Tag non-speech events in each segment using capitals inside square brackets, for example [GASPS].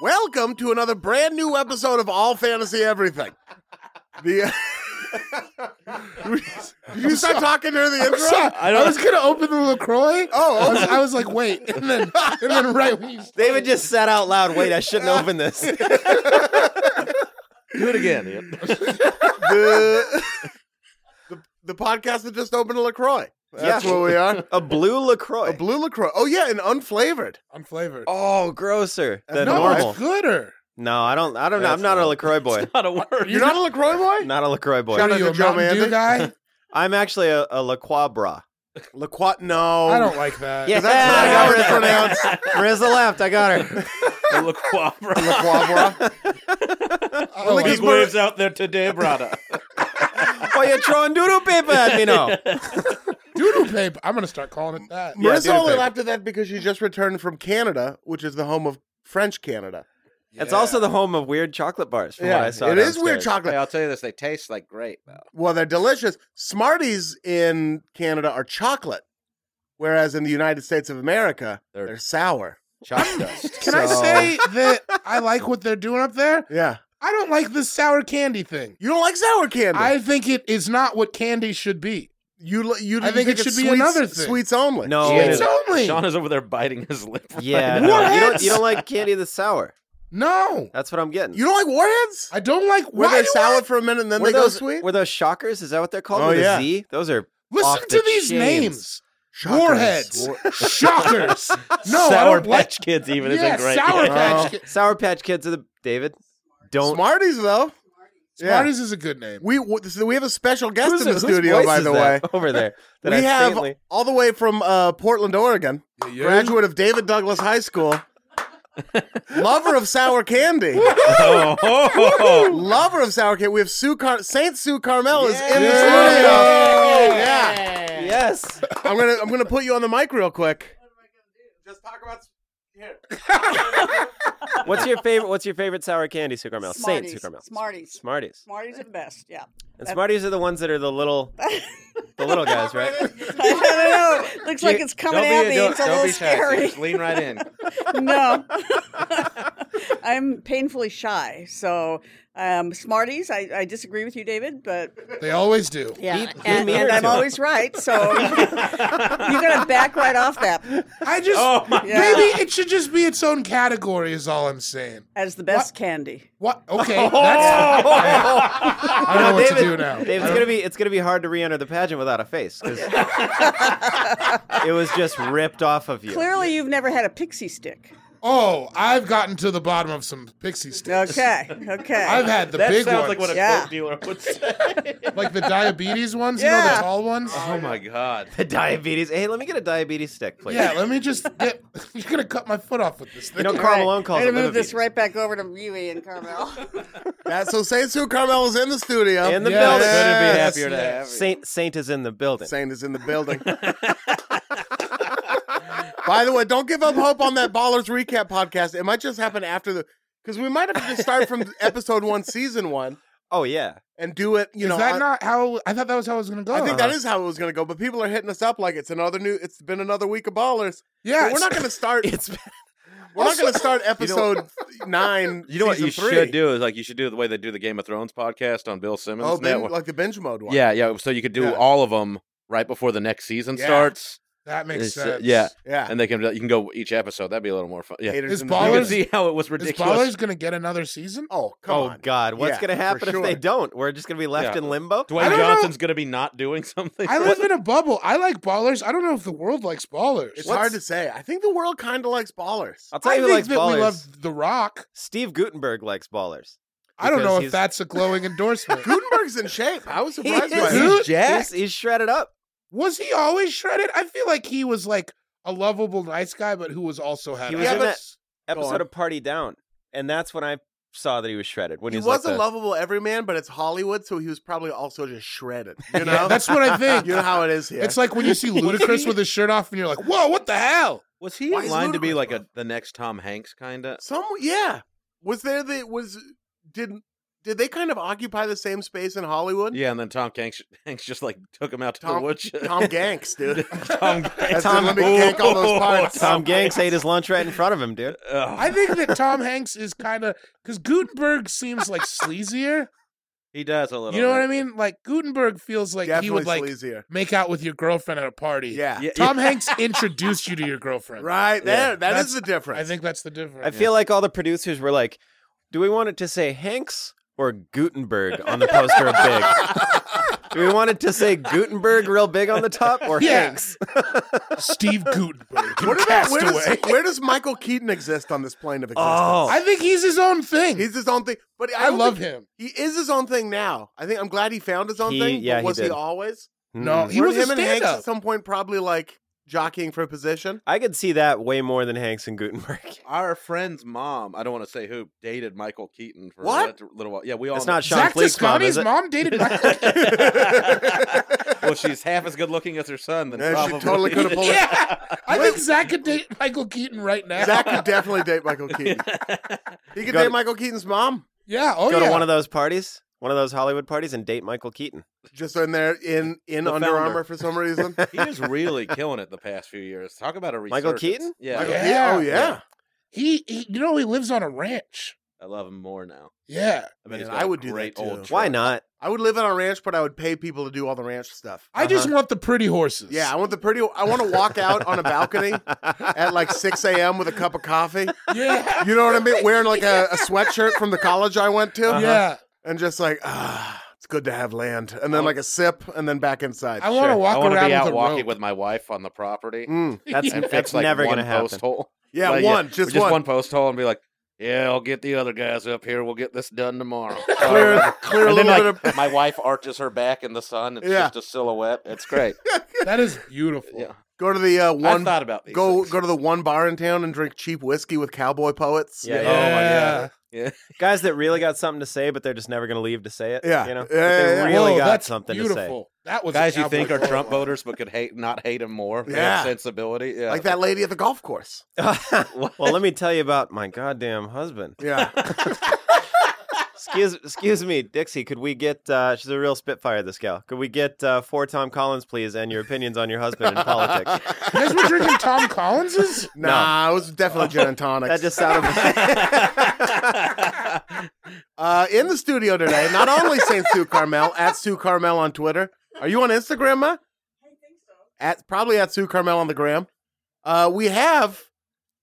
Welcome to another brand new episode of All Fantasy Everything. The [LAUGHS] Did you start talking during the intro? Sorry, I, was gonna open the Lacroix. Oh, I was, [LAUGHS] I was like, wait, and then and then right when you David just said out loud, "Wait, [LAUGHS] I shouldn't open this." Do it again. oh, [LAUGHS] the, the the podcast that just opened a Lacroix. That's Yeah. where we [LAUGHS] are. A blue Lacroix. A blue Lacroix. Oh yeah, and unflavored. unflavored. oh, grosser than No, normal. it's gooder. No, I don't. I don't know. I'm not a Lacroix boy. Not a word. You're not a Lacroix boy. Not a Lacroix boy. Shout What out Are to you a Joe Mountain Dew Mandy. guy? I'm actually a, a Lacroix bra. Lacroix. No, I don't like that. [LAUGHS] Yeah, [LAUGHS] That's not how it's I got pronounced. her. Marissa left. I got her. A La Quabra. [LAUGHS] Lacroix. [LAUGHS] bro. I Well, don't like Oh, like he's Big more- [LAUGHS] waves out there today, brother. [LAUGHS] Why you throwing doodoo paper at me [LAUGHS] now? doodoo paper. I'm gonna start calling it that. Marissa dude, only babe. laughed at that because she just returned from Canada, which is the home of French Canada. [LAUGHS] It's also the home of weird chocolate bars. From what I saw. it is weird downstairs. chocolate. Hey, I'll tell you this: they taste like great. Though. Well, they're delicious. Smarties in Canada are chocolate, whereas in the United States of America, they're, They're- sour. [LAUGHS] Chalk dust. Can I So- say that I like what they're doing up there? Yeah. I don't like this sour candy thing. You don't like sour candy. I think it is not what candy should be. you, li- you, I you think it it's should be sweets- another thing. Sweets Oh, only. No, Yeah, It's it- only Sean is over there biting his lip. right Yeah, now. no, [LAUGHS] you don't. Warheads? You don't like candy that's sour. no. That's what I'm getting. You don't like warheads? I don't like. Where Why they're do sour I- for a minute and then were they those go sweet? Were those shockers? Is that what they're called? Oh, With yeah. a Z? Those are Listen off to the these chains. names. Shockers. Warheads, [LAUGHS] shockers. No, I Sour don't like. Patch Kids even yeah, isn't great. [LAUGHS] sour Oh. patch. Kids. Sour Patch Kids are the David. Don't Smarties, though. Yeah. Smarties is a good name. We, w- so we have a special guest Who's in the whose studio, voice by is the way. that over [LAUGHS] there. [LAUGHS] That we I have faintly- all the way from uh, Portland, Oregon, graduate of David Douglas High School, lover of sour candy, Oh, ho, ho, ho. lover of sour candy. We have Sue Car- Saint Sue Carmel is in the Yeah. studio. Yeah, Yes. I'm gonna I'm gonna put you on the mic real quick. Just talk about What's your favorite? What's your favorite sour candy, Sucramel? Saint Smarties. Sucramel. Smarties. Smarties. Smarties are the best. Yeah. And Smarties are the ones that are the little, the little guys, right? I don't know. [LAUGHS] Looks like it's coming don't be- at me. Don't, It's a don't little be shy. scary. Just lean [LAUGHS] right in. no. I'm painfully shy, so Um, Smarties, I, I disagree with you, David, but They always do. Be- yeah, be and, meaner and I'm to 'em. always right, so you're gonna back right off that I just Oh my Yeah. [LAUGHS] maybe it should just be its own category. Is all I'm saying. as the best candy. What? Okay, that's. I don't know what to do now. Dave, I it's don't- gonna be it's gonna be hard to re-enter the pageant without a face. [LAUGHS] 'cause it was just ripped off of you. Clearly, you've never had a pixie stick. oh, I've gotten to the bottom of some pixie sticks. Okay, okay. I've had the that big sounds ones, like like, what a Yeah. coke dealer would say. the diabetes ones. You know, Yeah. the tall ones. oh my god. The diabetes. Hey, let me get a diabetes stick, please. Yeah, let me just get. [LAUGHS] You're gonna cut my foot off with this thing. You know, Carl All right, Malone calls I'm it gonna move liver this beaters. right back over to Yui and [LAUGHS] Carmel. That, so Saint Sue Carmel is in the studio. In the Yes. building. Couldn't be Yes, happier to have. you. Saint Saint is in the building. Saint is in the [LAUGHS] building. By the way, don't give up hope on that Ballers recap podcast. It might just happen after the because we might have to just start from episode one, season one, Oh yeah. and do it. You is know, that on- not how? I thought that was how it was gonna go. I think that is how it was going to go. But people are hitting us up like it's another new. It's been another week of Ballers. Yeah, But we're not going to start. It's [LAUGHS] We're not going to start episode [LAUGHS] nine. You know what season you three. should do is like you should do the way they do the Game of Thrones podcast on Bill Simmons. Oh, That bin- one- like the binge mode one. yeah, yeah. So you could do Yeah. all of them right before the next season Yeah. starts, That makes It's, uh, sense. yeah. yeah. and they can you can go each episode. That'd be a little more fun. Yeah, Haters Is in the you can Ballers- see how it was Is ridiculous. Ballers gonna get another season? Oh, come Oh on. God, what's Yeah, gonna for happen if sure. they don't? We're just gonna be left Yeah. in limbo. I Dwayne don't know. Johnson's gonna be not doing [LAUGHS] something. I live in a bubble. I like Ballers. I don't know if the world likes Ballers. It's hard to say. I think the world kind of likes [LAUGHS] Ballers. I'll tell I you think who likes that ballers. we love The Rock. Steve Gutenberg likes ballers. I don't Because know he's- if that's a glowing [LAUGHS] endorsement. Gutenberg's in shape. I was He surprised by is. that. Dude, He's He's, he's shredded up. was he always shredded? I feel like he was like a lovable, nice guy, but who was also had. He a- was Yeah, in but- that- Episode of Party Down, and that's when I saw that he was shredded. When He he, was like a the- lovable everyman, but it's Hollywood, so he was probably also just shredded. [LAUGHS] You know, Yeah, that's what I think. you know how it is here. It's like when you [LAUGHS] see Ludacris with his shirt off, and you're like, "Whoa, what the hell?" Was he Why in is line to be Ludacris like buff? a the [LAUGHS] next Tom Hanks kind of? some, yeah. Was there the was did did they kind of occupy the same space in Hollywood? Yeah, and then Tom Hanks, [LAUGHS] Hanks just like took him out to Tom- the woodshed. Tom [LAUGHS] [LAUGHS] Ganks, [LAUGHS] dude. Tom Ganks. That's it, let me gank all those parts. Tom Ganks ate his lunch right in front of him, dude. Ugh. I think that [LAUGHS] Tom Hanks is kind of because Gutenberg seems like [LAUGHS] sleazier. he does a little. You know what bit. I mean? Like Gutenberg feels like Definitely he would like sleazier. make out with your girlfriend at a party. Yeah. Yeah, Tom Hanks introduced you to your girlfriend. Right there, that That's- is the difference. I think that's the difference. I feel like all the producers were like, "Do we want it to say Hanks or Gutenberg on the poster of Big? Do we want it to say Gutenberg real big on the top or Yeah. Hanks?" Steve Gutenberg. in What about where Castaway. does, where does Michael Keaton exist on this plane of existence? I think he's his own thing. He's his own thing, but I, I don't love think- him. He is his own thing now. I think I'm glad he found his own He- thing. yeah, but he was he, did. always? Hmm. No, he Weren't was a him and Hanks at stand-up. some point probably like jockeying for [LAUGHS] position. I could see that way more than Hanks and Gutenberg. Oh, Our friend's mom, I don't want to say who, dated Michael Keaton for What? a lit- little while. Yeah, we all. That's know- not Sean Zach Fleek's mom, is Toscani's it? mom, [LAUGHS] [LAUGHS] dated Michael. [LAUGHS] well, she's half as good looking as her son. Then Yeah, she probably. totally could've pulled it. yeah, I think Zach could date Michael Keaton right now. Zach [LAUGHS] could definitely date Michael [LAUGHS] Keaton. He could Go date to- Michael Keaton's mom yeah, oh Go yeah. to one of those parties, one of those Hollywood parties, and date Michael Keaton. just in there in in The Under founder. Armour for some reason. He is really killing it the past few years. Talk about a resurgence. Michael Keaton? Yeah, Michael Yeah. Keaton- Oh yeah. Yeah. he, he, you know, he lives on a ranch. I love him more now. Yeah, I mean, Man, he's got I a would do that great too. old. Why truck. not? [LAUGHS] I would live on a ranch, but I would pay people to do all the ranch stuff. Uh-huh. I just want the pretty horses. Yeah, I want the pretty. I want to walk out on a balcony at like 6 a.m. with a cup of coffee. [LAUGHS] yeah, You know what I mean? Wearing like a, a sweatshirt from the college I went to. yeah. And just like, ah, it's good to have land. And then like a sip and then back inside. I want to Sure. walk I wanna around be out with a walking rope. with my wife on [LAUGHS] the property. Mm. [LAUGHS] That's, and that's fix like never one going to post happen. hole. Yeah, Like, one, just, just one. post hole, and be like, "Yeah, I'll get the other guys up here. We'll get this done tomorrow." Clear, clear a and little then like, bit of. my wife arches her back in the sun. It's Yeah. just a silhouette. It's [LAUGHS] great. That is beautiful. yeah, Go to the uh, I one. thought about these. Go things. go to the one bar in town and drink cheap whiskey with cowboy poets. Yeah, yeah. Yeah. guys that really got something to say, but they're just never going to leave to say it. Yeah. you know, Yeah, yeah, They yeah. really Whoa, got that's something beautiful. to say. That was a guys you cowboy think are photo. Trump voters, but could hate not hate him more. They Yeah. have sensibility. Yeah, Like that lady at the golf course. [LAUGHS] well, let me tell you about my goddamn husband. [LAUGHS] Yeah. Excuse, excuse me, Dixie. Could we get? Uh, she's a real spitfire. This gal. Could we get uh, four Tom Collins, please, and your opinions on your husband [LAUGHS] in politics? You guys were drinking Tom Collins's? nah, it was definitely gin and tonics. That just sounded. Uh, in the studio today, not only Saint Sue Carmel at Sue Carmel on Twitter. Are you on Instagram, Ma? I think so. At probably at Sue Carmel on the gram. Uh, we have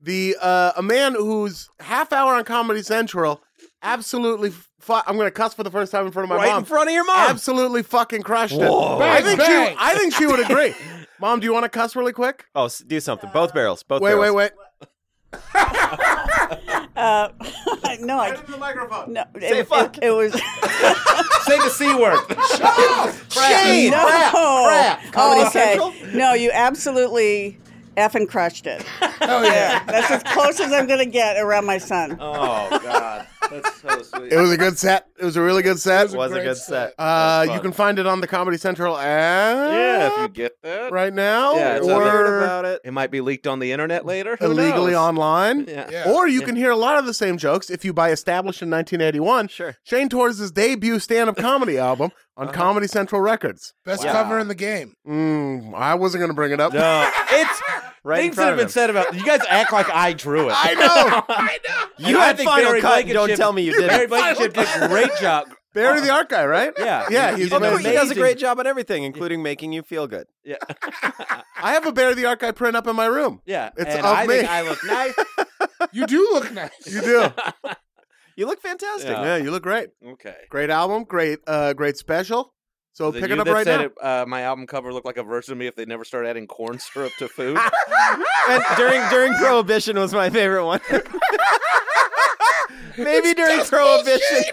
the uh, a man who's half hour on Comedy Central. Absolutely, fu- I'm going to cuss for the first time in front of my right mom. in front of your mom. Absolutely fucking crushed it. Whoa. I think she, Bang, bang. I think she would agree. Mom, do you want to cuss really quick? [LAUGHS] oh, s- do something. Both barrels. Both Wait, wait, barrels. wait. Uh, no, I, the microphone. no. It, Say it- fuck. It, was. Say the C word. Shade, no. crap, crap. Oh, okay. No, you absolutely effing crushed it. Hell yeah. That's as close as I'm gonna get around my son. Oh, God, that's so sweet. It was a good set. It was a really good set. was a Great good set. set. Uh, That was you fun. can find it on the Comedy Central app. yeah, if you get that. right now, Yeah, it's I out heard or about it. It might be leaked on the internet later. Who illegally knows? online. Yeah. Yeah. Or you can hear a lot of the same jokes if you buy Established in 1981, Sure. Shane Torres' debut stand-up comedy album on Comedy Central Records. Best Wow. cover in the game. Mm, I wasn't going to bring it up. No, it's Uh, Right in things that front of have been him. said about you guys. Act like I drew it. I know. [LAUGHS] I know. You had final cut. and Don't tell me you didn't. Barry Blankenship did a great job. Barry the Art Guy, right? Yeah, Yeah, he's Of amazing. course, he does a great job on everything, including making you feel good. Yeah, I have a Barry the Art Guy print up in my room. yeah. It's and of I me. think I look nice. [LAUGHS] You do look nice. You do. [LAUGHS] You look fantastic. Yeah. yeah, you look great. Okay. Great album, great uh, great special. So Was pick you it up that right said now. it, uh, my album cover looked like a version of me if they never started adding corn syrup to [LAUGHS] food. And during during [LAUGHS] Prohibition was my favorite one. [LAUGHS] Maybe during Prohibition.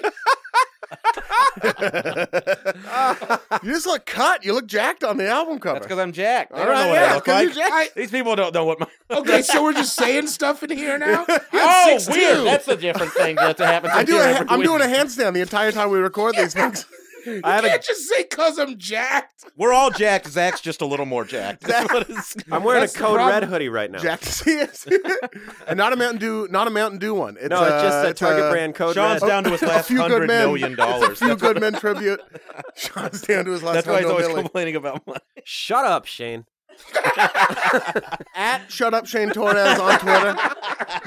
you just look cut. You look jacked on the album cover. That's because I'm jacked. They All don't right, know what yeah, I look 'cause like. you're jacked. These people don't know what my. Okay, so we're just saying stuff in here [LAUGHS] now? I'm oh, 6'2". weird. That's a different thing that happens. I do. A, ha- every I'm week. doing a handstand the entire time we record these things. I have You a, can't just say because I'm jacked. [LAUGHS] We're all jacked. Zach's just a little more jacked. That's what it's- I'm wearing a That's the code problem. red hoodie right now. Jacked see it, and not a Mountain Dew, not a Mountain Dew one. It's, no, it's just uh, a Target uh, brand code [LAUGHS] Sean's red. down to his A last Few Good hundred Men. million dollars. Few That's, Good Men tribute. [LAUGHS] Sean's down to his last that's why he's Hundo always Billy. complaining about money. Shut up, [LAUGHS] Shane. At Shut Up Shane Torres on [LAUGHS] Twitter.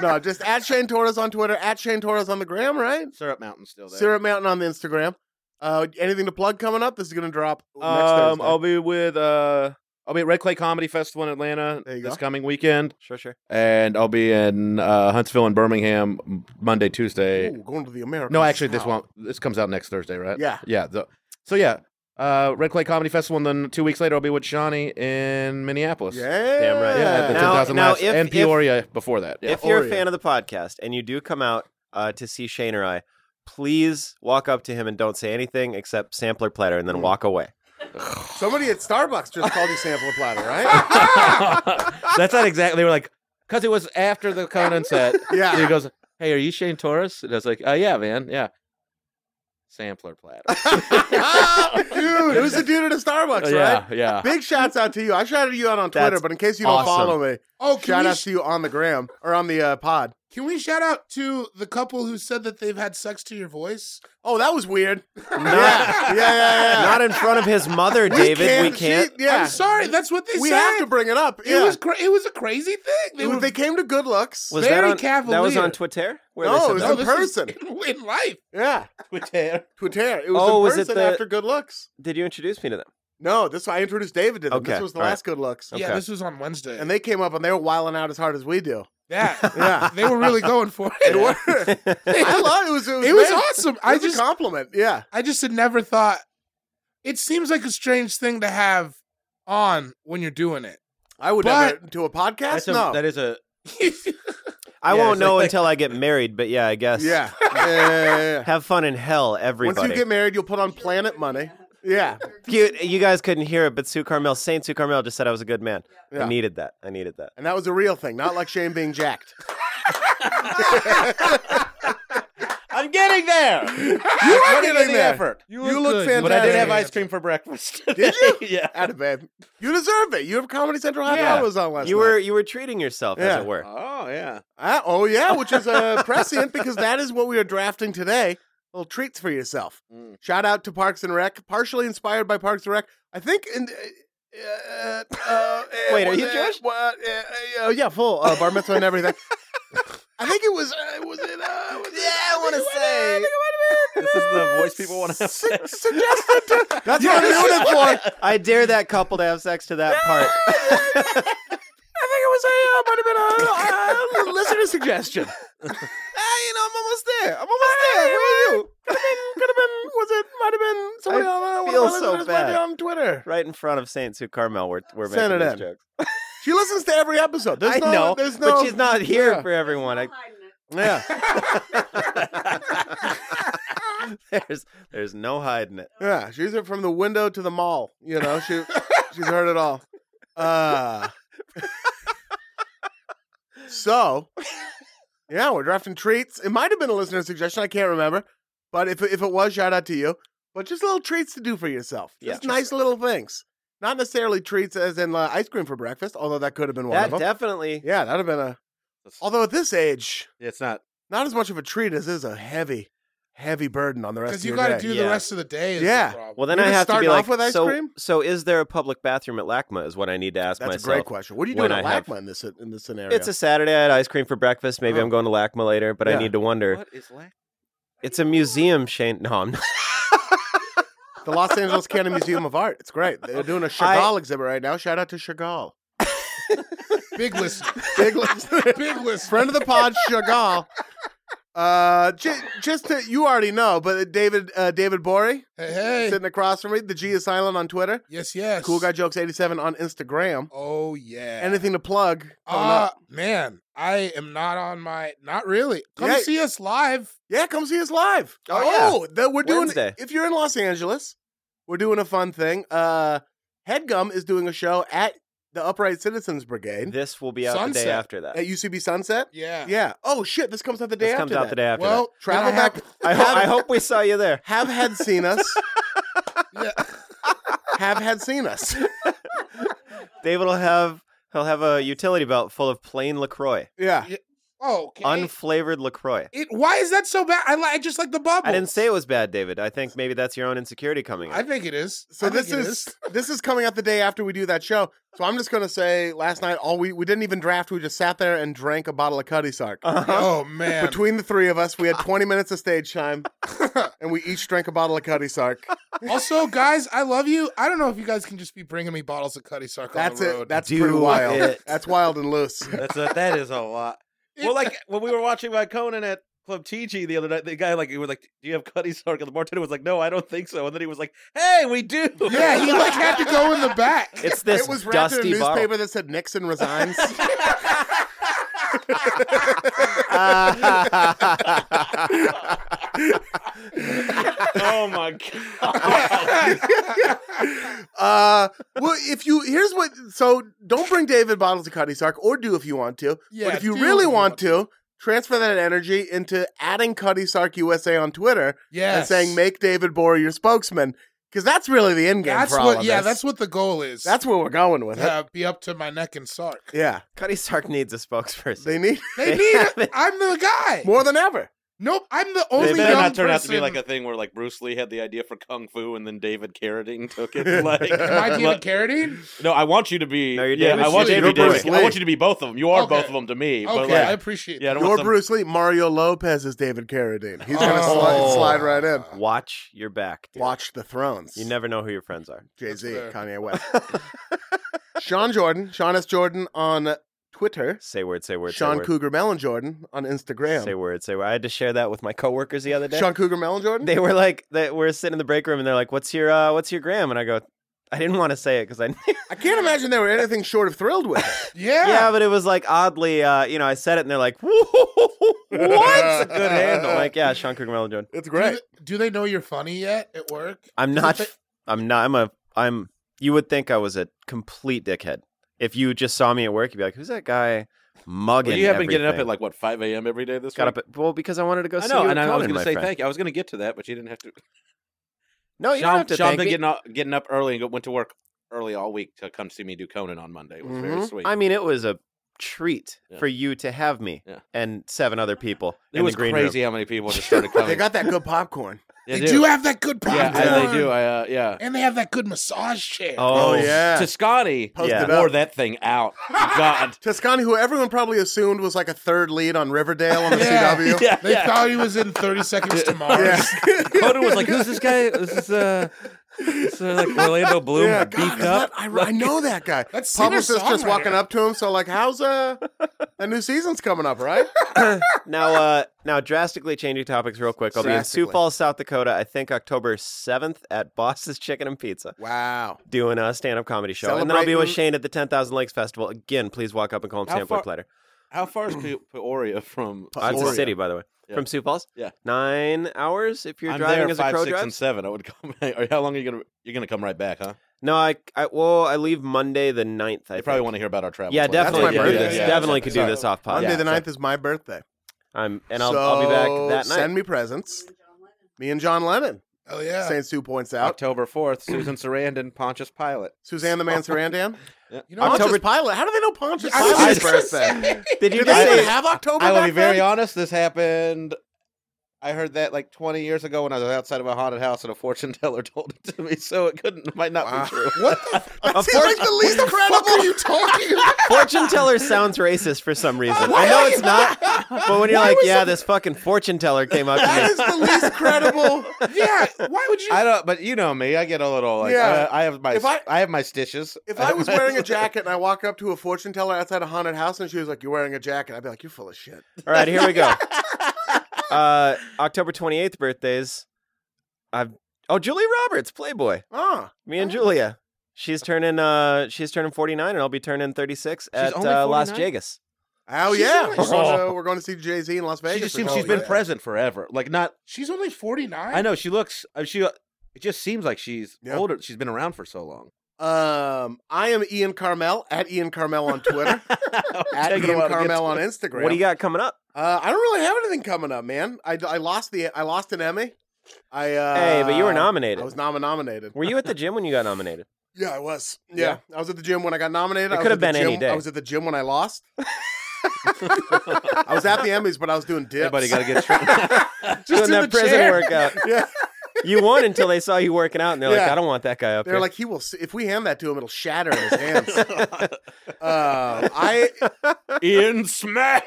no, just at Shane Torres on Twitter. At Shane Torres on the gram, right? Syrup Mountain's still there. Syrup Mountain on the Instagram. Uh, anything to plug coming up? This is going to drop next Um, Thursday. I'll be with uh, I'll be at Red Clay Comedy Festival in Atlanta There you this go. coming weekend, Sure, sure. and I'll be in uh, Huntsville and Birmingham m- Monday, Tuesday. Ooh, going to the America. No, actually, this won't. This comes out next Thursday, right? Yeah. yeah. the- so yeah, uh, Red Clay Comedy Festival, and then two weeks later, I'll be with Shawnee in Minneapolis. Yeah. Damn right. yeah, at the Now- 10,000 now laughs, if- and if- Peoria before that. Yeah. If you're Oreo. a fan of the podcast and you do come out uh, to see Shane or I, please walk up to him and don't say anything except sampler platter Mm. and then walk [LAUGHS] away. Somebody at Starbucks just called you sample and platter, right? [LAUGHS] [LAUGHS] That's not exactly. They were like, because it was after the Conan set. [LAUGHS] Yeah. He goes, "Hey, are you Shane Torres?" And I was like, "Oh yeah, man, yeah." Sampler platter. dude, it was the dude at a Starbucks, right? Oh, yeah, yeah. Big shouts out to you. I shouted you out on Twitter, That's but in case you don't awesome. follow me, Oh, can, shout we out to you on the gram or on the uh, pod. can we shout out to the couple who said that they've had sex to your voice? Oh, that was weird. Not, yeah, yeah, yeah. yeah. not in front of his [LAUGHS] mother, David. We she- can't. yeah, I'm sorry, that's what they we said. have to bring it up. it yeah. was cra- it was a crazy thing. They Dude, were they came to Good Looks. Was Very that on, That was cavalier. on Twitter? Where No, they said it was that? No, in [LAUGHS] this is person. in, in life. yeah, [LAUGHS] Twitter. It was Oh, in was it person the- after Good Looks. Did you introduce me to them? No, this I introduced David to them. This Okay, was the all right. last Good Looks, Okay. Yeah, this was on Wednesday. and they came up and they were wiling out as hard as we do. yeah, Yeah, they were really going for it. They were. [LAUGHS] I love it. Was, it was, It was great. awesome. It I was a just compliment. Yeah. I just had never thought. It seems like a strange thing to have on when you're doing it. I would But- never to a podcast. a, no. that is a I Yeah, won't it's know like- until I get married, but yeah, I guess. yeah. Yeah, yeah, yeah, [LAUGHS] yeah. Have fun in hell, everybody. Once you get married, you'll put on Planet Money. Yeah. Cute. You guys couldn't hear it, but Sue Carmel, Saint Sue Carmel, just said I was a good man. Yeah. I needed that. I needed that. And that was a real thing, not like Shane being [LAUGHS] jacked. I'm getting there. [LAUGHS] you are getting there. You look fantastic. But I did Yeah. have ice cream for breakfast. Did you? [LAUGHS] yeah. Out of bed. You deserve it. You have Comedy Central Happy Yeah. Hour was on last you night. were you were treating yourself, Yeah. as it were. Oh yeah. Ah, oh, yeah, which is uh, prescient because that is what we are drafting today. Little treats for yourself. Mm. Shout out to Parks and Rec, partially inspired by Parks and Rec. I think. In, uh, uh, Wait, are uh, you uh, Jewish? What, uh, uh, yeah, full uh, bar [LAUGHS] mitzvah and everything. I think it was. Uh, was it? Uh, was it- Yeah, I wanna think it might have- I say. think it might have This is the voice people want to have. suggested to [LAUGHS] That's what I'm doing it for. I dare that couple to have sex [LAUGHS] to that part. I think it was Oh, a, might have been a, [LAUGHS] listener suggestion. you know, I'm almost there. I'm almost there. Where are you? Could have been, could have been, was it, might have been somebody I on, uh, one feel of my so listeners might bad. be on Twitter. Right in front of Saint Sue Carmel, we're, we're Send making it these in. jokes. She listens to every episode. There's I no, know, there's no, but she's not here Yeah. for everyone. I, yeah. [LAUGHS] there's there's no hiding it. Yeah, she's it from the window to the mall. You know, she she's heard it all. Uh, so, yeah, we're drafting treats. It might have been a listener suggestion. I can't remember, but if if it was, shout out to you. But just little treats to do for yourself. Yeah. Just nice little things. Not necessarily treats as in uh, ice cream for breakfast, although that could have been one That of them. definitely. yeah, that'd have been a. Although at this age, It's not. not as much of a treat as is a heavy, heavy burden on the rest of because you your got to day. do Yeah. the rest of the day. Is Yeah. The problem. Well, then You're I just have to be starting like, off with ice so cream? so is there a public bathroom at LACMA? Is what I need to ask That's myself. a great question. What are you when doing at I have- LACMA in this in this scenario? It's a Saturday. I had ice cream for breakfast. Maybe Oh. I'm going to LACMA later, but Yeah. I need to wonder. What is lack? It's a museum, Shane. No, I'm not. the Los Angeles County Museum of Art. It's great. They're doing [LAUGHS] a Chagall exhibit right now. Shout out to Chagall, [LAUGHS] big listener, big [LAUGHS] listener, big listener. friend of the pod, Chagall. Uh, j- just to you already know, but David uh, David Bory [LAUGHS] Hey, hey. sitting across from me. The G is silent on Twitter. yes, yes. Cool guy jokes eighty seven on Instagram. Oh yeah. Anything to plug? Coming Ah, up? man, I am not on my. Not really. Come Yeah. see us live. Yeah, come see us live. Oh, yeah. that we're doing. Wednesday. If you're in Los Angeles, we're doing a fun thing. Uh, Headgum is doing a show at the Upright Citizens Brigade. This will be out the Sunset. day after that. at UCB Sunset. Yeah. Yeah. Oh shit! This comes out the day this after. comes out that. the day after. Well, that. Travel then I have- back. I, ho- I [LAUGHS] hope we saw you there. Have had seen [LAUGHS] us. Yeah. have had seen us. [LAUGHS] David will have he'll have a utility belt full of plain Lacroix, Yeah. Oh, okay. unflavored Lacroix. it, why is that so bad? I, li- I just like the bubble. I didn't say it was bad, David. I think maybe that's your own insecurity coming I out. think it is. So I think this it is, [LAUGHS] this is coming out the day after we do that show. So I'm just gonna say, last night all we we didn't even draft. We just sat there and drank a bottle of Cuddy Sark. Uh-huh. Oh man. Between the three of us, we [LAUGHS] had 20 minutes of stage time, and we each drank a bottle of Cuddy Sark. also, guys, I love you. I don't know if you guys can just be bringing me bottles of Cuddy Sark That's on the it. road. That's Do pretty wild. it. That's wild and loose. That's a, that is a lot. Well, [LAUGHS] [LAUGHS] like when we were watching my Conan at Club TG the other night, the guy like he was like, "Do you have Cuddy Sark?" And the bartender was like, "No, I don't think so." And then he was like, "Hey, we do." yeah, [LAUGHS] he [LAUGHS] like had to go in the back. It's [LAUGHS] this it was wrapped in a dusty newspaper bottle. that said Nixon [LAUGHS] resigns. [LAUGHS] oh my god! uh, well, if you here's what so don't bring David bottles of Cuddy Sark, or do if you want to. [LAUGHS] Yeah, but if you do really if you want want to, transfer that energy into adding Cuddy Sark USA on Twitter Yeah. and saying make David Borer your spokesman because that's really the end game. That's for all what. of Yeah, this. that's what the goal is. that's where we're going with it. yeah, be up to my neck and Sark. [LAUGHS] Yeah, Cuddy Sark needs a spokesperson. they [LAUGHS] need They need it. I'm the guy. more than ever. Nope, I'm the It only better young not turn out to be person- like a thing where like Bruce Lee had the idea for kung fu and then David Carradine took it. [LAUGHS] [LAUGHS] Like, Am [LAUGHS] I David Look, Carradine? no, I want you to be. No, you're yeah, David I want Lee. you to be You're Bruce David. I want Lee. you to be both of them. You are Okay. both of them to me. Okay, but I like, appreciate yeah, I that. don't Your want some- Bruce Lee, Mario Lopez is David Carradine. He's gonna Oh. slide, slide right in. Watch your back. dude. Watch the thrones. You never know who your friends are. Jay Z, That's fair. Kanye [LAUGHS] West. Sean Jordan, Sean S. Jordan on Twitter. Say word. Say word. Sean say word. Cougar Mellon Jordan on Instagram. Say word. Say word. I had to share that with my coworkers the other day. Sean Cougar Mellon Jordan? They were like, they were sitting in the break room and they're like, "What's your uh, what's your gram?" And I go, "I didn't want to say it because I." [LAUGHS] knew." I can't imagine they were anything short of thrilled with it. Yeah. yeah, but it was like oddly, uh, you know, I said it and they're like, [LAUGHS] "What?" That's a good handle. Like, yeah, Sean Kugelmelon Jones. It's do, great. they, do they know you're funny yet at work? I'm Is it not. fa- I'm not. I'm a. I'm. You would think I was a complete dickhead if you just saw me at work. You'd be like, "Who's that guy mugging?" Well, you have been getting up everything?" at like what 5 a.m. every day this Got week? up at well because I wanted to go I see know, you. and I Conan, was going my to say friend. thank you. I was going to get to that, but you didn't have to. No, you don't have to Sean thank been me. getting up, getting up early and go, went to work early all week to come see me do Conan on Monday. Which was very Mhm. sweet. I mean, it was a treat Yeah. for you to have me Yeah. and seven other people. [LAUGHS] it in was the green [LAUGHS] crazy how many people just started coming. They got that good popcorn. They do have that good Yeah, popcorn. I, they do. I, uh, yeah. And they have that good massage chair. Oh, yeah. Toscani Posted Yeah. up. wore that thing out. [LAUGHS] God. Toscani, who everyone probably assumed was like a third lead on Riverdale [LAUGHS] on the Yeah. CW. Yeah. They thought he was in 30 Seconds to Mars. Yeah. [LAUGHS] Coda was like, "Who's this guy? This is uh, this [LAUGHS] is, like Orlando Bloom Yeah, God, beefed is up." that- I, I know that guy. [LAUGHS] That's Publicist singer-songwriter. just walking up to him. So like, how's uh, the new season's coming up, right? now, uh, now drastically changing topics real quick. I'll be in Sioux Drastically. Falls, South Dakota, I think October 7th at Boss's Chicken and Pizza, [LAUGHS] Wow. doing a stand up comedy show. And then I'll be with Celebrating- Shane at the 10,000 Lakes Festival. Again, please walk up and call him How Sam far- Flip later. How far is Pe- Peoria from? Uh, it's a Peoria. city, by the way. Yeah. From Sioux Falls? Yeah. Nine hours if you're I'm driving there as a five, crow six, drives? and seven. I would come. [LAUGHS] Or how long are you gonna? You're gonna come right back, huh? No, I, I, well, I leave Monday the 9th. I They probably think. want to hear about our travel. Yeah, plans. definitely. That's my could do birthday. this. Yeah, definitely yeah. could do Sorry. this off pod. Monday Yeah. the 9th is my birthday. I'm, and I'll, I'll be back So that night. Send me presents. Me and John Lennon. Oh, yeah. Saint Sue points out. October fourth, Susan Sarandon, Pontius Pilate. Suzanne the Man Sarandon. You know what? Pontius October- Pilate. How do they know Pontius I was Pilate's just gonna birthday? [LAUGHS] [LAUGHS] Did you Did they guys- [LAUGHS] even have October? I will back be very then? honest. This happened. I heard that like 20 years ago when I was outside of a haunted house and a fortune [LAUGHS] teller told it to me, so it couldn't might not Wow. be true. What [LAUGHS] the f- That seems like the [LAUGHS] least credible. are you talking about? [LAUGHS] Fortune teller sounds racist for some reason. I know it's not, but when you're like, yeah, this fucking fortune teller came up That is to me. the least credible. Yeah. Why would you? I don't, but you know me. I get a little like Yeah. I, I have my If I- I, have my stitches. If I was wearing a jacket and I walk up to a fortune teller outside a haunted house and she was like, "You're wearing a jacket," I'd be like, "You're full of shit." All right, here [LAUGHS] we go. Uh, October 28th birthdays. I've oh Julie Roberts, Playboy. Ah, Me and Julia. She's turning uh she's turning 49 and I'll be turning 36 at only uh, Las 49? Vegas. oh She's yeah. only- We're going, to, we're going to see Jay Z in Las [LAUGHS] Vegas. she just We're seems going she's been there. present forever. Like not. She's only 49. I know she looks. uh, She it just seems like she's Yeah. older. She's been around for so long. [LAUGHS] Um, I am Ian Carmel at Ian Carmel on Twitter, at Taking a Ian while to get Carmel to on it. Instagram. What do you got coming up? Uh, I don't really have anything coming up, man. I, I lost the I lost an Emmy. I uh, hey, but you were I nominated. was nom- nominated. Were you at the gym when you got nominated? [LAUGHS] Yeah, I was. Yeah. I was at the gym when I got nominated. It I was could have at the been any gym- day. I was at the gym when I [LAUGHS] lost. I was at the Emmys, but I was doing dips. Everybody got to [LAUGHS] get. Tra- [LAUGHS] Doing that prison workout. yeah. You won until they saw you working out and they're like, Yeah. I don't want that guy up They're here. like, he will. s- If we hand that to him, it'll shatter in his [LAUGHS] hands. uh, I [LAUGHS] Ian Smash.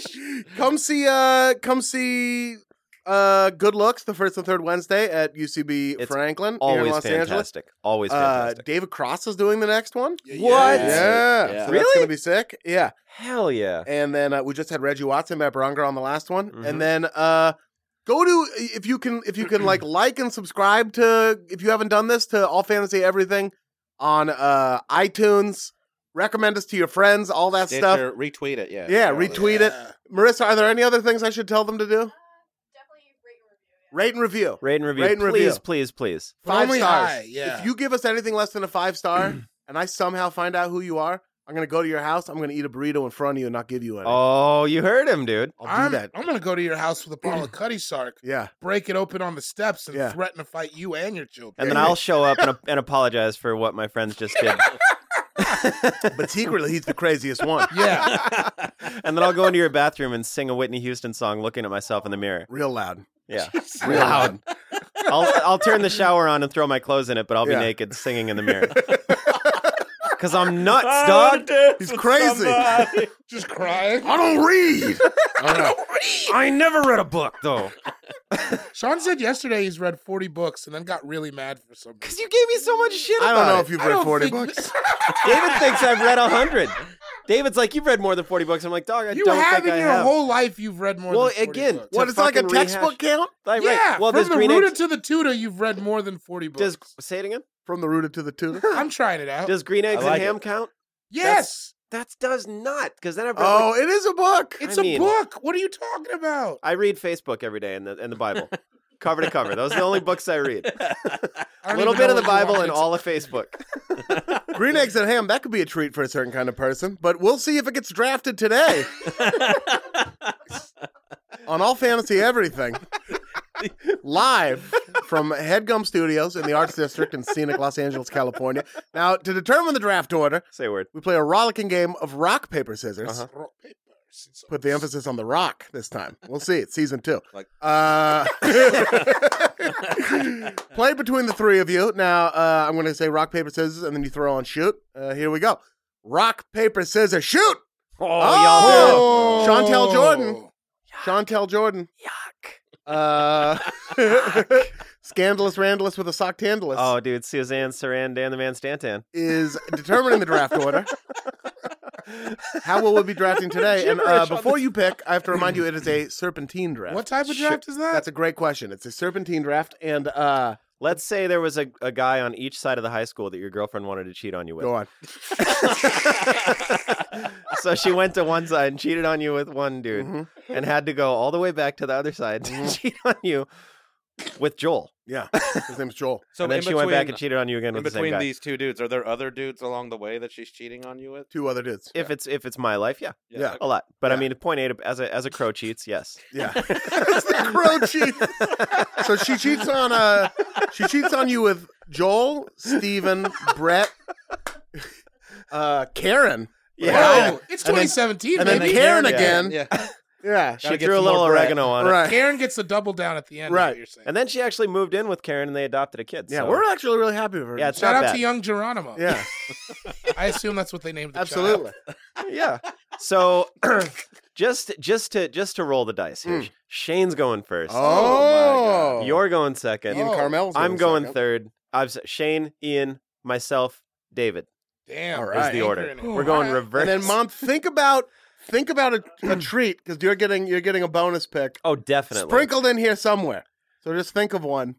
[LAUGHS] come see. Uh, come see. Uh, good looks the first and third Wednesday at UCB It's Franklin here in Always Los Angeles. fantastic. Always Uh, fantastic. David Cross is doing the next one. What? Yeah, So that's Really? gonna be sick. Yeah, Hell yeah. and then uh, we just had Reggie Watson, Matt Baronger on the last one, Mhm. and then uh, go to if you can if you can like like and subscribe to if you haven't done this to All Fantasy Everything on uh, iTunes. Recommend us to your friends, all that stuff. Stitcher, retweet it. Yeah. Yeah, retweet it. Marissa, are there any other things I should tell them to do? Rate and review. Rate and review. Rate and please, review. please, please. But Five only stars. high, yeah. If you give us anything less than a five [CLEARS THROAT] star, and I somehow find out who you are, I'm gonna go to your house. I'm gonna eat a burrito in front of you and not give you any. Oh, you heard him, dude. I'll do I'm, that. I'm gonna go to your house with a [CLEARS THROAT] bottle of Cuddy Sark, Yeah. break it open on the steps, and Yeah. threaten to fight you and your children. And then I'll show up and, and apologize for what my friends just [LAUGHS] did. But secretly, he's the craziest [LAUGHS] one. [LAUGHS] yeah, [LAUGHS] and then I'll go into your bathroom and sing a Whitney Houston song looking at myself in the mirror. Real loud. [LAUGHS] Yeah. Real loud. I'll I'll turn the shower on and throw my clothes in it, but I'll be Yeah. naked singing in [LAUGHS] the mirror. [LAUGHS] Cuz I'm nuts, dog. He's crazy. [LAUGHS] just crying. I don't read. I never read a book though. Sean said yesterday he's read 40 books and then got really mad for some reason. Cuz you gave me so much shit I about don't know it. if you've I read don't 40 think- books. David thinks I've read 100. David's like, "You've read more than 40 books." I'm like, "Dog, [LAUGHS] I You don't have think in I your have." whole life you've read more Well, than 40 again, books. to What, it's like a fucking rehash- textbook count? Right, right. yeah, Well, from does the Green Rooted Eggs to the Tudor, you've read more than 40 books. does say it again? From the rooted to the tutor. [LAUGHS] I'm trying it out. Does Green Eggs like and Ham count? yes, That does not, because then I've read Oh, it is a book. it's I a mean- book. What are you talking about? I read Facebook every day and the, and [LAUGHS] the Bible, cover to cover. Those are the only books I read. I A don't little even bit know of the what you Bible want and me to- all of Facebook. [LAUGHS] Green eggs and ham, that could be a treat for a certain kind of person, but we'll see if it gets drafted today. On All Fantasy Everything, live from Headgum Studios in the Arts District in scenic Los Angeles, California. Now, to determine the draft order, Say a word. we play a rollicking game of rock, paper, scissors. Uh-huh. seen so Put the emphasis on the rock this time. We'll see. It's season two. Like- [LAUGHS] Uh, play between the three of you. Now uh, I'm going to say rock paper scissors, and then you throw on shoot. Uh, here we go. Rock paper scissors shoot. Oh, Oh! Chantel Jordan. Chantel Jordan. Yuck. Uh, [LAUGHS] scandalous Randalous with a sock tandalous Oh, dude, Suzanne Sarandon, the man Stanton. is determining the draft order. How will we be [LAUGHS] drafting today? And uh, before you pick, I have to remind you it is a serpentine draft. What type of draft is that? That's a great question. It's a serpentine draft, and uh, Let's say there was a, a guy on each side of the high school that your girlfriend wanted to cheat on you with. go on. so she went to one side and cheated on you with one dude Mhm. and had to go all the way back to the other side to cheat on you with Joel. Yeah, [LAUGHS] his name's Joel. So and then in she between, went back and cheated on you again in with the same between guy. these two dudes, are there other dudes along the way that she's cheating on you with? Two other dudes. if it's if it's my life, yeah, Yeah. a lot. But I Yeah. mean, point eight as a as a crow cheats, yes. [LAUGHS] Yeah, it's the crow cheat. So she cheats on uh, she cheats on you with Joel, Steven, Brett, [LAUGHS] uh, Karen, Yeah, Wow, it's And then- 2017, and then baby. Karen Yeah. again. Yeah. Yeah, she threw a little oregano on it, right. [LAUGHS] Karen gets the double down at the end. is Right. what you're saying. and then she actually moved in with Karen and they adopted a kid. Yeah, so- we're actually really happy with her. Yeah, it's Shout not out bad. to young Geronimo. [LAUGHS] yeah, I assume that's what they named the [LAUGHS] absolutely. yeah. So just just to just to roll the dice here. Shane's going first. [LAUGHS] Oh, my God. You're going second. Ian Carmel's I'm going second. third. I've s- Shane, Ian, myself, David. Child. Damn. All there's right. Is the anchor order. in it. We're going All right. reverse. And then, Mom, think about think about a, [CLEARS THROAT] a treat because you're getting you're getting a bonus pick oh, definitely. sprinkled in here somewhere. So just think of one,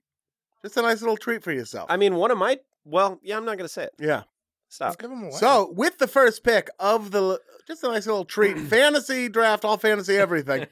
just a nice little treat for yourself. I mean, one of my. Well, yeah, I'm not gonna say it. yeah. Stop. Let's give 'em away. So with the first pick of the just a nice little treat, fantasy draft, all fantasy everything.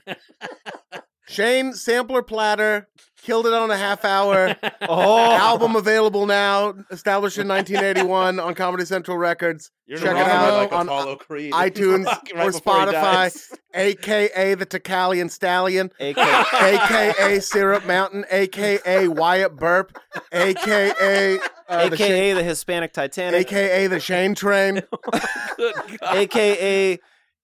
Shane sampler platter killed it on a half hour. Oh, Album available now, established in 1981 on Comedy Central Records, [LAUGHS] You're Check it wrong, out like on Apollo Creed. [LAUGHS] iTunes, Right or before he Spotify, dies. aka the Tacalian Stallion, [LAUGHS] AK. Oh, aka Syrup Mountain, aka Wyatt Burp, aka uh, the Shane- AKA the Hispanic Titanic. aka the Shane Train. AKA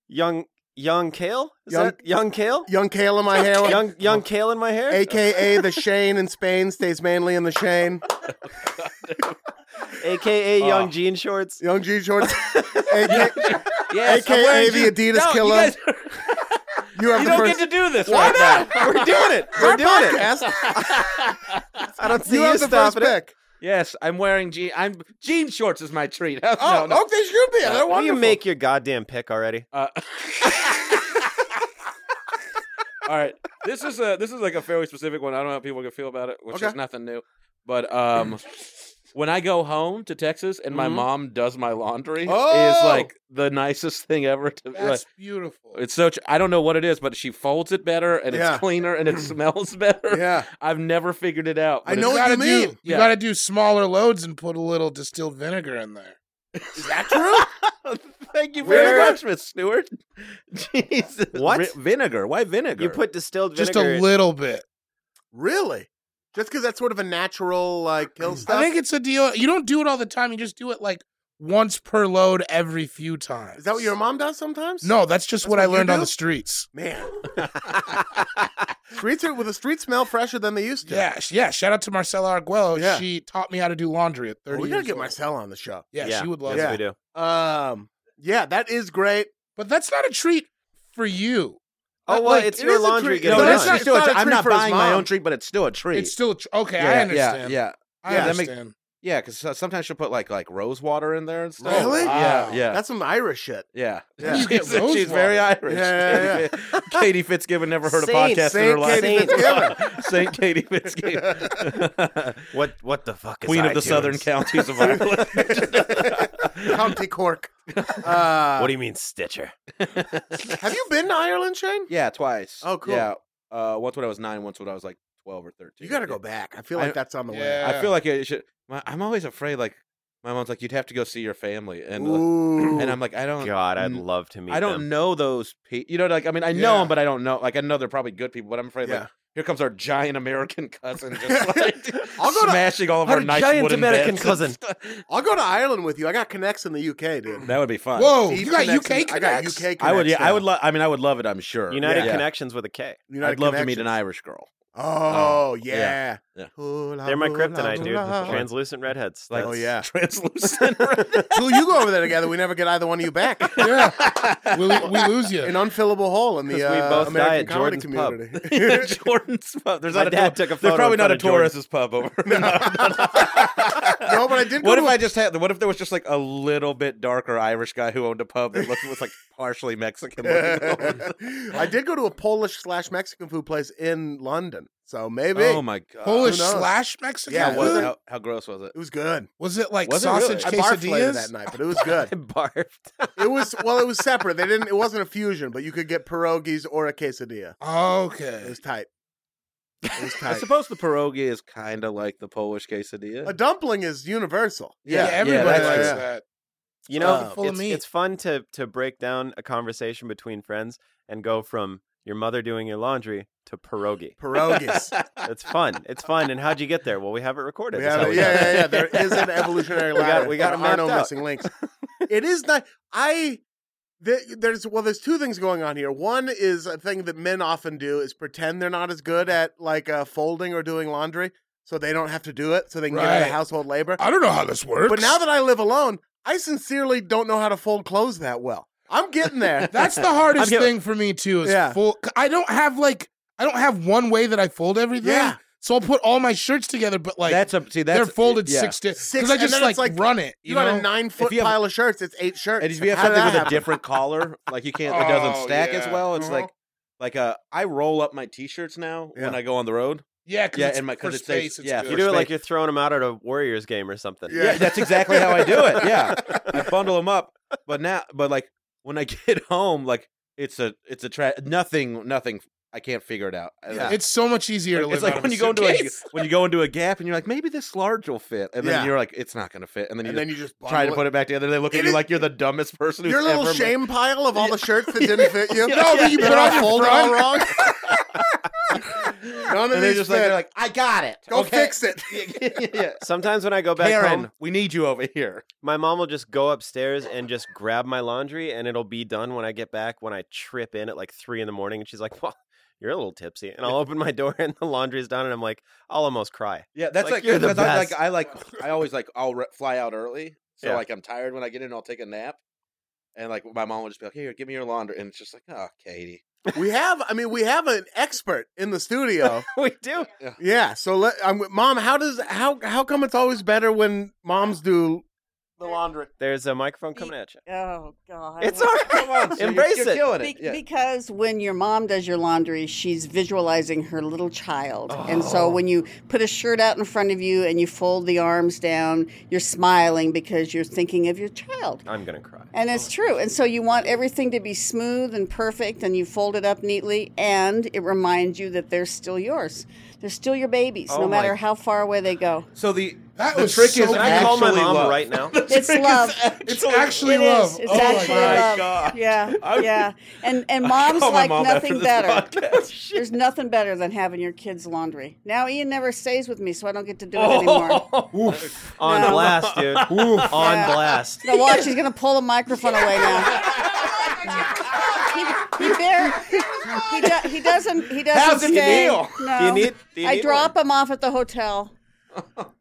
young young Kale. Is Young- that young Kale? Young Kale in my hair. Young young Kale in my hair. AKA the Shane in Spain stays mainly in the Shane. AKA young Oh. jean shorts. Young G shorts. AKA, [LAUGHS] Yes, I'm AKA wearing the Adidas jeans. No, you killer. [LAUGHS] guys are- you have You the don't first. get to do this. Why not? We're doing [LAUGHS] it. Our We're doing it. I don't see you you, have the first stopping it. pick. Yes, I'm wearing jean. I'm jean shorts is my treat. [LAUGHS] Oh, Oh, oh. no, no. okay, should be. They're Will you wonderful. make your goddamn pick already? Uh, [LAUGHS] all right, this is a this is like a fairly specific one. I don't know how people can feel about it, which is Okay. nothing new. But um, when I go home to Texas and my Mhm. mom does my laundry, is Oh! like the nicest thing ever. To like, That's beautiful. it's so tr- I don't know what it is, but she folds it better and Yeah. it's cleaner and [CLEARS THROAT] it smells better. Yeah. I've never figured it out. I but know you what [LAUGHS] gotta you mean. do. You Yeah. gotta do smaller loads and put a little distilled vinegar in there. [LAUGHS] Thank you very Where- much, Miss [LAUGHS] Stewart. Jesus. What? Vi- vinegar? Why vinegar? You put distilled vinegar. Just a in- little bit. Really? Just because that's sort of a natural like kill stuff. I think it's a deal. You don't do it all the time. You just do it like once per load every few times. Is that what your mom does sometimes? No, that's just That's what, what I you learned on do? the streets. Man, streets are with the street smell fresher than they used to. Yeah, sh- yeah. Shout out to Marcella Arguello. Yeah. She taught me how to do laundry at 30 we gotta years get old. Marcel on the show. Yeah, Yeah. she would love Yes, it. Yeah. we do. Um, yeah, that is great. But that's not a treat for you. Oh, Like, well, it's it your is a laundry treat. getting No, done. it's not- still a a tr- I'm treat not for his buying my mom. own treat, but it's still a treat. It's still a tr- okay. yeah, I yeah, understand. Yeah, I Yeah, that make- understand. yeah, because sometimes she'll put like like rose water in there and stuff. Really? Yeah, Wow. yeah, Oh, That's some Irish shit. [LAUGHS] yeah. Yeah. [LAUGHS] You get she's, rose she's very water. Irish. Yeah, yeah, [LAUGHS] Katie Fitzgibbon never heard Saint- a podcast in her Saint life. Katie [LAUGHS] Saint Katie Fitzgibbon, [LAUGHS] What what the fuck is Queen of the iTunes? Southern [LAUGHS] Counties of Ireland. County Cork. Uh, What do you mean Stitcher? have you been to Ireland, Shane? [LAUGHS] yeah, twice. Oh, cool. Yeah, uh, once when I was nine, once when I was like twelve or thirteen. You got to Yeah. go back. I feel I- like that's on the way. Yeah. I feel like it should. My, I'm always afraid. Like my mom's like, you'd have to go see your family, and uh, Ooh. and I'm like, I don't. God, I'd Mm. love to meet. I don't them. know those people. You know, like I mean, I know Yeah. them, but I don't know. Like I know they're probably good people, but I'm afraid Yeah. like Here comes our giant American [LAUGHS] cousin, just like I'll go to- smashing all of our Our nice giant wooden American beds. cousin. I'll go to Ireland with you. I got connects in the UK, dude. That would be fun. Whoa, Deep Oh, you got UK connections. connects? I got UK connects. I would. Yeah, I now. would. Lo- I mean, I would love it. I'm sure. United Yeah. Connections with a K. United I'd love to meet connections. an Irish girl. Oh, yeah. yeah, yeah. Hula, They're my hula, kryptonite, dude. hula. Translucent redheads. Oh, That's- [LAUGHS] yeah. [LAUGHS] Translucent. Till you go over there together, we never get either one of you back. Yeah, we, we [LAUGHS] lose you. An unfillable hole in the [LAUGHS] 'Cause we uh, both die American at comedy Jordan's pub. community. [LAUGHS] [LAUGHS] Jordan's pub. There's My not dad a took a There's photo probably in not front a of Jordan. tourist's pub [LAUGHS] over. no, but I did. Go What to if I just had? What if there was just like a little bit darker Irish guy who owned a pub that looked, was like partially Mexican? [LAUGHS] Looking? [LAUGHS] I did go to a Polish slash Mexican food place in London, so maybe oh my god! Polish Who knows? slash Mexican Yeah, How, food? it was, wasn't- how, how gross was it? [LAUGHS] it was good. Was it like Was it sausage I barfed later quesadillas? that night, but it was good. I barfed. It was well, it was separate. They didn't. It wasn't a fusion, but you could get pierogies or a quesadilla. It Okay. was tight. It was I tight. suppose the pierogi is kind of like the Polish quesadilla. a dumpling is universal. Yeah, everybody that's likes true. that. You know, Uh, full of it's, meat. it's fun to to break down a conversation between friends and go from your mother doing your laundry to pierogi. Pierogies. It's fun. [LAUGHS] It's fun. And how'd you get there? Well, we have it recorded. We That's have how it. we Yeah, got yeah, there. yeah. There is an evolutionary We got- ladder. we got There it are mapped no out. missing links. It is not. I th- there's well, there's two things going on here. One is a thing that men often do is pretend they're not as good at like uh, folding or doing laundry, so they don't have to do it, so they can get out Right. Uh, of household labor. I don't know how this works. But now that I live alone, I sincerely don't know how to fold clothes that well. [LAUGHS] I'm getting there. [LAUGHS] that's the hardest I'm getting- thing for me too is Yeah. full. I don't have like I don't have one way that I fold everything. Yeah. So I'll put all my shirts together, but like that's a see. That's they're folded yeah. six days Six- because I and just then like, it's like, run it. you You, got know? a nine foot you have- pile of shirts. It's eight shirts. And if you have How did something that with a happen? different collar, like you [LAUGHS] can't, it Oh, doesn't stack as yeah. well. It's Uh-huh. like, like uh, I roll up my t-shirts now when Yeah. I go on the road. yeah, 'cause Yeah, it's and my- 'cause for it stays- space. yeah, it's for You good. do it space. like you're throwing them out at a Warriors game or something. Yeah. Yeah, that's exactly how I do it. Yeah, [LAUGHS] I bundle them up. But now, but like when I [LAUGHS] get home, like it's a, it's a tra- nothing, nothing. I can't figure it out. Yeah. It's so much easier to live It's like out of when a you go into a, suitcase. when you go into a gap and you're like, maybe this large will fit, and then Yeah. you're like, it's not gonna fit, and then you And just then you just try to bundle it. put it back together. They look It at you is- like you're the dumbest person who's Your little ever met. shame pile of all the shirts [LAUGHS] that didn't fit you. No, but you They're put all on your folded all wrong. None of And they're these just like, fit. they're like, I got it. [LAUGHS] Go okay?" fix it. [LAUGHS] yeah. Sometimes when I go back home, Karen, we need you over here. my mom will just go upstairs and just grab my laundry [LAUGHS] and it'll be done when I get back when I trip in at like three in the morning and she's like, Well, you're a little tipsy. And I'll open my door [LAUGHS] and the laundry's done and I'm like, I'll almost cry. [LAUGHS] Yeah, that's Like, like, you're the 'cause I, like best. I like I always like I'll re- fly out early, so Yeah. like I'm tired when I get in. I'll take a nap, and like my mom will just be like, "Here, give me your laundry," and it's just like, "Oh, Katie." [LAUGHS] we have, I mean, we have an expert in the studio. we do. [LAUGHS] yeah. So, let, I'm, mom, how does how how come it's always better when moms do the laundry? There's a microphone coming at you. Oh God. It's all right. Embrace you're, it. You're killing Be- it. Yeah. Because when your mom does your laundry, she's visualizing her little child. And so when you put a shirt out in front of you and you fold the arms down, you're smiling because you're thinking of your child. I'm gonna [LAUGHS] cry. And it's true. And so you want everything to be smooth and perfect and you fold it up neatly and it reminds you that they're still yours. They're still your babies, Oh no my- matter how far away they go. So the That the was trick so is Can I call my actually mom love. right now? It's love. It's actually It love. is. It's Oh my actually God. love. God. Yeah, I'm- yeah. And and I'll moms call my like mom after nothing this better. [LAUGHS] podcast. There's nothing better than having your kids' laundry. Now Ian never stays with me, so I don't get to do it anymore. On No. blast, [LAUGHS] dude. Uh, On blast. Now watch, he's gonna pull the microphone away now. He, he, bear, he, do, he doesn't. He doesn't How's it stay. feel? No. Do you need- do you I need drop him off at the [LAUGHS] hotel,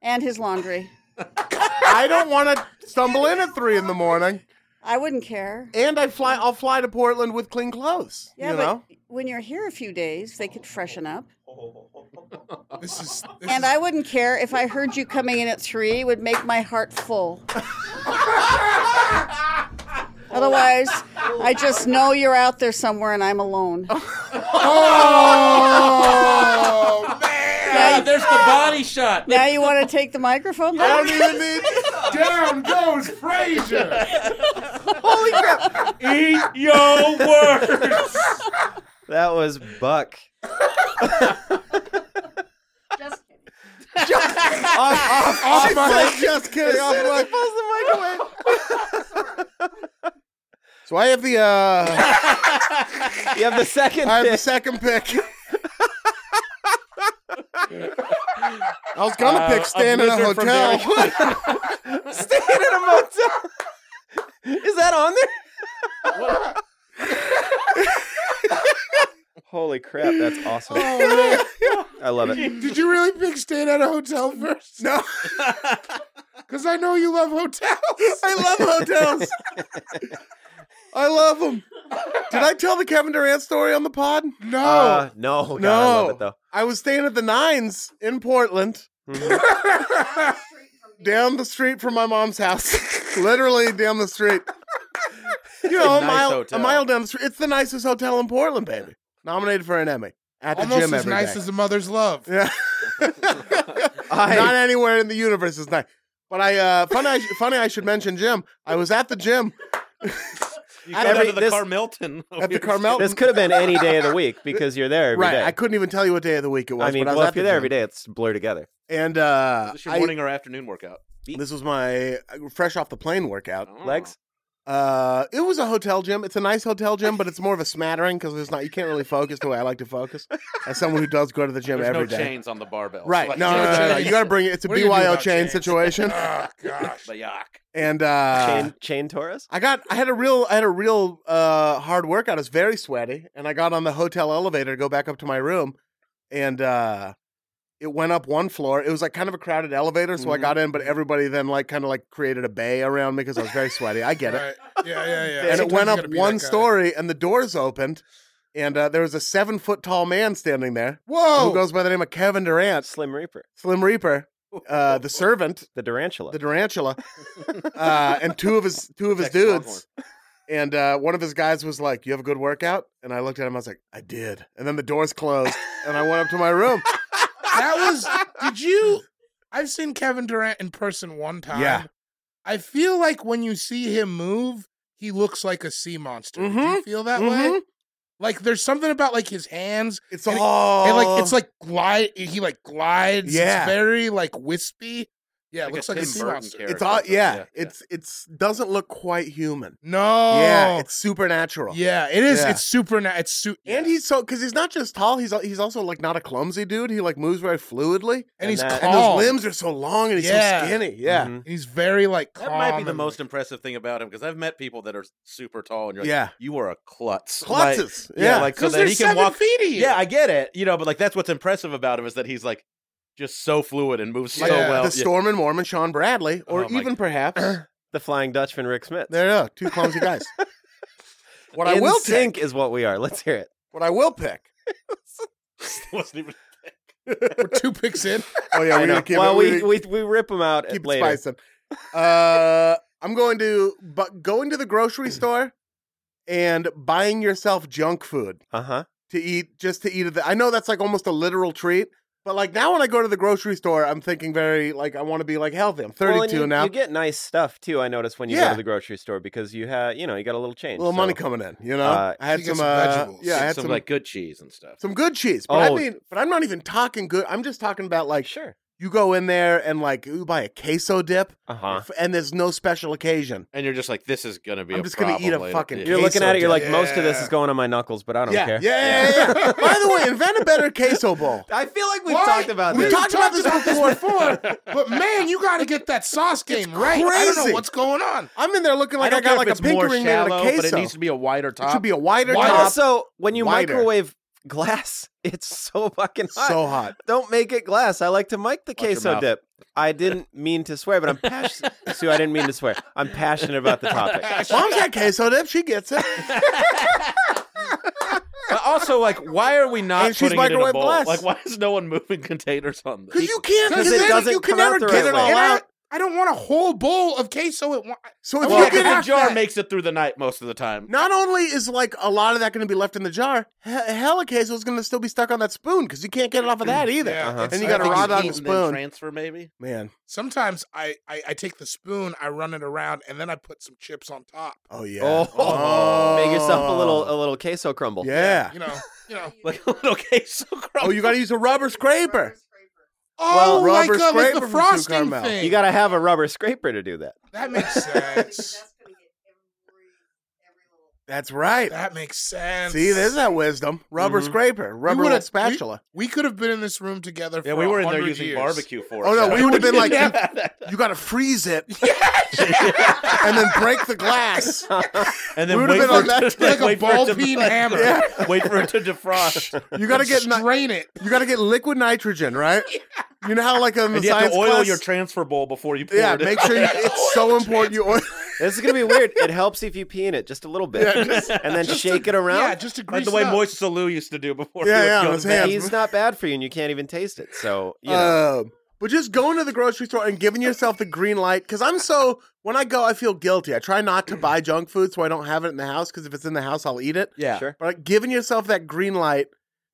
and his laundry. I don't want to stumble in at three in the morning, I wouldn't care. and I fly. I'll fly to Portland with clean clothes. Yeah, you but [LAUGHS] know. when you're here a few days, they could freshen up. This is [LAUGHS] this And is- I wouldn't care if I heard you coming in at three. It would make my heart full. Otherwise, I just know you're out there somewhere and I'm alone. Oh man! there's the body shot. Now you want to take the microphone? I back? don't [LAUGHS] even need. Down goes Frazier. Holy crap! Eat your words. That was Buck. Off my just kidding. Off my. [LAUGHS] So I have the uh. You have the second I have the pick. second pick. I was gonna Uh, pick Stan in a wizard from hotel. [LAUGHS] Staying in a motel. Is that on there? Holy crap, that's awesome. I love it. Oh, Did you really pick staying at a hotel first? [LAUGHS] No. Because I know you love hotels. I love [LAUGHS] hotels. I love them. Did I tell the Kevin Durant story on the pod? No. Uh, no, God, I love it No. though. I was staying at the Nines in Portland, Mm-hmm. down the street from my mom's house. Literally down the street. You know, a, Nice mile, hotel. a mile down the street. It's the nicest hotel in Portland, baby. Nominated for an Emmy at the Almost gym as every nice day. as a mother's love. [LAUGHS] Yeah. Not anywhere in the universe is nice. But I uh, funny, I sh- funny I should mention Jim. I was at the gym You At come down every- to the this- [LAUGHS] Carmelton. at the Carmel. This could have been any [LAUGHS] day of [LAUGHS] the week because you're there every right, day. I couldn't even tell you what day of the week it was. I mean, but I was well, at if you're the there gym. every day, it's blurred together. And uh, Is this your I, morning or afternoon workout? this was my uh, fresh off the plane workout. Legs? Oh. Uh, it was a hotel gym. It's a nice hotel gym, but it's more of a smattering because it's not. You can't really focus the way I like to focus as someone who does go to the gym There's no every day. chains on the barbell. Right? Like, No, no, no, no, no. [LAUGHS] chains. You got to bring it. It's a What do you do BYO about chain chains? situation, Oh, gosh. The yuck. and uh, Chain, chain Taurus? I got I had a real I had a real uh hard workout. I was very sweaty and I got on the hotel elevator to go back up to my room and uh it went up one floor. It was like kind of a crowded elevator, so I Mm-hmm. Mhm. got in, but everybody then like kind of like created a bay around me because I was very sweaty. I get it. Right. Yeah, yeah, yeah. And it Sometimes went you up gotta be one that guy. story and the doors opened and uh, there was a seven foot tall man standing there Whoa. who goes by the name of Kevin Durant, Slim Reaper. Slim Reaper, uh, [LAUGHS] the servant, The Durantula. the Durantula, uh, and two of his two of his Texas Longhorn. dudes. And uh, one of his guys was like, "You have a good workout," and I looked at him. I was like, "I did." And then the doors closed, and I went up to my room. That [LAUGHS] was. Did you? I've seen Kevin Durant in person one time. Yeah. I feel like when you see him move, he looks like a sea monster. Did you Mhm. feel that way? Mhm. Like there's something about like his hands It's And it- all and like it's like glide. He like glides. Oh. Yeah. It's very like wispy. Yeah, it Like looks like a Tim sea Burton monster. character it's all or something. yeah, It's it's doesn't look quite human. No. Yeah, it's supernatural. Oh. Yeah, it is. Yeah. It's super. Na- it's su- And he's so because he's not just tall. He's al- he's also like not a clumsy dude. He like moves very fluidly, Uh, and he's and that- calm. and his limbs are so long, and he's Yeah. Mm-hmm. so skinny. Yeah, Mhm. He's very like calm. That might be the and, most like- impressive thing about him because I've met people that are super tall and you're like, yeah, you are a klutz. Like, clutches. yeah, yeah, like so 'Cause that there's he can seven walk. feet of you. Yeah, I get it. You know, but like that's what's impressive about him is that he's like just so fluid and moves so Yeah. well. the [LAUGHS] Storm and Mormon Sean Bradley, or Oh my even [CLEARS THROAT] perhaps The Flying Dutchman, Rick Smith. there you go, two clumsy [LAUGHS] guys. what I In will sync take, is what we are. Let's hear it. what I will pick. [LAUGHS] Wasn't even- We're [LAUGHS] two picks in. Oh yeah, we're I know. gonna keep well, it, we're we, gonna we, we rip them out keep it later. spicing. Uh, I'm going to but going to the [CLEARS THROAT] grocery store and buying yourself junk food Uh huh. to eat just to eat it. I know that's like almost a literal treat. But like now, when I go to the grocery store, I'm thinking very like I want to be like healthy. I'm 32 Well, and you, now, You get nice stuff too. I noticed when you go Yeah. to the grocery store because you have, you know, you got a little change. little money so- coming in. You know, Uh, I had You get some, some uh, vegetables. yeah, I and had some, some like good cheese and stuff. some good cheese. But Oh. I mean, but I'm not even talking good. I'm just talking about like Sure. you go in there and like you buy a queso dip, Uh huh. f- and there's no special occasion. And you're just like, this is gonna be. I'm a just gonna eat problem a later. fucking Yeah. You're looking queso at it. You're like, dip. most of this Yeah. is going on my knuckles, but I don't yeah. care. yeah, yeah, yeah. [LAUGHS] By the way, invent a better queso bowl. [LAUGHS] I feel like we've Why? talked about We this. talked about this before, [LAUGHS] but man, you got to get that sauce game right. I don't know crazy. what's going on. I'm in there looking like I, I don't got care like if a it's more pink ring and a shallow, queso. but it needs to be a wider It top. should be a wider Why And top. also, when you wider. microwave glass, [LAUGHS] it's so fucking hot. so hot. don't make it glass. I like to mic the Watch your queso mouth. dip. I didn't mean to swear, but I'm [LAUGHS] passionate. Sue, I didn't mean to swear. I'm passionate about the topic. Mom's got queso dip. She gets it. But also, like, why are we not And she's putting it in a microwave bowl? blast. Like, why is no one moving [LAUGHS] containers on Because this? you can't. 'Cause Because it then doesn't you can come out never the get right it all way. And I, out. I don't want a whole bowl of queso at once. So I if want you Well, to get have the it, jar that. makes it through the night most of the time. not only is like a lot of that going to be left in the jar, he- hella queso is going to still be stuck on that spoon because you can't get it off of that either. Yeah, Uh-huh. it's- And you I got a think raw it's dog eaten. and spoon. transfer, maybe. [LAUGHS] Man, Sometimes I, I I take the spoon, I run it around, and then I put some chips on top. oh yeah, Oh. [LAUGHS] Oh. Make yourself a little a little queso crumble. yeah. You know, you know. Like [LAUGHS] a little queso crumb. Oh, you got to use a rubber scraper. Oh, like, rubber uh, like scraper the from Sue frosting Carmel. thing. You gotta have a rubber scraper to do that. that makes sense. That's right. That makes sense. See, there's that wisdom. Rubber scraper, rubber would've- spatula. We could have been in this room together. Yeah, for we were in there 100 using years. barbecue forks. Oh, no, we would've been like- and You got to freeze it [LAUGHS] and then break the glass. then we would've wait been for on it that [LAUGHS] to- like a wait for it ball to- [LAUGHS] peen hammer. Yeah. Wait for it [LAUGHS] to defrost. You got to get ni- Strain it. you got to get liquid nitrogen, right? You know how like in the and you have science to oil class- your transfer bowl before you pour [LAUGHS] yeah, it. make sure you, it's so important you oil. This is gonna be weird. It helps if you pee in it just a little bit, Yeah, [LAUGHS] [LAUGHS] just- and then just shake to- it around. Yeah, just to like grease the way it up. Moist Salou used to do before. Yeah, he would yeah, go on to his bed. hands. He's not bad for you, and you can't even taste it. So you know, Um, but just going to the grocery store and giving yourself the green light because I'm so when I go, I feel guilty. I try not to buy junk food so I don't have it in the house because if it's in the house, I'll eat it. Yeah. sure. But like, giving yourself that green light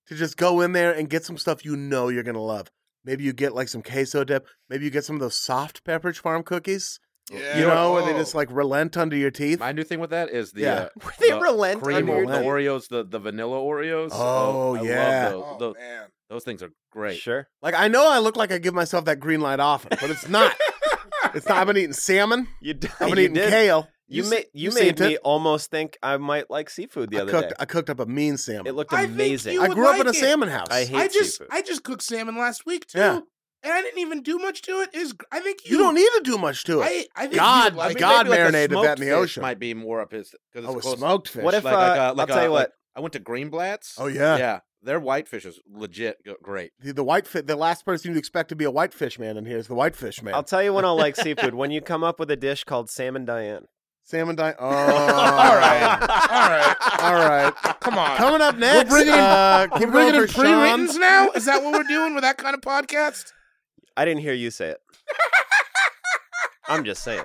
to just go in there and get some stuff you know you're gonna love. Maybe you get like some queso dip. Maybe you get some of those soft Pepperidge Farm cookies. Yeah. You know, where they Oh. just like relent under your teeth. My new thing with that is the Yeah. uh, [LAUGHS] They the relent cream under or your the Oreos, the, the vanilla Oreos. Oh, I love yeah. tho- Oh, tho- man. those things are teeth. great. Sure. Like I know I look like I give myself that green light often, but it's not. it's not. I've been eating salmon. You d- I've been you eating did. kale. You, s- made you, seen made me it. almost think I might like seafood the I other cooked. day. I cooked up a mean salmon. It looked I think amazing. you I would grew up in a like it. salmon house. I hate I just seafood. I just cooked salmon last week too, Yeah. and I didn't even do much to it. Is I think you, you don't need to do much to it. I, I think God, you would my like it. God, maybe like a marinated that smoked in the fish ocean. might be more up his because oh, it's a close. smoked fish. What if like, uh, like, a, like I'll tell a- you like- what? I went to Greenblatt's. oh yeah. yeah, their whitefish is legit go- great. The, the white fi- The last person you'd expect to be a whitefish man in here is the whitefish man. I'll tell you when I'll like seafood when you come up with a dish called salmon Diane. salmon di- Oh, all All right, all right. all right. Come on, [LAUGHS] Coming up next, bringing in- uh, keep we're bringing going in for pre-writtens Sean. now. Is that what we're doing with that kind [LAUGHS] of podcast? I didn't hear you say it. I'm just saying.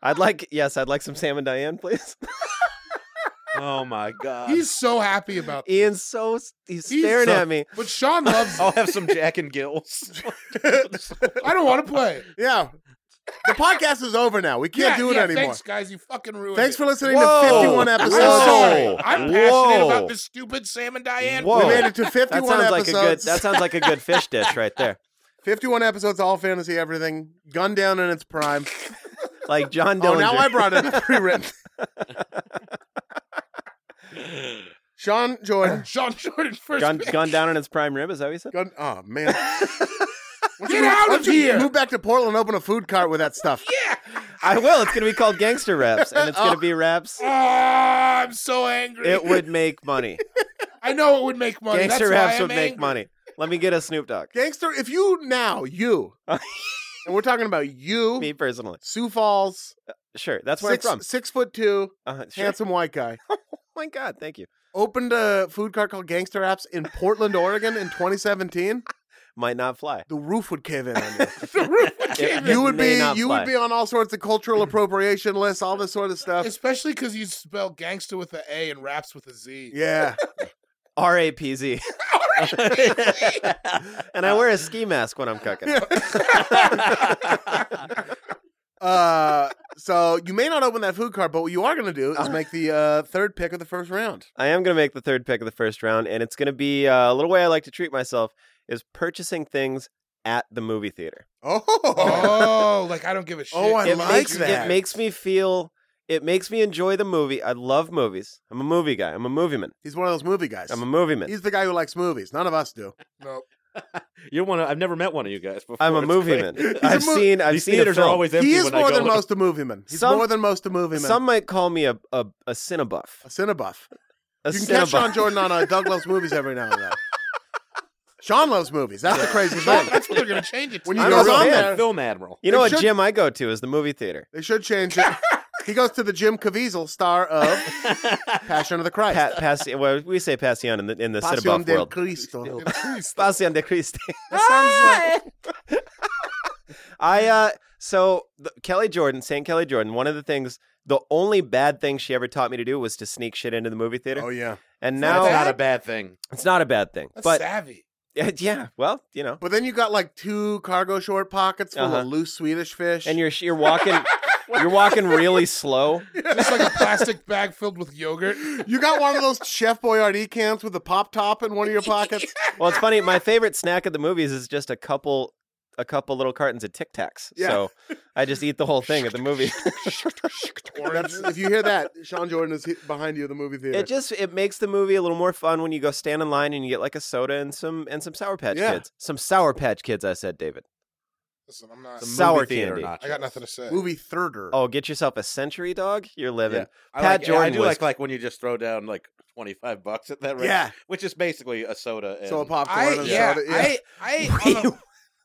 I'd like yes, I'd like some salmon Diane, please. [LAUGHS] Oh my god. He's so happy about. This. Ian's so he's He's staring so- at me. But Sean [LAUGHS] loves. it. Oh. I'll have some Jack and Gills. I don't want to play. Yeah, the podcast is over now. We can't yeah, do it yeah, anymore. Thanks, guys. You fucking ruined Thanks it. for listening Whoa. to 51 episodes. I'm sorry. Whoa. I'm passionate Whoa. about this stupid Sam and Diane. Whoa. We thing. made it to 51 That sounds like a episodes. good that sounds like a good fish dish right there. 51 episodes, all fantasy, everything. Gunned down in its prime. Like John [LAUGHS] Dillinger. oh, now I brought [LAUGHS] in a pre-written. Sean [LAUGHS] Jordan. Sean Jordan first. Gun, pick. gun down in its prime rib, is that what you said? Gun- oh, man. Get out of here. Move back to Portland and open a food cart with that stuff. Yeah. I will. It's gonna be called gangster raps, and it's gonna be raps. Oh, I'm so angry. It would make [LAUGHS] money. I know it would make money. Gangster That's why raps I'm would make angry. money. Let me get a Snoop Dogg. Gangster, if you now, [LAUGHS] you, and we're talking about you, Me personally, Sioux Falls, sure. That's where six, I'm from. six foot two, Uh, sure. handsome white guy, Oh my God, thank you. opened a food cart called Gangster Apps in Portland, Oregon in 2017, Might not [LAUGHS] fly. the roof would cave in on you. [LAUGHS] The roof would cave It- in. it You would may be not you fly. would be on all sorts of cultural appropriation lists, all this sort of stuff. Especially because you spell gangster with a A and raps with a Z. [LAUGHS] Yeah. R A P Z. [LAUGHS] And I wear a ski mask when I'm cooking. Uh, so you may not open that food cart, but what you are going to do Uh-huh. is make the uh, third pick of the first round. I am going to make the third pick of the first round, and it's going to be uh, a little way I like to treat myself is purchasing things at the movie theater. Oh, Oh, like I don't give a shit. Oh, I it like makes, that. It makes me feel. It makes me enjoy the movie. I love movies. I'm a movie guy. I'm a movie man. he's one of those movie guys. I'm a movie man. he's the guy who likes movies. None of us do. [LAUGHS] No. [LAUGHS] You're one. Of, I've never met one of you guys before. I'm a It's movie [LAUGHS] great. man. a I've mo- seen. I've These seen a theaters are film. always empty. he is when I more go than in. most a movie man. He's Some- more than most a movie man. Some might call me a a, a cinebuff. a cinebuff. A you can cinebuff. catch Sean Jordan on uh, Doug loves movies every now and then. Sean loves movies. That's the crazy Well, thing. that's what they're going to change it to. When you I'm go a on fan. there, Film admiral. you know They what should- gym I go to is the movie theater. they should change it. He goes to the Jim Caviezel, star of [LAUGHS] Passion of the Christ. Pa- pas- well, we say passion in the in the Passion cinebuff del world. [LAUGHS] Cristo. Passion de Christ. That sounds like [LAUGHS] I uh so the, Kelly Jordan, Saint Kelly Jordan, one of the things the only bad thing she ever taught me to do was to sneak shit into the movie theater. Oh yeah, and That's now not a bad thing. it's not a bad thing. that's but savvy. [LAUGHS] yeah, well, you know. but then you got like two cargo short pockets full Uh-huh. of loose Swedish fish. And you're you're walking you're walking really slow. [LAUGHS] Just [LAUGHS] like a plastic bag filled with yogurt. [GASPS] you got one of those Chef Boyardee cans [LAUGHS] with the pop top in one of your pockets. Well, it's funny, my favorite snack at the movies is just a couple a couple little cartons of Tic Tacs. Yeah. So I just eat the whole thing at the movie. [LAUGHS] That's, if you hear that, Sean Jordan is he- behind you in the movie theater. it just it makes the movie a little more fun when you go stand in line and you get like a soda and some and some Sour Patch Yeah. Kids. Some Sour Patch Kids, I said, David. Listen, I'm not. The Sour candy. I got nothing to say. movie theater. Oh, get yourself a century dog. You're living. I Pat like, Jordan I do was- like like when you just throw down like twenty five bucks at that rate. Yeah. which is basically a soda. And so a popcorn. I and yeah, soda, I [LAUGHS] I on We- a-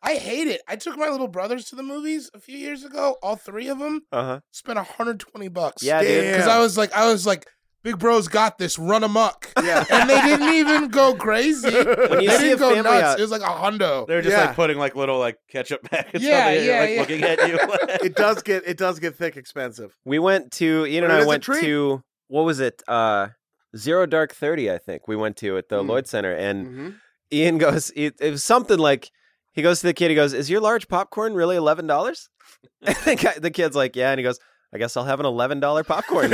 I hate it. I took my little brothers to the movies a few years ago. All three of them Uh huh. spent 120 bucks. Yeah, dude. because I was like, I was like, Big Bro's got this. Run amok. Yeah. and they didn't even go crazy. [LAUGHS] When [LAUGHS] you they see a didn't go family nuts. out- It was like a hundo. [LAUGHS] They're just Yeah. like putting like little like ketchup packets Yeah, on the yeah, like yeah. looking at you. it does get it does get thick expensive. We went to Ian and But it I is a went treat. to what was it? Uh Zero Dark Thirty, I think. We went to at the Mm. Lloyd Center and Mm-hmm. Ian [LAUGHS] goes it, it was something like he goes to the kid, he goes, Is your large popcorn really eleven dollars? [LAUGHS] And the guy- the kid's like, Yeah, and he goes, I guess I'll have an eleven dollar popcorn. [LAUGHS] [LAUGHS]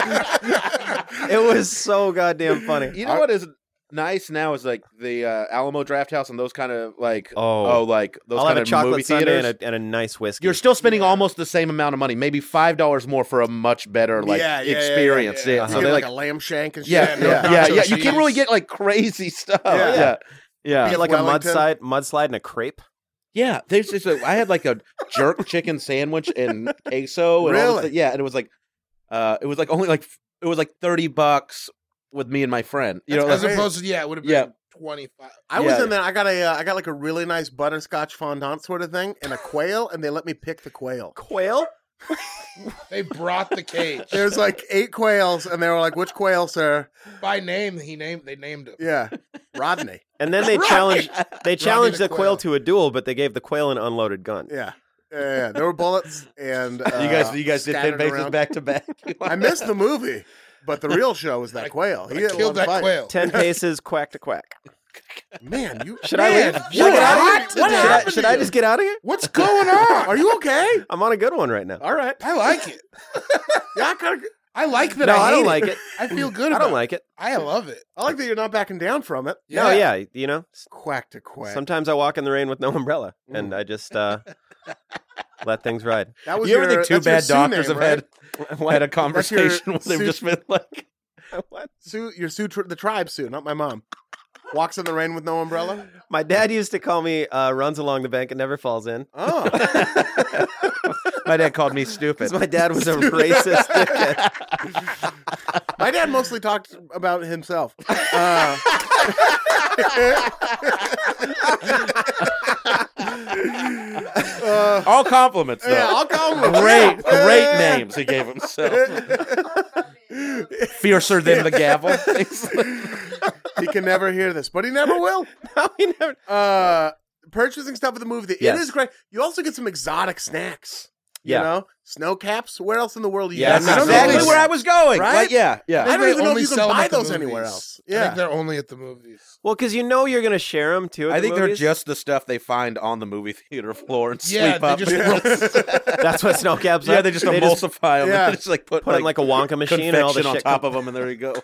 it was so goddamn [LAUGHS] [LAUGHS] funny. [LAUGHS] you know what is nice now is like the uh, Alamo Draft House and those kind of like oh, Oh, like those I'll have kind a of movie chocolate sundae theaters. and a, and a nice whiskey. You're still spending almost the same amount of money, maybe five dollars more for a much better like Yeah, yeah, yeah, yeah, experience. yeah. Yeah, Uh-huh. You So get, they're like, like, a lamb shank and shit. [LAUGHS] yeah, no yeah, yeah, nacho yeah. You can really cheese. get like crazy [LAUGHS] stuff. Yeah. yeah. yeah. You get like a Wellington. mudslide, mudslide and a crepe. Yeah, there's just a, I had like a jerk chicken sandwich and queso. And all this Really? thi- yeah, and it was like, uh, it was like only like f- it was like thirty bucks with me and my friend. You know, as like- opposed to yeah, it would have been Yeah. 25. I was Yeah. in there. I got a, uh, I got like a really nice butterscotch fondant sort of thing, and a quail, and they let me pick the quail. Quail? They brought the cage There's like eight quails, and they were like, "Which quail, sir?" by name. He named. They named him. Yeah, Rodney. And then they challenged they challenged the the quail. quail to a duel, but they gave the quail an unloaded gun. Yeah, yeah. yeah. There were bullets, and uh, [LAUGHS] you guys, you guys did scattered ten bases around. back to back. [LAUGHS] [LAUGHS] I missed the movie, but the real show was that quail. He I had a killed lot that of fight. quail. Ten paces, quack to quack. Man, you Should I Man, leave? you Should I get out are of here? hot Should today. I, should I just get out of here? what's going on? Are you okay? I'm on a good one right now. All right. I like it. Yeah, I, kinda, I like that. No, I, I don't hate like it. I feel good. I about don't [LAUGHS] like it. It. I love it. I like that you're not backing down from it. No, yeah, you know. s- Quack to quack. Sometimes I walk in the rain with no umbrella, and I just uh, let things ride. that you ever think your- two that's your bad Sue doctors name, have had right? had a conversation [LAUGHS] where Sue- they've just been [LAUGHS] like, What? Sue, your Sue, tr- the tribe Sue, not my mom. Walks in the rain with no umbrella. My dad used to call me uh, "runs along the bank and never falls in." Oh, [LAUGHS] my dad called me [LAUGHS] stupid. 'Cause my dad was a racist. dickhead. my dad mostly talked about himself. Uh, uh, All compliments though. yeah, I'll call him. great, Yeah. [LAUGHS] great names he gave himself. Fiercer than the gavel. he can never hear this, but he never will. No, he never- Uh, purchasing stuff at the movie theater. Yes. It is great. You also get some exotic snacks. You Yeah. know, snow caps. Where else in the world do you Yeah, get that's those? exactly Those- where I was going. Right? yeah, yeah. I don't They even know if only you can sell them buy at the those anywhere movies. else. I Yeah. think they're only at the movies. [LAUGHS] Well, because you know you're gonna share them too. at I the think they're movies. just the stuff they find on the movie theater floor and Yeah, sweep they up. [LAUGHS] just yeah. [LAUGHS] that's what snow [LAUGHS] caps. [LAUGHS] are. they just emulsify [LAUGHS] them. yeah. They just like put, put it in like a Wonka machine and all the confection on shit top of them, and there you go.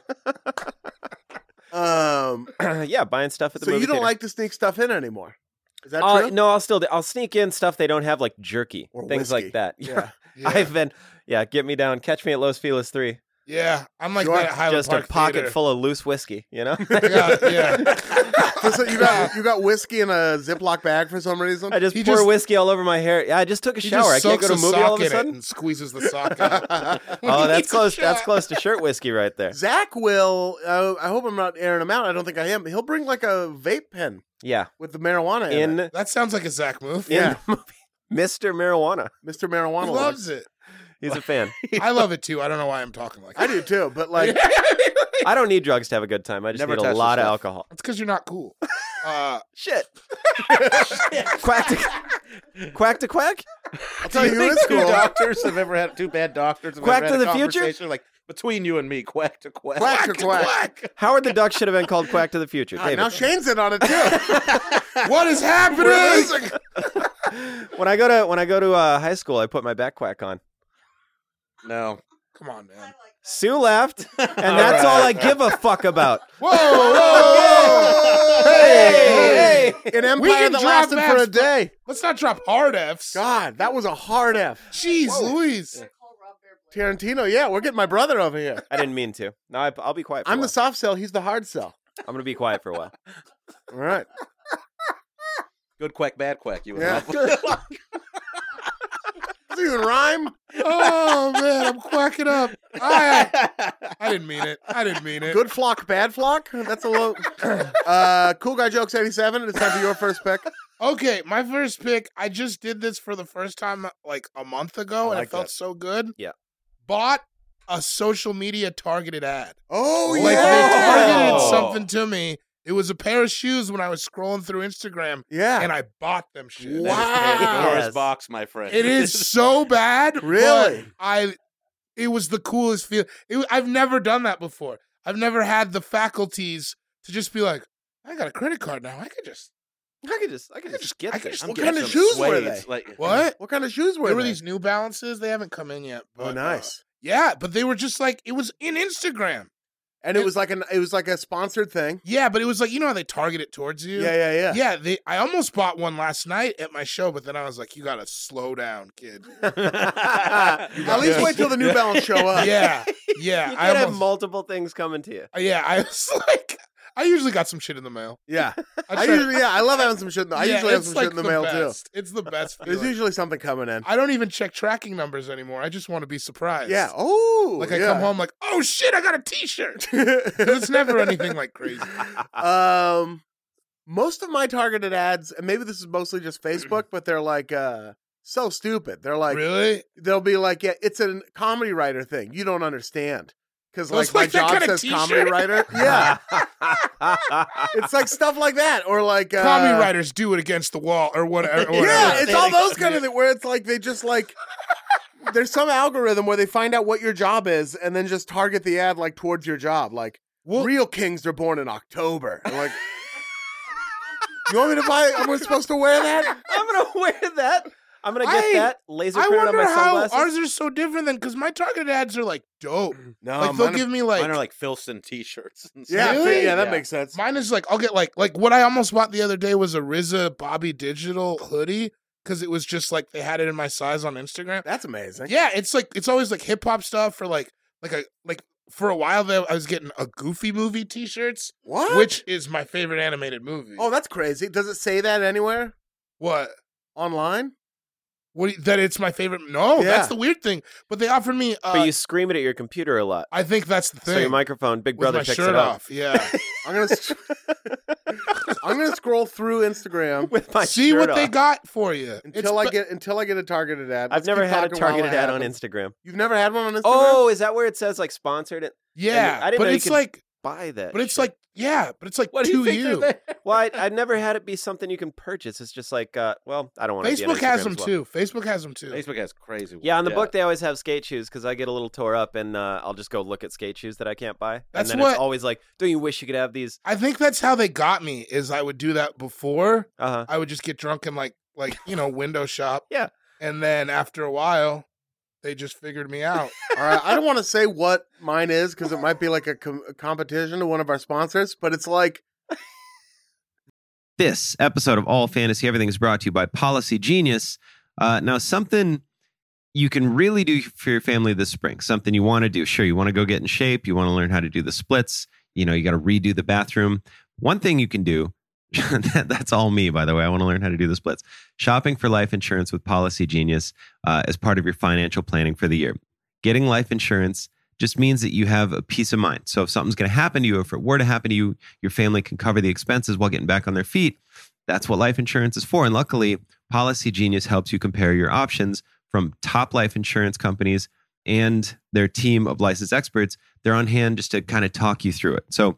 Um, yeah, buying stuff at the so movie you don't theater. like to sneak stuff in anymore. Is that Uh, [LAUGHS] I'll- true? [LAUGHS] no, I'll still do, I'll sneak in stuff they don't have like jerky Or things whiskey. like that. [LAUGHS] Yeah. Yeah, I've been yeah, get me down, catch me at Los Feliz three. yeah. I'm like Sure. that at Highland Just Park a pocket Theater. full of loose whiskey, [LAUGHS] you know. [LAUGHS] Yeah, yeah. So- so you got you got whiskey in a Ziploc bag for some reason. I just He pour just- whiskey all over my hair. Yeah, I just took a He shower. I just can't go soaks to a movie sock all of in a it sudden. and squeezes the [LAUGHS] sock out. [LAUGHS] Oh, [LAUGHS] He that's needs a close. That's shot. close to shirt whiskey right there. Zach will. Uh, I hope I'm not airing him out. I don't think I am. He'll bring like a vape pen Yeah, with the marijuana in, in it. in That sounds like a Zach move. Yeah. the movie, Mr. Marijuana. Mr. He Marijuana. loves loves it. He's a fan. I love it too. I don't know why I'm talking like I that. do too, but [LAUGHS] like I don't need drugs to have a good time. I just Never need touch a the lot of stuff. alcohol. [LAUGHS] It's because you're not cool. Uh, Shit. [LAUGHS] quack to quack to quack. I'll tell you, Do who think is two cool. doctors have ever had two bad doctors. Have Quack ever had to the a future? conversation, Like between you and me, quack to quack. Quack to quack. Howard the Duck should have been called Quack to the Future. [LAUGHS] Ah, David. now Shane's in on it too. [LAUGHS] what is happening? when I go to when I go to uh, high school, I put my back quack on. No. [LAUGHS] Come on, man. [LAUGHS] Sue laughed, and that's all I give a fuck about. Oh, Whoa, whoa, whoa. Hey! An We empire can that drop lasted for F's, a day. Let's not drop hard Fs. God, that was a hard F. Jeez Louise. Tarantino, yeah, we're getting my brother over here. I didn't mean to. No, I, I'll be quiet. For I'm the a while. soft sell, he's the hard sell. I'm gonna be quiet for a while. All right. Good quack, bad quack. You would Yeah. love. [LAUGHS] Does it even rhyme? Oh, man, I'm quacking [LAUGHS] up. [LAUGHS] I, I didn't mean it. I didn't mean it. Good flock, bad flock. That's a little. [CLEARS THROAT] Uh, cool guy jokes eighty seven. It's time for your first pick. Okay, my first pick. I just did this for the first time like a month ago, and like it felt that. so good. Yeah. bought a social media targeted ad. Oh like they yeah, targeted Oh. something to me. It was a pair of shoes when I was scrolling through Instagram, yeah. and I bought them shit. Wow. Yes. Pandora's box, my friend. It is [LAUGHS] so bad. but Really? I. It was the coolest feel. It, I've never done that before. I've never had the faculties to just be like, I got a credit card now. I could just I could just, I could [LAUGHS] just get I could this. just I'm look getting kind of some shoes were Suede, they? Like, What? What kind of shoes were There were they? these New Balances. They haven't come in yet. Oh, but, nice. uh, yeah, but they were just like it was in Instagram. And it was like an it was like a sponsored thing. Yeah, but it was like you know how they target it towards you. Yeah, yeah, yeah. Yeah, they, I almost bought one last night at my show, but then I was like, "You gotta slow down, [LAUGHS] kid." At least wait till the New Balance show up. yeah, You yeah. could I have almost- multiple things coming to you. [LAUGHS] yeah, I was like, I usually got some shit in the mail. yeah. I, try- usually, yeah, I love having some shit. In the, I Yeah, usually have it's some like shit in the, mail best. too. It's the best. [LAUGHS] too. There's feeling. usually something coming in. I don't even check tracking numbers anymore. I just want to be surprised. Yeah. Oh, like I yeah. come home, like, oh shit, I got a T-shirt. it's it's never [LAUGHS] anything like crazy. um most of my targeted ads and maybe this is mostly just facebook but they're like uh so stupid they're like Mm-hmm. uh, really? they'll be like yeah it's a comedy writer thing you don't understand because like It's my like that job kinda says comedy t-shirt. writer [LAUGHS] yeah it's like stuff like that or like uh, Comedy writers do it against the wall or whatever. or [LAUGHS] whatever. yeah it's all those kind of thing where it's like they just [LAUGHS] like there's some algorithm where they find out what your job is and then just target the ad like towards your job like Well, real kings are born in October. I'm [LAUGHS] like, you want me to buy? I'm supposed to wear [LAUGHS] that? I'm gonna wear that. I'm gonna get I- that laser I printed on wonder my how sunglasses. Mm. ours are so different than because my targeted ads are like dope. No, like they'll mine, are, give me mine are like like Filston t-shirts. and Yeah, stuff. Really? yeah, that makes sense. mine is like I'll get like like what I almost bought the other day was a RZA Bobby Digital hoodie because it was just like they had it in my size on Instagram. That's amazing. Yeah, it's like it's always like hip hop stuff or like like a like for a while there I was getting a Goofy movie T-shirts, What? which is my favorite animated movie. Oh, that's crazy. Does it say that anywhere what? online? What do you- that it's my favorite? No, Yeah. that's the weird thing. But they offered me. Uh, but you scream it at your computer a lot. I think that's the thing. So your microphone, Big with Brother my picks shirt it up. off. Yeah. I'm gonna. I'm gonna scroll through Instagram [LAUGHS] With my See shirt what they off. got for you. It's until I bu- get until I get a targeted ad. I've Let's never keep had a talking while targeted I ad have on them. Instagram. You've never had one on Instagram. Oh, is that where it says like sponsored? It Yeah, And I didn't but know you it's could- like, buy that. but it's shit. like, yeah, but it's like What do to you you. think? they're there? well, I, I've never had it be something you can purchase. It's just like, uh, well, I don't want to. Facebook has them too. Facebook has them too. Facebook has crazy. ones. Yeah, on the book they always have skate shoes because I get a little tore up and uh, I'll just go look at skate shoes that I can't buy. That's and then what- it's always like, don't you wish you could have these? I think that's how they got me. Is I would do that before. Uh huh. I would just get drunk and like, like you know, window shop. Yeah. and then after a while, they just figured me out. All right, I don't want to say what mine is because it might be like a, com- a competition to one of our sponsors, but it's like This episode of All Fantasy Everything is brought to you by Policy Genius. Uh, now, something you can really do for your family this spring, something you want to do. Sure, you want to go get in shape, you want to learn how to do the splits, you know, you got to redo the bathroom. One thing you can do, [LAUGHS] that, that's all me, by the way. I want to learn how to do the splits. Shopping for life insurance with Policy Genius uh, as part of your financial planning for the year. Getting life insurance just means that you have a peace of mind. So if something's going to happen to you, if it were to happen to you, your family can cover the expenses while getting back on their feet. That's what life insurance is for. And luckily, Policy Genius helps you compare your options from top life insurance companies and their team of licensed experts. They're on hand just to kind of talk you through it. So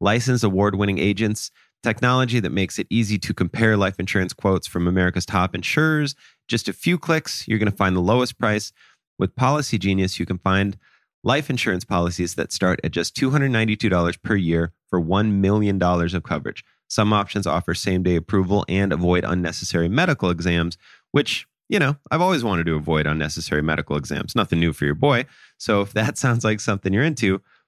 licensed award winning agents Technology that makes it easy to compare life insurance quotes from America's top insurers. Just a few clicks, you're going to find the lowest price. With Policy Genius, you can find life insurance policies that start at just $292 per year for $1 million of coverage. Some options offer same day approval and avoid unnecessary medical exams, which, you know, I've always wanted to avoid unnecessary medical exams. Nothing new for your boy. So if that [LAUGHS] sounds like something you're into,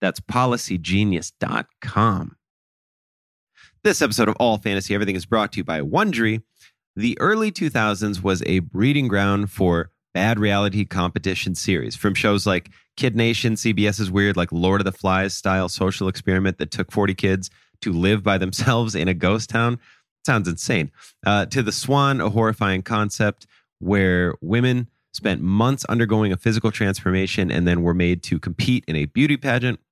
That's policygenius.com. This episode of All Fantasy Everything is brought to you by Wondery. The early 2000s was a breeding ground for bad reality competition series from shows like Kid Nation, CBS's weird, like Lord of the Flies style social experiment that took 40 kids to live by [LAUGHS] themselves in a ghost town. Sounds insane. Uh, to The Swan, a horrifying concept where women spent months undergoing a physical transformation and then were made to compete in a beauty pageant.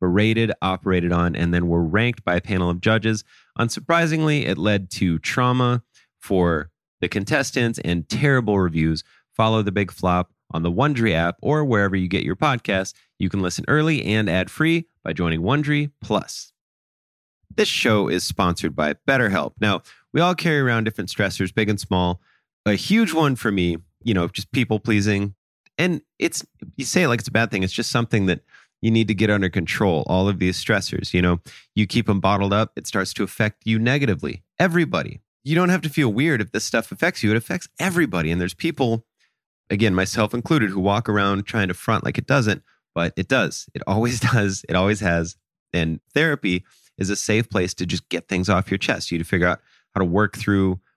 berated, operated on, and then were ranked by a panel of judges. Unsurprisingly, it led to trauma for the contestants and terrible reviews. Follow the big flop on the Wondery app or wherever you get your podcasts. You can listen early and ad free by joining Wondery Plus. This show is sponsored by BetterHelp. Now, we all carry around different stressors, big and small. A huge one for me, you know, just people pleasing, and it's you say it like it's a bad thing it's just something that you need to get under control all of these stressors you know you keep them bottled up it starts to affect you negatively everybody you don't have to feel weird if this stuff affects you it affects everybody and there's people again myself included who walk around trying to front like it doesn't but it does it always [LAUGHS] does it always has and therapy is a safe place to just get things off your chest you to figure out how to work through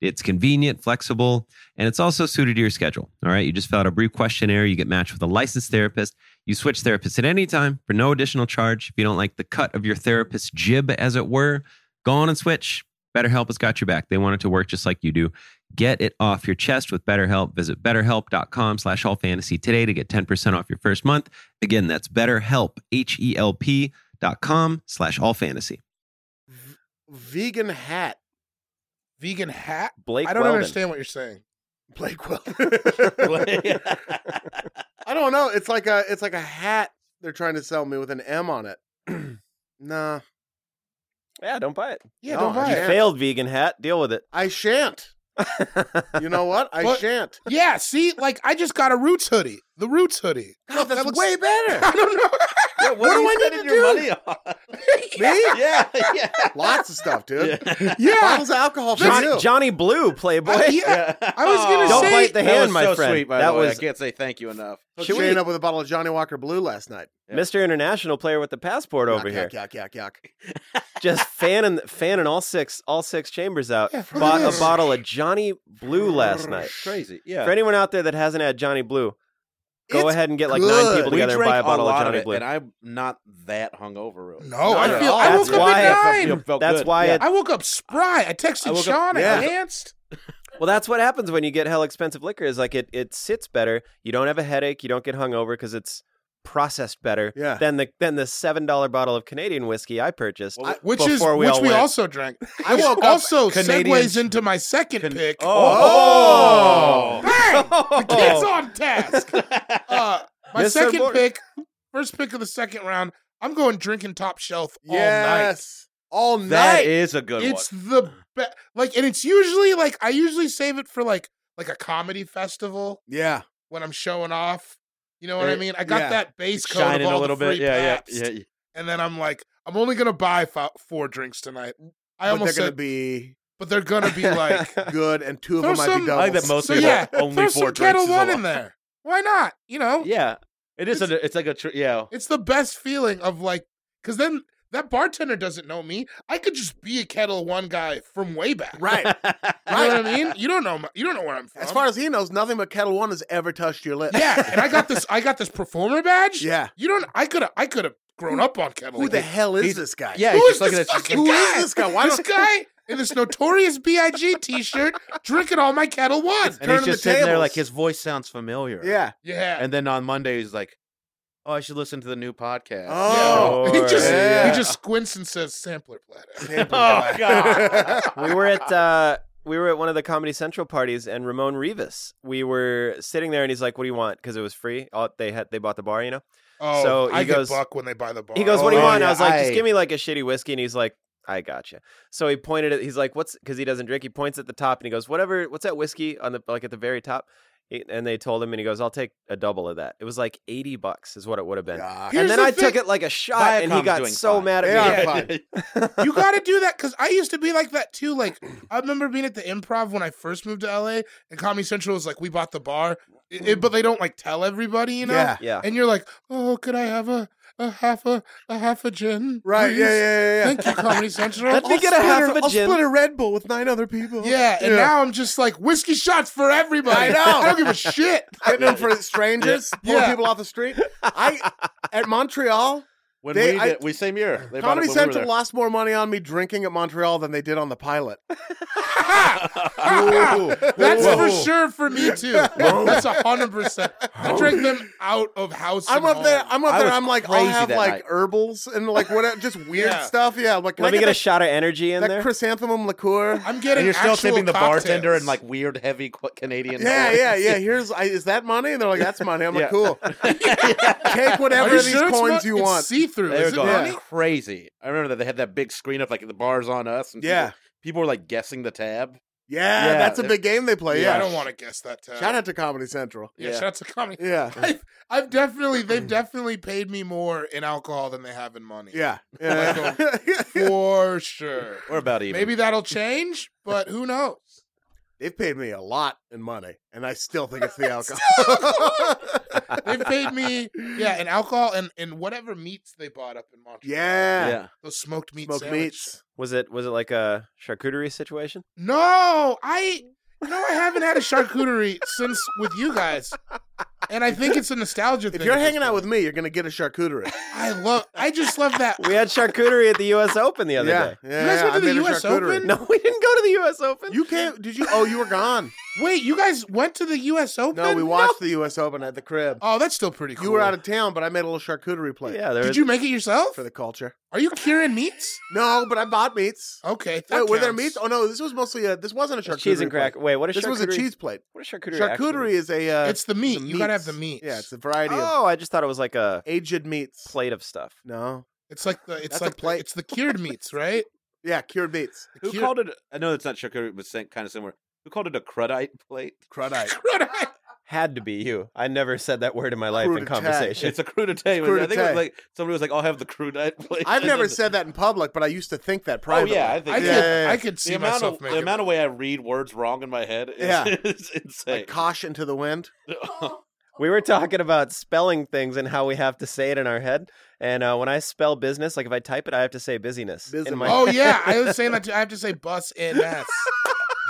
It's convenient, flexible, and it's also suited to your schedule. All right. You just fill out a brief questionnaire. You get matched with a licensed therapist. You switch therapists at any time for no additional charge. If you don't like the cut of your therapist's jib, as it were, go on and switch. BetterHelp has got your back. They want it to work just like you do. Get it off your chest with BetterHelp. Visit betterhelp.com slash all fantasy today to get 10% off your first month. Again, that's betterhelp, H-E-L-P dot com slash all fantasy. Vegan hat. [LAUGHS] Vegan hat? Blake I don't Weldon. understand what you're saying. Blake [LAUGHS] Weldon. I don't know. It's like a it's like a hat they're trying to sell me with an M on it. [CLEARS THROAT] nah. Yeah, don't buy it. Yeah, No, don't buy I it. Yeah. Failed vegan hat. Deal with it. [LAUGHS] I shan't. You know what? I What? shan't. Yeah, see, like I just got a Roots hoodie. The Roots hoodie. God, that's that looks- way better. [LAUGHS] I don't know. Yeah, [LAUGHS] what, do are you I need spending to do? your money on? [LAUGHS] Me? yeah, yeah. Lots of stuff, dude. Yeah. Bottles of alcohol for Johnny, you. Johnny Blue, Playboy. I, yeah, [LAUGHS] I was gonna Don't say bite the That was hand, my so friend. Sweet, by that the way. I was can't say thank you enough. Hooked Should Shane we- up with a bottle of Johnny Walker Blue last night. Mr. International player with the passport over yuck, here. Yuck, yuck, yuck, yuck. [LAUGHS] Just fanning fanning all six all six chambers out. Yeah, look at Bought a this. bottle of Johnny Blue last night. Crazy. Yeah. For anyone out there that hasn't had Johnny Blue, go It's ahead and get like good. nine people we together and drank buy a bottle of lot Johnny it, Blue. and I'm not that hungover. Really. No, Not I at feel all. I That's woke up why I at felt- nine. felt- felt That's good. why Yeah. [LAUGHS] it- I woke up spry. I I texted woke up- Sean. Yeah. I danced. Well, that's what happens when you get hell expensive liquor. Is like it it sits better. You don't have a headache. You don't get hungover because it's processed better Yeah. than the than the seven dollar bottle of Canadian whiskey I purchased. Well, Which is before we which all we went. also [LAUGHS] drank. I Which woke up also Canadian- segues into my second Can- pick. Oh. Oh. [LAUGHS] Bang! The kid's on task. Uh, my Yes, sir, second boy. pick First pick of the second round. I'm going drinking top shelf Yes. All night. That is a all good night. It's the best. Like, and it's usually like I usually save it for like like a comedy festival yeah. when I'm showing off. You know what I Right. mean? I got Yeah. that base coat one. of Shining all a little the free bit. Yeah, Pabst, yeah, yeah. And then I'm like, I'm only gonna buy fo- four drinks tonight. I but they're almost going to said, [LAUGHS] be but they're gonna [LAUGHS] be like, [LAUGHS] good, and two of Throw them might some- be I like doubles. that most Oh. so people yeah, only throw four some drinks kettle is a one lot. in there. Why not? You know, Yeah. It is. a, it's like a. Tr- yeah. It's the best feeling of like, because then that bartender doesn't know me. I could just be a kettle one guy from way back. [LAUGHS] right. [LAUGHS] You know what I mean? You don't know. My, you don't know where I'm from. As far [LAUGHS] as he knows, nothing but Kettle One has ever touched your lips. yeah, and I got this. I got this performer badge. [LAUGHS] Yeah. You don't. I could. have I could have grown up on kettle. Who the One. hell is He's- this guy? Yeah. Who he's is just looking this at you- fucking Who is guy? this guy? Why this don't- guy in this notorious Big T-shirt drinking all my kettle one? and he's turning just the sitting there like tables. his voice sounds familiar. [LAUGHS] Yeah. Yeah. And then on Monday he's like, "Oh, I should listen to the new podcast." Oh. he just Yeah. he just squints and says sampler platter. Sampler [LAUGHS] Oh, [LAUGHS] platter. [LAUGHS] we were at uh, we were at one of the Comedy Central parties, and Ramon Rivas. We were sitting there, and he's like, "What do you want?" Because it was free. Oh, they had they bought the bar, you know. Oh, So he I goes- get buck when they buy the bar. He goes, "What do you Oh, want?" yeah, I was like, "Just I- give me like a shitty whiskey," and he's like. I gotcha. So he pointed at. He's like, "What's?" Because he doesn't drink. He points at the top and he goes, "Whatever. What's that whiskey on the like at the very top?" He- And they told him, and he goes, "I'll take a double of that." It was like eighty bucks, is what it would have been. Here's and then the I thing. took it like a shot, and he Viacom's got doing so fine. mad at They me. are Yeah. fun. you got to do that because I used to be like that too. Like I remember being at the improv when I first moved to LA, and Comedy Central was like, "We bought the bar," It- it- but they don't like tell everybody, you know. Yeah. [LAUGHS] Yeah. And you're like, "Oh, could I have a a half a a half a gin?" Right. please?" Yeah, yeah, yeah, yeah. Thank you, [LAUGHS] Comedy Central. Let me I'll get a split half of a I'll gin. split a Red Bull with nine other people. yeah, and Yeah. now I'm just like whiskey shots for everybody. I know. I don't give [LAUGHS] a shit. Hitting them for strangers, pulling Yeah. people off the street. I at Montreal, When They- we I- did, we same year. They bought Comedy it when we were Central there. lost more money on me drinking at Montreal than they did on the pilot. [LAUGHS] That's Whoa. for sure for me too. That's a hundred percent. I drank them out of house. I'm and up there. home. I'm up I there. was I'm like, I'll crazy have that like night. herbals and like whatever, just weird Yeah. stuff. Yeah, like can I Let me get a that- shot of energy in that there. chrysanthemum liqueur. I'm getting. and you're still actual tipping the bartender cocktails. in like weird, heavy qu- Canadian. Yeah, dollars. yeah, yeah. Here's I, is that money? And they're like, that's money. I'm like, Yeah. cool. Take Are whatever you of these sure it's coins not- you it's want. See-through. They were Is it going Yeah. money? crazy. I remember that they had that big screen of like the bars on us. And Yeah. people, people were like guessing the tab. yeah, Yeah. that's a big game they play. Oh, Yeah, I don't want to guess that. Tab. Shout out to Comedy Central. Yeah, shout out to comedy. Yeah, I've, I've definitely, they've definitely paid me more in alcohol than they have in money. yeah, yeah. for sure. We're about [LAUGHS] even. Maybe that'll change, but who knows? [LAUGHS] They've paid me a lot in money, and I still think it's the alcohol. They've paid me, yeah, in alcohol and and whatever meats they bought up in [LAUGHS] Montreal. yeah. Yeah. those smoked meat smoked sandwich. meats. Was it was it like a charcuterie situation? No, I no, I haven't had a charcuterie since with you guys, and I think it's a nostalgia thing. If you're at this hanging out point. with me, you're gonna get a charcuterie. I love. I just love that. We had charcuterie at the U.S. Open the other yeah, day. yeah. You guys yeah, I went to the made a US charcuterie. Open? No, we didn't go to the U.S. Open. You can't. Did you? Oh, you were [LAUGHS] gone. Wait, you guys went to the U.S. Open? No, we watched the U.S. Open at the crib. Oh, that's still pretty cool. You were out of town, but I made a little charcuterie plate yeah, there Did was, you make it yourself? for the culture. Are you curing meats? No, but I bought meats. Okay. Oh, That Wait, were there counts. meats? Oh no, this was mostly a. This wasn't a a charcuterie. cheese and crack. plate. Wait, what is This charcuterie? was a cheese plate. What is charcuterie? Charcuterie actually? is a. Uh, It's the meat. you gotta have the meats. meat. Yeah, it's a variety of Oh, I just thought it was like a aged meats. plate of stuff. No. It's like the. It's That's a like the, plate. it's the cured [LAUGHS] meats, right? Yeah, cured meats. Who Cute. called it? I know it's not charcuterie, but kind of similar. Who called it a crudite [LAUGHS] plate? Crudite. Right. Had to be you. I never said that word in my life in Crudite. conversation. [LAUGHS] It's a crudite. It's I think it crudite. was like somebody was like, "I'll have the crudite [LAUGHS] plate." I've And never then- said that in public, but I used to think that Oh privately. yeah, I think I Yeah, could. yeah. yeah, yeah. I could see the amount myself of making the amount of way I read words wrong in my head is, [LAUGHS] Yeah. is like [LAUGHS] insane. caution to the wind. We were talking about spelling things and how we have to say it in our head. And uh, when I spell business, like if I type it, I have to say busyness. In my Business. Oh yeah, I was saying that. Too. I have to say bus and S.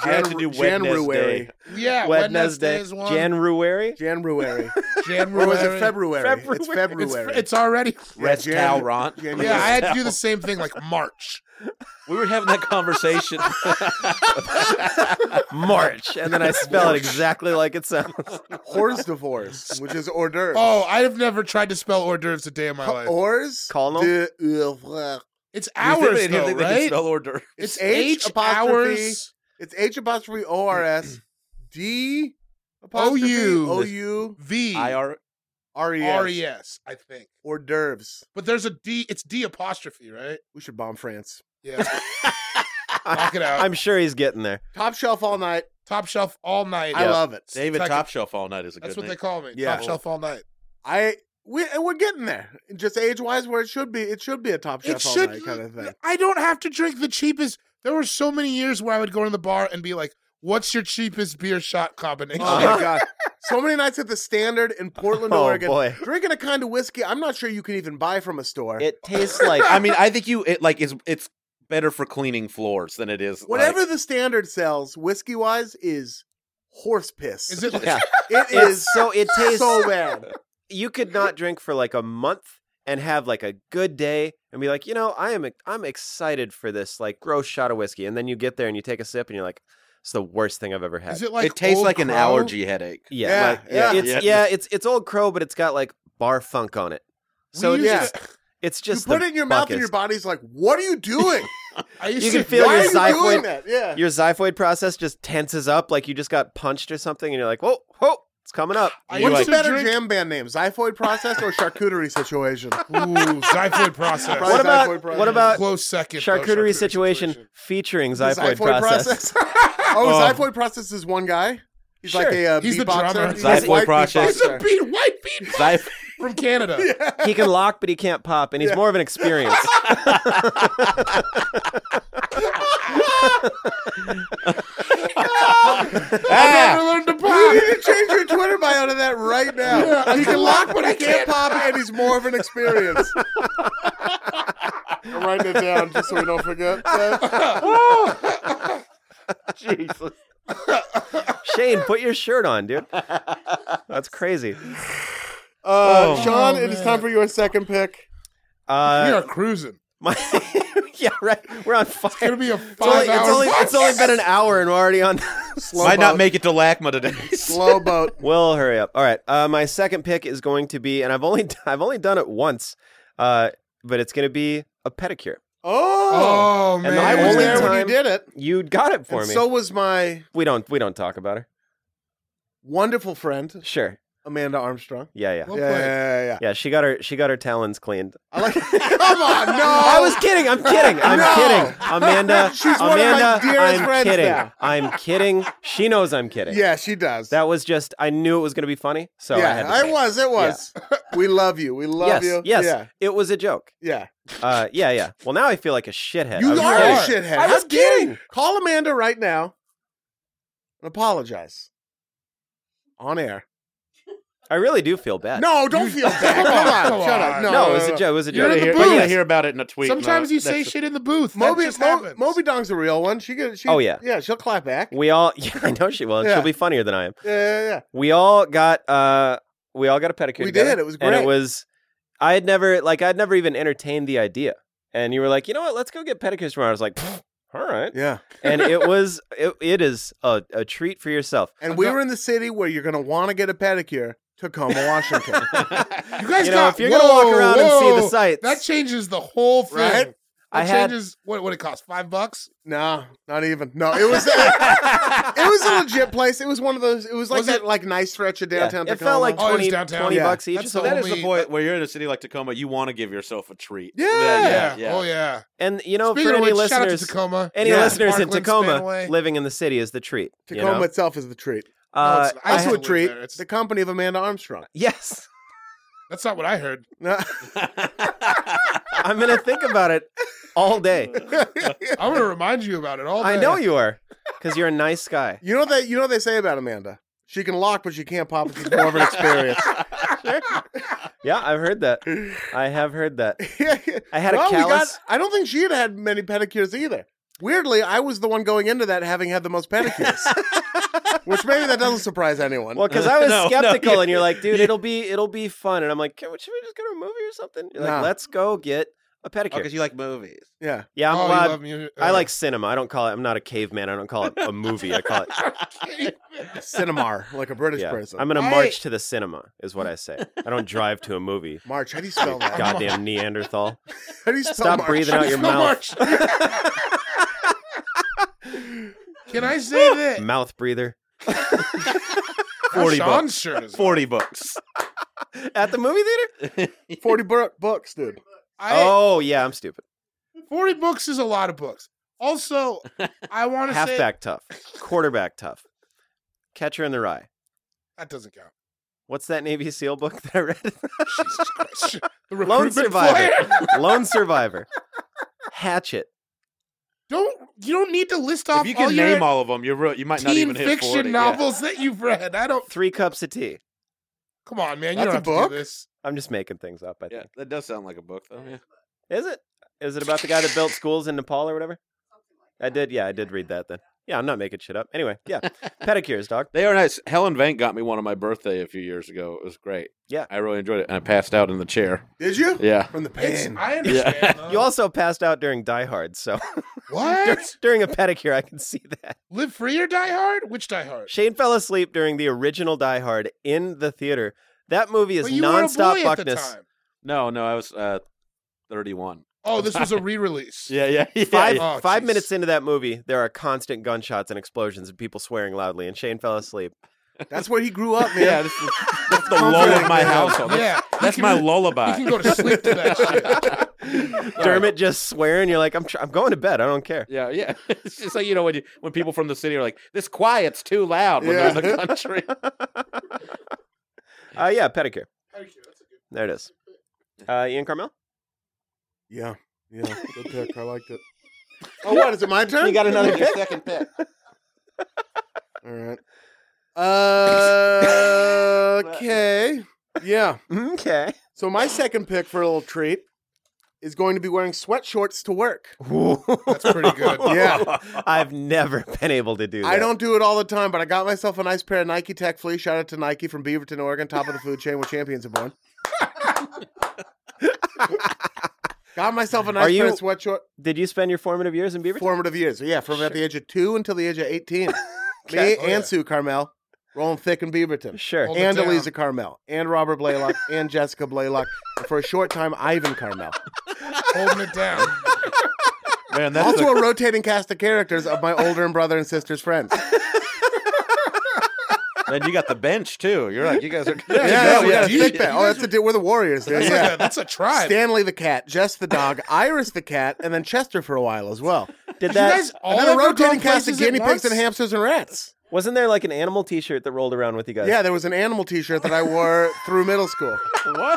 I had to do Wednesday. January. Yeah, Wednesday Wednesday, is one. January. [LAUGHS] January. January. or was it February? It's It's, February. February. it's already. Yeah, Jan- Restaurant. January. Yeah, I had to do the same thing like March. We were having that conversation. [LAUGHS] March, and then I spell it exactly like it sounds. Hors divorce, which is hors d'oeuvres. Oh, I have never tried to spell hors d'oeuvres a day in my life. Hors Colonel? de oeuvre. It's You [LAUGHS] think hours they'd- though, think they could right? spell order. It's It's H H apostrophe hours. It's H apostrophe O R S D O U. apostrophe O U V I R E R-E-S. R E S, I think. Hors d'oeuvres. But there's a D. It's D apostrophe, right? We should bomb France. Yeah. Knock it out. I'm sure he's getting there. Top shelf all night. Top shelf all night. I love it. David Second- Top Shelf all night is a That's good what name. they call me. Yeah. Top shelf all night. I we we're getting there. Just age wise, where it should be. It should be a top It chef all should. night kind of thing. [LAUGHS] I don't have to drink the cheapest. There were so many years where I would go to the bar and be like, "What's your cheapest beer shot combination?" Oh my god! So many nights at the Standard in Portland, Uh-huh. [LAUGHS] Oh, Oregon, boy. drinking a kind of whiskey I'm not sure you can even buy from a store. It tastes like I mean, I think you it like is it's better for cleaning floors than it is like- Whatever the Standard sells, whiskey wise, is horse piss. Is it? Yeah. It it's is so it [LAUGHS] tastes so bad. you could not drink for like a month and have like a good day and be like, you know, I am I'm excited for this like gross shot of whiskey, and then you get there and you take a sip and you're like, it's the worst thing I've ever had. Is it like it tastes Old like an Crow? allergy headache. yeah, Yeah, like, yeah. it's yeah. Yeah. it's it's old crow, but it's got like bar funk on it. So We it's used just it's You just put the it in your mouth, and your buckest. body's like, "What are you doing? I used You to can [LAUGHS] feel Why your are you doing xiphoid- that?" Yeah. your xiphoid process just tenses up like you just got punched or something, and you're like, whoa, whoa, it's coming [SIGHS] up. I You used What's to the better drink- jam band name? Xiphoid process or charcuterie situation? [LAUGHS] Ooh, xiphoid process. Probably What about- xiphoid process. what about- close second? though, Charcuterie, situation, featuring xiphoid, process. oh, xiphoid process is one guy. He's like a uh, He's the beatboxer. drummer. He's a Xiphoid white process. He's a beatboxer. beat, white beat [LAUGHS] Xiph- from Canada. he can lock, but he can't pop, and he's more of an experience. Ah! I learned to [LAUGHS] You pop. need to change your Twitter bio to that right now. he can lock, but he can't pop, and he's more of an experience. I'm writing it down just so we don't forget. Uh, Shane, put your shirt on, dude. That's crazy. Uh, Sean, Oh, it is man. time for your second pick. We Uh, are cruising. my- [LAUGHS] yeah, right. We're on fire. It'll be a It's only, five it's, hour. only, it's only been an hour and we're already on. [LAUGHS] Slow Might not boat. make it to LACMA [LAUGHS] today. slow boat. we'll hurry up. All right. Uh, my second pick is going to be, and I've only [LAUGHS] I've only done it once, uh, but it's going to be a pedicure. Oh, Oh the man! I was only there when you time- did it. You got it for and me. so was my we don't we don't talk about her. wonderful friend Sure. Amanda Armstrong. Yeah, yeah, Well- yeah, yeah, yeah, yeah. yeah. She got her she got her talons cleaned. I like. Come on, Oh, no. I was kidding. I'm kidding. I'm No. kidding. Amanda. [LAUGHS] She's one of my Amanda. dearest I'm friends kidding. now. I'm kidding. She knows I'm kidding. Yeah, she does. That was just. I knew it was going to be funny, so I had yeah, to. I, say it. was. It was. [LAUGHS] we love you. We love yes. you. Yes. Yeah. It was a joke. Yeah. Uh, yeah, yeah. Well, now I feel like a shithead. You I'm are sorry. a shithead. I was How dare you? Call Amanda right now and apologize on air. I really do feel bad. No, don't [LAUGHS] feel bad. Come on, Come shut on. up. No, no, it was a joke. It was a You're joke. in the We're booth. gonna hear about it in a tweet. Sometimes no, you say that's- shit in the booth. Moby, Moby, that just Mo- happens. Moby Dong's a real one. She could. She, Oh, yeah. yeah. She'll clap back. Yeah, We all. [LAUGHS] Yeah, I know she will. and Yeah. She'll be funnier than I am. yeah, yeah. We all got. Uh, we all got a pedicure. We together, did. It was And great. it was. I had never like I'd never even entertained the idea. And you were like, you know what? Let's go get pedicures tomorrow. I was like, "Pfft, all right. Yeah. [LAUGHS] And it was. It, it is a, a treat for yourself. And we were in the city where you're gonna want to get a pedicure. Tacoma, [LAUGHS] Washington. you guys you know, got. if you're gonna walk whoa, around and see the whoa. sights, that [LAUGHS] changes the whole thing. Right? That I had- changes what? What it costs? Five bucks? no, not even. No, it was. [LAUGHS] it was a legit place. It was one of those. It was like Was that, it- like nice stretch of Yeah, downtown. it Tacoma. felt like Oh, it was 20, downtown. 20 Yeah. bucks each. That's so the that That is is the Only- point where you're in a city like Tacoma. You want to give yourself a treat. Yeah. yeah, [LAUGHS] Oh yeah. And you know, Speaking for of any which, shout out to listeners, Tacoma. any Yeah. listeners in Parkland, Tacoma Spanaway. living in the city is the treat. you Tacoma know? itself is the treat. No, Uh, it's- I I also a live treat there. It's- the company of Amanda Armstrong. [LAUGHS] yes, [LAUGHS] That's not what I heard. No. Oh, I'm gonna think about it all day. I'm gonna remind you about it [LAUGHS] all. Day. I know you are, because you're a nice guy. you know that you know what they say about Amanda. She can lock, but she can't pop. She's more of an experience. [LAUGHS] Yeah, I've heard that. I have heard that. I [LAUGHS] had a Well, we got- callus. I don't think she had had many pedicures either. Weirdly, I was the one going into that having had the most pedicures, [LAUGHS] which maybe that doesn't surprise anyone. Well, because I was No, no, skeptical, you- and you're like, dude, you- it'll be it'll be fun, and I'm like, "Can- should we just go to a movie or something? You're like, Nah. let's go get a pedicure. because you [LAUGHS] like movies. yeah, [LAUGHS] yeah, I'm oh, glad. you love music. I like cinema. I don't call it. I'm not a caveman. I don't call it a movie. I call it. Cinemar, like a British Yeah. person. I'm gonna march to the cinema, is what I say. I don't drive to a movie. March. How do you [LAUGHS] spell that? Goddamn Neanderthal. How do you spell Stop March? [LAUGHS] breathing out your mouth. Can I say [LAUGHS] that? Mouth breather. Forty bucks. Sean's shirt is. Forty bucks. At the movie theater? Forty bu- bucks, dude. I, Oh yeah, I'm stupid. 40 books is a lot of books. [LAUGHS] Also, I want to say Halfback tough, quarterback tough, catcher in the rye. that doesn't count. [LAUGHS] What's that Navy SEAL book [LAUGHS] that I read? Jesus Christ. The Lone recruitment survivor. flyer. [LAUGHS] Lone survivor. Hatchet. Don't you don't need to list off If you all can your name all of them, you re- you might not teen even hit fiction 40. yeah. novels that you've read. I don't. Three cups of tea. Come on, man. You That's don't a have book? to do this. I'm just making things up. I Yeah, think. that does sound like a book, though. Yeah. Is it? Is it about the guy that built schools in Nepal or whatever? I did. Yeah, I did read that then. Yeah, I'm not making shit up. Anyway, yeah, pedicures, dog. They are nice. Helen Vank got me one on my birthday a few years ago. It was great. Yeah. I really enjoyed it, and I passed out in the chair. Did you? Yeah, From the It's, pain. I understand. [LAUGHS] Yeah. though. You also passed out during Die Hard, so dur- [LAUGHS] what? [LAUGHS] during a pedicure, I can see that. Live free or die hard? Which die hard? Shane fell asleep during the original Die Hard in the theater. That movie is But you nonstop were a boy at the buckness. time. no, no, I was uh, thirty-one. Oh, this was a [LAUGHS] re-release. Yeah, yeah, yeah. Five, Oh, five jeez. minutes into that movie, there are constant gunshots and explosions and people swearing loudly, and Shane fell asleep. That's where he grew up, man. yeah this is, [LAUGHS] that's the lull of my household. That's, Yeah, that's you my can, [LAUGHS] You lullaby. can go to sleep to that shit. [LAUGHS] Dermot just swearing. You're like, I'm, tr- I'm going to bed. I don't care. [LAUGHS] Yeah, yeah. It's just like you know when you, when people from the city are like, "This quiet's too loud." When they're in the [LAUGHS] country. Uh, yeah, pedicure. There [LAUGHS] it is. Uh, Ian Carmel? Yeah. Yeah. Good pick. I liked it. Oh, what? Is it my turn? second pick. All right. Uh, okay. Yeah. Okay. So my second pick for a little treat is going to be wearing sweat shorts to work. That's pretty [LAUGHS] good. Yeah. I've never been able to do that. I don't do it all the time, but I got myself a nice pair of Nike Tech Fleece. Shout out to Nike from Beaverton, Oregon, top of the food chain where champions are [LAUGHS] born. got myself a Are nice you- pair of sweat short Did you spend your formative years in Beaverton? formative years. Yeah, from about the age of two until the age of [LAUGHS] 18. Me Okay. and Oh, yeah. Sue Carmel rolling thick in Beaverton. Sure. Hold it and down. Eliza Carmel, and Robert [LAUGHS] Blaylock, and Jessica Blaylock, and for a short time, Ivan Carmel. [LAUGHS] holding it down. Man, that's Also a- a rotating cast of characters of my older and brother and sister's [LAUGHS] friends. then you got the bench too. You're like, [LAUGHS] you guys are. Yeah, yeah, yeah, we got a yeah. thick pack. Oh, that's the deal. We're the Warriors. dude. That's, yeah. like a, that's a tribe. Stanley the cat, Jess the [LAUGHS] dog, Iris the cat, and then Chester for a while as well. Did you that? guys all and then a ever rotating gone cast of places at guinea pigs once? and hamsters and rats. Wasn't there like an animal T-shirt that rolled around with you guys? Yeah, there was an animal T-shirt that I [LAUGHS] wore through middle school. What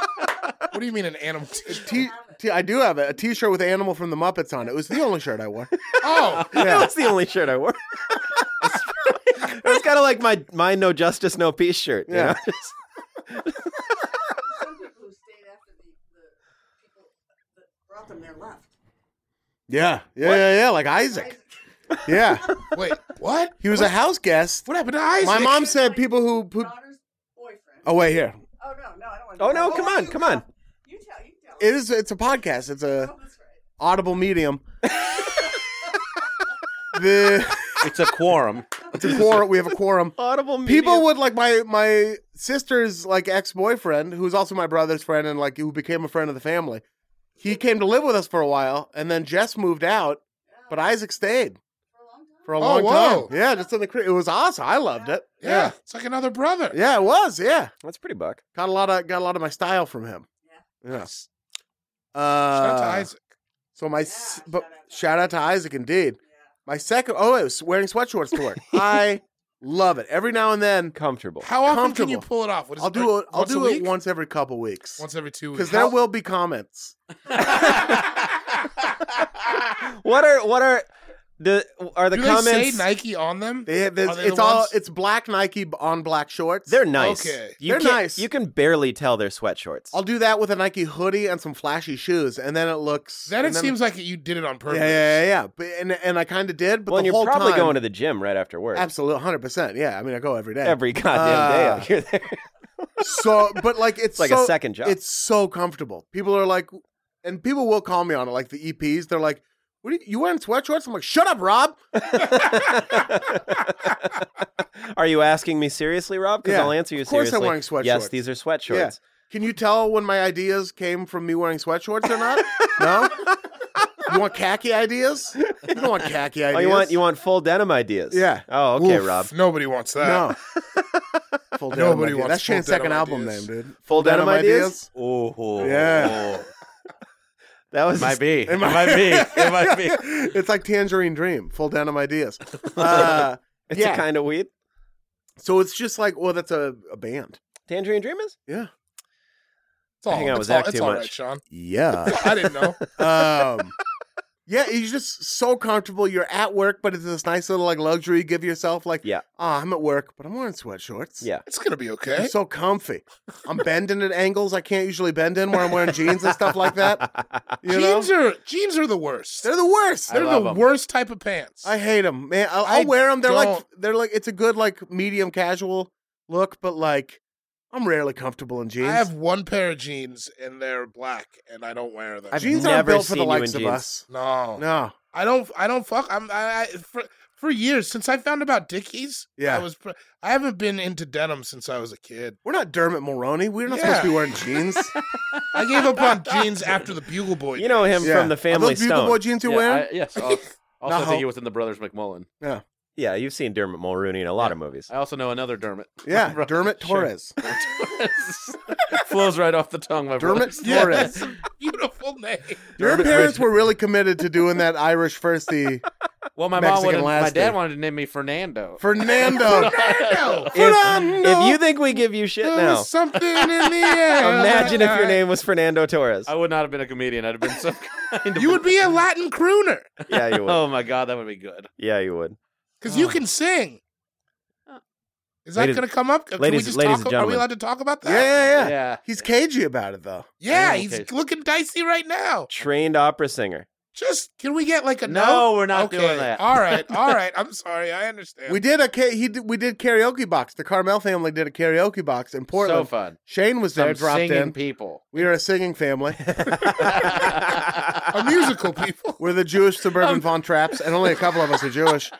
do you mean [LAUGHS] an animal? T- t- I do have it. A T-shirt with animal from the Muppets on it. It was the only shirt I wore. Oh, that was the only shirt I wore. [LAUGHS] it was kind of like my my no justice no peace shirt. you Yeah. know? [LAUGHS] Some people who stayed after the, the people that brought them there left. Yeah, yeah, yeah, yeah. Like Isaac. Yeah, wait, what? he was a house guest. What happened to Isaac? My mom said people who put. Daughter's boyfriend. Oh wait, here Oh no, no, I don't want. Oh, no, come on, come on. You tell, you tell. it is. It's a podcast. It's a Oh, that's right. audible [LAUGHS] medium. the It's a quorum. it's a quorum. We have a [LAUGHS] quorum. Audible People Media. would like my my sister's like ex boyfriend, who's also my brother's friend, and like who became a friend of the family. He came to live with us for a while, and then Jess moved out, but Isaac stayed for a Oh, long whoa. time. Yeah, just in the crib. It was awesome. I loved it. yeah, it's like another brother. yeah, it was. Yeah, That's pretty buck. got a lot of got a lot of my style from him. Yeah. Shout out to Uh, Isaac. so my s but shout out to Isaac indeed. My second oh, I was wearing sweatshorts to [LAUGHS] work. I love it. Every now and then, Comfortable. How often can you comfortable. pull it off? What is I'll do like, it. I'll once a do it week? once every couple weeks Once every two because weeks. there will be comments. [LAUGHS] what are what are the are the do comments? they say Nike on them? They have this, Are they the it's all ones- it's black Nike b- on black shorts. They're nice. Okay. You They're can't- nice. You can barely tell they're sweatshorts. I'll do that with a Nike hoodie and some flashy shoes, and then it looks. Then it and seems like you did it on Yeah, purpose. yeah, yeah, yeah. But, and and I kind of did, but well, the and you're whole probably time, going to the gym right after work. absolutely 100. percent Yeah, I mean, I go every day. Every goddamn Uh, day out here. [LAUGHS] so, but like it's It's like so, a second job. It's so comfortable. People are like, and people will call me on it, like the EPs. They're like, "What are you, you wearing sweatshorts?" I'm like, "Shut up, Rob." Uh. [LAUGHS] are you asking me seriously, Rob? Because Yeah. I'll answer you Of course I'm seriously. wearing sweatshorts. Yes, these are sweatshorts. Yeah. Can you tell when my ideas came from me wearing sweatshorts or not? no. You want khaki ideas? You don't want khaki ideas. Oh, you want you want full denim ideas? Yeah. Oh, okay, Oof. Rob. Nobody wants that. No. Full Denim Nobody Ideas. wants That's Full Shane's second Denim album name, Ideas. dude. Full denim, ideas? Oh, Yeah. That was [LAUGHS] might be. It It [LAUGHS] might be. It might be. it's like Tangerine Dream, Full Denim Ideas. Uh, it's yeah. a kind of weed. so it's just like, well, that's a, a band. Tangerine Dream is? It's all, Hang out it's with Zach all, it's too all much. right, Sean. Yeah. I didn't know. [LAUGHS] um, yeah, you're just so comfortable. You're at work, but it's this nice little like luxury you give yourself. Like, Yeah. oh, I'm at work, but I'm wearing sweat shorts. Yeah. It's gonna be I'm okay. so comfy. I'm bending at angles I can't usually bend in where I'm wearing jeans and stuff like that. You know? jeans are jeans are the worst. They're the worst. They're the 'em. worst type of pants. I hate them, man. I'll, I I'll wear them. They're like don't- they're like it's a good like medium casual look, but like I'm rarely comfortable in jeans. I have one pair of jeans and they're black and I don't wear them. I've jeans aren't never built for seen the you likes in of jeans. us. no, No, I don't. I don't fuck. I'm. I, I for for years since I found about Dickies. Yeah. I was. pr- I haven't been into denim since I was a kid. we're not Dermot Mulroney. We're not Yeah. supposed to be wearing jeans. I gave [LAUGHS] up on jeans after the Bugle Boy. You know him Yeah. from the Are Family those Bugle Stone. Boy jeans you're Yeah, wearing? I, [LAUGHS] [LAUGHS] yes. Also, also I No. think he was in the Brothers McMullen. yeah, you've seen Dermot Mulrooney in a lot of movies. I also know another Dermot. [LAUGHS] Yeah, Bro- Dermot sure. Torres. Flows right off the tongue, my brother. Dermot Yeah, Torres. that's a beautiful [LAUGHS] name. Your Dermot parents Rich- were really committed to doing that Irish firsty. Well, my Mexican mom wanted, my last dad name. wanted to name me Fernando. Fernando. Fernando. If, if you think we give you shit There now, was something in the air. imagine [LAUGHS] if your name was Fernando Torres. I would not have been a comedian. I'd have been some [LAUGHS] kind of. You would be a Latin crooner Yeah, you [LAUGHS] would. Oh my god, that would be good. Yeah, you would. because Oh. you can sing. Is that Ladies- going to come up? Can ladies- we just ladies and talk, Are we gentlemen. allowed to talk about yeah, that? yeah, yeah. Yeah. He's cagey about it though. Yeah, Oh, he's okay. looking dicey right now. Trained opera singer. Just can we get like a No, note? we're not okay. doing that. All [LAUGHS] right, all right. I'm sorry, I understand. We did a ca- he did, we did karaoke box. The Carmel family did a karaoke box in So Portland. fun. Shane was there, Some dropped singing in. [LAUGHS] people. we are a singing [LAUGHS] family. a musical people. We're the Jewish suburban [LAUGHS] Um. Von Traps, and only a couple of us are Jewish.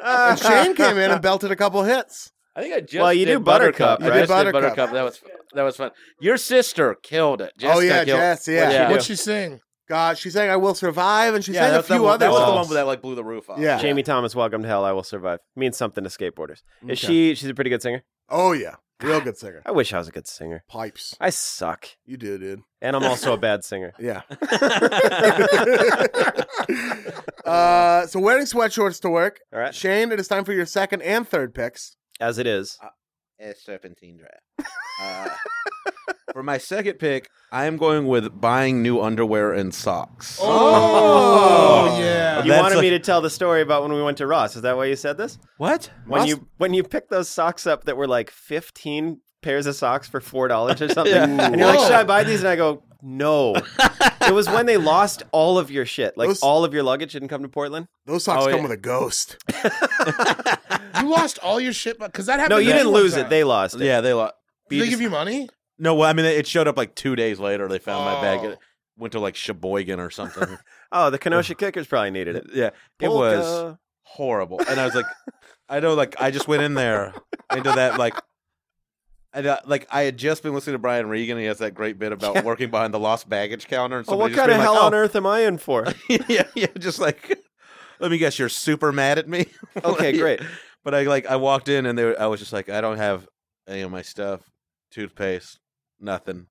and Shane came [LAUGHS] in and belted a couple hits. I think I just Well, you did do Buttercup, I right? just Buttercup. did Buttercup. That was that was fun. Your sister killed it. oh Jessica yeah, killed- Jess, yeah. [LAUGHS] Yeah. What'd she sing? God, she sang "I Will Survive" and she Yeah, sang a that's few the one, other that was the songs. one that like blew the roof off. Yeah. Jamie Thomas, Welcome to Hell, I Will Survive. Means something to skateboarders. Is Okay. she she's a pretty good singer? Oh yeah, real good [LAUGHS] singer. I wish I was a good singer. Pipes, I suck. you do, dude. And I'm also a bad singer. [LAUGHS] Yeah. [LAUGHS] uh, so wearing sweatshorts to work, All right. Shane. It is time for your second and third picks. As it is. a serpentine [LAUGHS] draft. [LAUGHS] Uh, for my second pick, I am going with buying new underwear and socks. Oh, yeah. You That's wanted like- me to tell the story about when we went to Ross. Is that why you said this? What? When you when you picked those socks up that were like 15 pairs of socks for four dollars or something, and you're like, Whoa. "Should I buy these?" And I go, "No." it was when they lost all of your shit, like Those- all of your luggage didn't come to Portland. Those socks Oh, come yeah. with a ghost. You lost all your shit, because that happened. No, to you me didn't one lose time. it. They lost it. Yeah, they lost. Did they give you money? No, well, I mean, it showed up like two days later. They found my bag. Oh. It went to like Sheboygan [LAUGHS] or something. Oh, the Kenosha Kickers probably needed it. Oh, yeah, it was horrible. And I was like, I know, like, I just went in there into that, like, and, uh, like I had just been listening to Brian Regan. And he has that great bit about working behind the lost baggage counter. And Oh, what kind somebody of hell on just earth am I in for? being like, [LAUGHS] yeah, yeah, just like, let me guess, you're super mad at me. [LAUGHS] Okay, Like, great. But I like, I walked in and they were, I was just like, I don't have any of my stuff, toothpaste, nothing.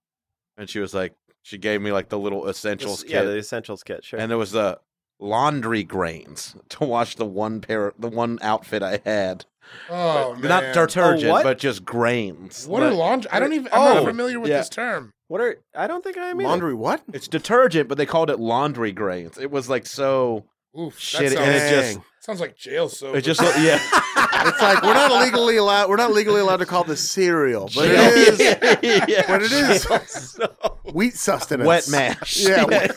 And she was like, she gave me like the little essentials yeah, kit the essentials kit. Sure. and there was the laundry grains [LAUGHS] to wash the one pair the one outfit I had. Oh man, Not detergent, Oh, what? but just grains. What Like, are laundry? I don't even. I'm Oh, not familiar with yeah. this term. what are? I don't think I am. either. [LAUGHS] Laundry, what? it's detergent, but they called it laundry grains. It was like so Oof, that shit sounds, and it just sounds like jail Oh, soap. it just looked yeah. It's like we're not legally allowed. We're not legally allowed to call this cereal, [LAUGHS] but Yeah. it is. [LAUGHS] Yeah. But it is [LAUGHS] wheat sustenance. wet mash. Yeah.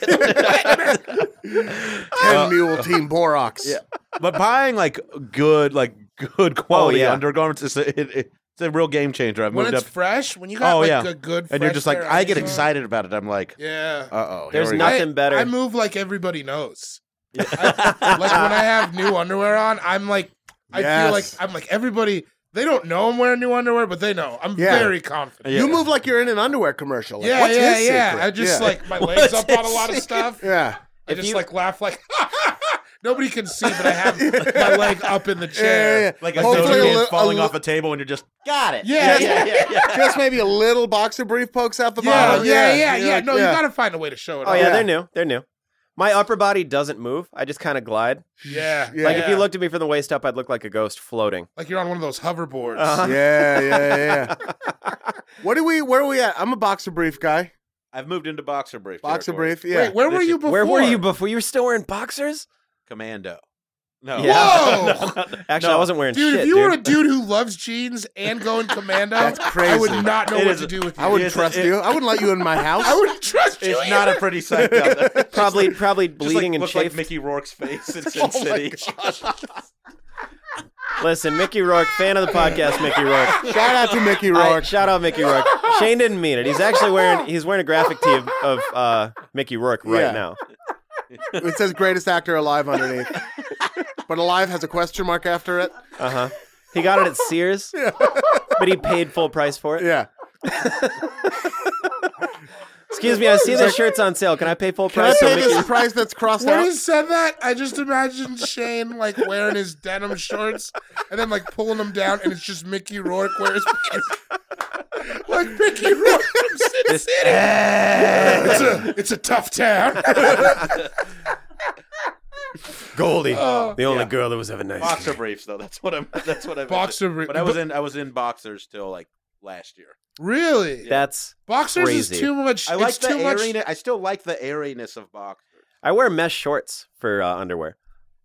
[LAUGHS] Ten mule team borax. Uh, Yeah. but buying like good like good quality yeah. undergarments is a, it, it- it's a real game changer. I've when moved it's up fresh, when you got Oh, like yeah. a good, and you're fresh just like pair of I get underwear- excited about it. I'm like, Yeah, uh-oh. There's nothing. nothing better. I move like everybody knows. I- like when I have new underwear on, I'm like, I feel like Yes. I'm like everybody. They don't know I'm wearing new underwear, but they know. I'm Yeah. very confident. You move like you're in an underwear commercial. Like, yeah, what's yeah, his yeah. secret? I just Yeah. like [LAUGHS] my legs up on a lot of stuff. Yeah. I just you- like laugh like. Nobody can see, but I have my leg up in the chair. Like a Hopefully soda a can li- falling a li- off a table, and you're just Got it. Yeah, yeah, yeah, [LAUGHS] yeah. Just maybe a little boxer brief pokes out the Yeah, bottom. yeah, yeah, yeah. like, No, you gotta find a way to show it. Oh off. yeah, Yeah. they're new. They're new. My upper body doesn't move. I just kind of glide. yeah. Yeah. Like if you looked at me from the waist up, I'd look like a ghost floating. like you're on one of those hoverboards. Uh-huh. [LAUGHS] yeah, yeah, yeah. what do we? Where are we at? I'm a boxer brief guy. I've moved into boxer brief. Boxer territory. brief. Yeah. Wait, where were This you is- before? Where were you before? You were still wearing boxers? commando. [LAUGHS] No, Yeah. Whoa! Actually, I wasn't wearing Dude, shit, if you dude. were a dude who loves jeans and going commando, That's I would crazy. not know It what is- to do with you. I wouldn't It's- trust it- you. I wouldn't let you in my house. I wouldn't trust you. it's not a [LAUGHS] either. pretty sight. down there. Just, probably probably like, bleeding and look like chafed. Mickey Rourke's face in Oh Sin my City. gosh. Listen, Mickey Rourke, fan of the podcast, Mickey Rourke. Shout out to Mickey I- Rourke. shout out Mickey Rourke. Shane didn't mean it. He's actually wearing he's wearing a graphic tee of, of uh, Mickey Rourke right Yeah. now. it says greatest actor alive underneath, but alive has a question mark after it. Uh huh. He got it at Sears, but he paid full price for it. Yeah. Excuse me, I see this shirt's on sale. Can I pay full Can I price? pay so Mickey- this price that's crossed When out? he said that, I just imagined Shane like wearing his denim shorts and then like pulling them down, and it's just Mickey Rourke wears [LAUGHS] like Mickey Rourke from Sin [LAUGHS] City. it's, a, it's a tough town. Goldie, Uh, the only girl that was ever nice. boxer briefs, though. That's what I'm. That's what I. meant. Boxer brief- But I was in. I was in boxers till like last year. really, That's boxers crazy. is too much. I like it's the too much. airiness. I still like the airiness of boxers. I wear mesh shorts for uh, underwear.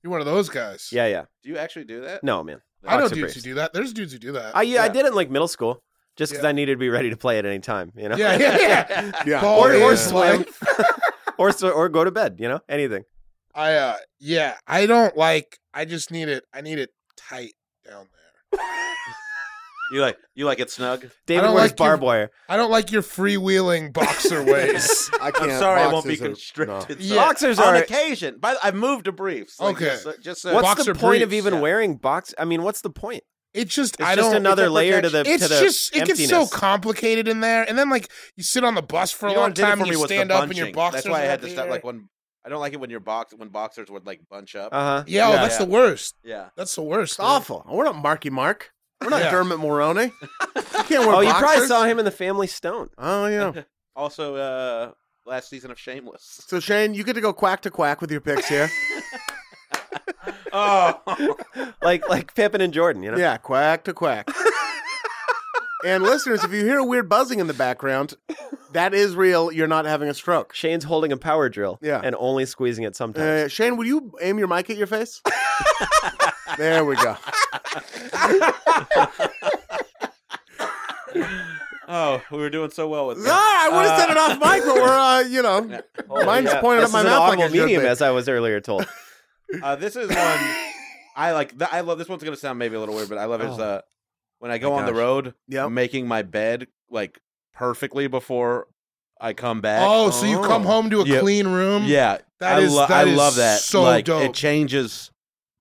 You're one of those guys. Yeah, yeah. Do you actually [LAUGHS] do that? No, man. I know Boxer dudes who briefs. do that. There's dudes who do that. I I did it in like middle school just because Yeah. I needed to be ready to play at any time. You know. yeah, [LAUGHS] yeah, yeah. Yeah. Ball [LAUGHS] Or, or is swim, like- [LAUGHS] or so- or go to bed. You know, anything. I uh, yeah. I don't like. I just need it. I need it tight down there. You like you like it snug? David don't wears like your- barbed wire. I don't like your freewheeling boxer [LAUGHS] ways. I can't. I'm sorry, I won't be boxes are- constricted. Yeah. Boxers on are. occasion. By the, I've moved to briefs. Like, Okay. Just, just uh, so. what's Boxer the point of briefs, even yeah. wearing box? I mean, what's the point? It's just It's I just don't. another it's a layer to the It's to the just it gets so emptiness. complicated in there, and then like you sit on the bus for a You know long what did it time, for and me you was the stand up in your bunching. boxers. That's why I are had up to in stop. your- Like when I don't like it when your box when boxers would like bunch up. Uh huh. yeah, oh, Yeah, that's yeah. the worst. yeah. That's the worst. It's awful. We're not Marky Mark. We're not Yeah. Dermot Mulroney. You can't wear Oh, you probably boxers. saw him in the Family Stone. [LAUGHS] Oh yeah. Also, uh last season of [LAUGHS] Shameless. So Shane, you get to go quack to quack with your picks [LAUGHS] here. Oh, like like Pippin and Jordan. You know. Yeah, quack to [LAUGHS] quack. and listeners, if you hear a weird buzzing in the background, that is real. You're not having a stroke. Shane's holding a power drill. Yeah. And only squeezing it sometimes. Uh, Shane, will you aim your mic at your [LAUGHS] face? there we go. [LAUGHS] oh, we were doing so well with Ah, I would have said it off mic, but we're, uh, you know, mine's Yeah. pointed this at my is an mouth like audible it should medium, be. as I was earlier told. Uh, this is one I like. th- I love this one's gonna sound maybe a little weird, but I love it. Is, Oh. uh, when I go on the gosh. road, Yep. making my bed like perfectly before I come back. Oh, so you come home to a Yeah. clean room? yeah, that I, is- lo- that I is love that. so like dope. it changes.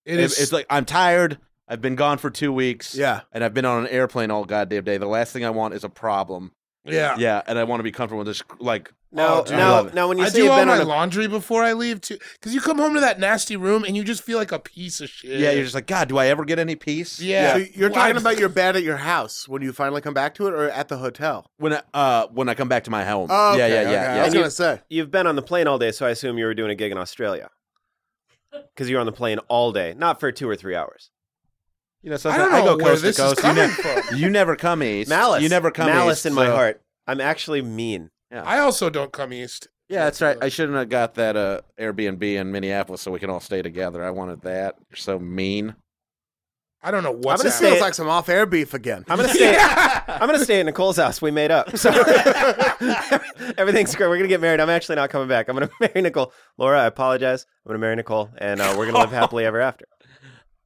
it is. it's like I'm tired. I've been gone for two weeks. Yeah. and I've been on an airplane all goddamn day. The last thing I want is a problem. yeah. Yeah, and I want to be comfortable. Just like Now, Oh, dude. I now, love it. now, when you I say do you've all been my on a laundry before I leave too, because you come home to that nasty room and you just feel like a piece of shit. yeah, you're just like God. Do I ever get any peace? yeah. So you're Why- talking about your bed at your house when you finally come back to it, or at the hotel? When I, uh when I come back to my home. Oh, yeah, okay, yeah, yeah, okay. I yeah. was gonna say. you've been on the plane all day, so I assume you were doing a gig in Australia because you were on the plane all day, not for two or three hours. You know, I sometimes don't I, know go where coast this to coast. is You, coming ne- [LAUGHS] from. you never come east. Malice, You never come malice east, in my so- heart. I'm actually mean. I also don't come east. Yeah, that's right. I shouldn't have got that uh, Airbnb in Minneapolis so we can all stay together. I wanted that. You're [LAUGHS] so mean. I don't know what's gonna This say- happening. feels like some off-air beef again. I'm gonna [LAUGHS] stay. I'm gonna stay at Nicole's house. We made up, so [LAUGHS] everything's great. We're gonna get married. I'm actually not coming back. I'm gonna [LAUGHS] marry Nicole. Laura, I apologize. I'm gonna marry Nicole, and uh, we're gonna live happily ever after.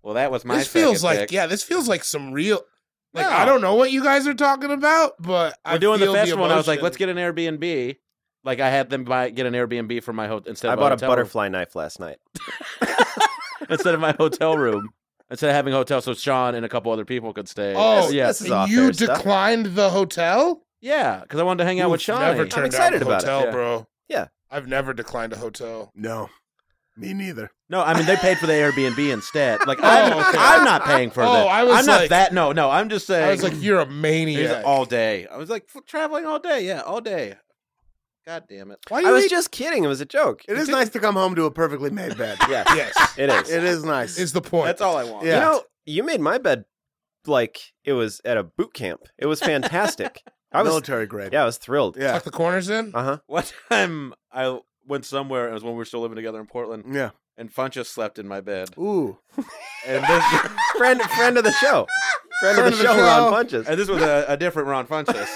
Well, that was my. This feels second like pick. yeah, this feels like some real. Like No. I don't know what you guys are talking about, but We're I doing the feel best one. I was like, emotion. let's get an Airbnb. Like I had them buy get an Airbnb for my hotel instead. I of bought a hotel butterfly knife last night. room, [LAUGHS] instead of my hotel room. Instead of having a hotel, so Sean and a couple other people could stay. Oh, yeah, this is And off you air stuff. declined the hotel. yeah, because I wanted to hang out with Oof, Sean. Never turned excited down a about it, hotel, yeah. bro. Yeah. I've never declined a hotel. No, Me neither. No, I mean they paid for the Airbnb instead. [LAUGHS] Like I'm, Oh, okay. I'm not paying for Oh, that. I was I'm like- not that. No, no. I'm just saying. I was like, you're a He's maniac. all day. I was like f- traveling all day. Yeah, all day. God damn it. Why I was just kidding. It was a joke. It is nice to come home to a perfectly made bed. Yes, yes, [LAUGHS] it is. It is nice. is the point. That's all I want. Yeah. You know, you made my bed like it was at a boot camp. It was [LAUGHS] fantastic. I was, military grade. yeah, I was thrilled. Yeah. Tuck the corners in. Uh huh. [LAUGHS] One time I went somewhere. It was when we were still living together in Portland, Yeah. and Funcha slept in my bed. Ooh. And this, [LAUGHS] Friend, friend of the show. [LAUGHS] Friend, Friend of the show, Ron Punches. and this was a, a different Ron Funches.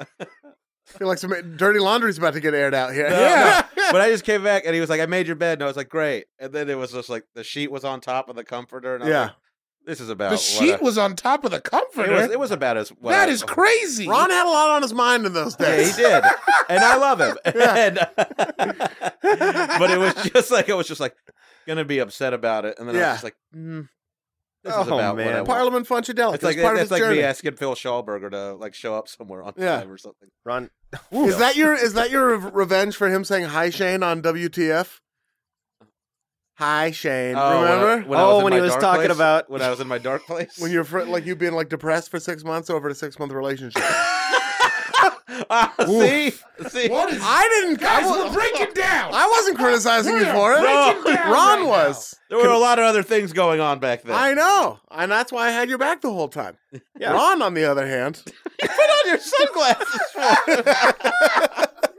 I feel like some dirty laundry's about to get aired out [LAUGHS] here. [LAUGHS] but I just came back and he was like, "I made your bed," and I was like, "Great." And then it was just like the sheet was on top of the comforter, and I was Yeah. like, "This is about The what sheet I- was on top of the comforter. [LAUGHS] It was, it was about as well. that [LAUGHS] is crazy. Ron had a lot on his mind in those Yeah, days. [LAUGHS] he did, and I love him. And- [LAUGHS] but it was just like I was just like gonna be upset about it, and then I Yeah. was just like, mm, "This is Oh, about man. what I want." Parliament Funkadelic. It's like part of that's his like journey. me asking Phil Schallberger to like show up somewhere on Yeah. time or something. Ron, [LAUGHS] Is that your is that your re- revenge for him saying hi Shane on WTF? Hi Shane. Oh, when I- Remember? When I, Oh, was in when he my was dark talking place, about- when I was in my dark place. when you're fr- like you being like depressed for six months over a six month [LAUGHS] relationship. Ah, [LAUGHS] see, see, What is? I didn't. I, guys, wa- we're breaking down. I wasn't criticizing you We're for it. breaking down Ron right was. there were a lot of other things going on back then. I know, and that's why I had your back the whole time. [LAUGHS] Yeah. Ron, on the other hand, put on your [LAUGHS] sunglasses.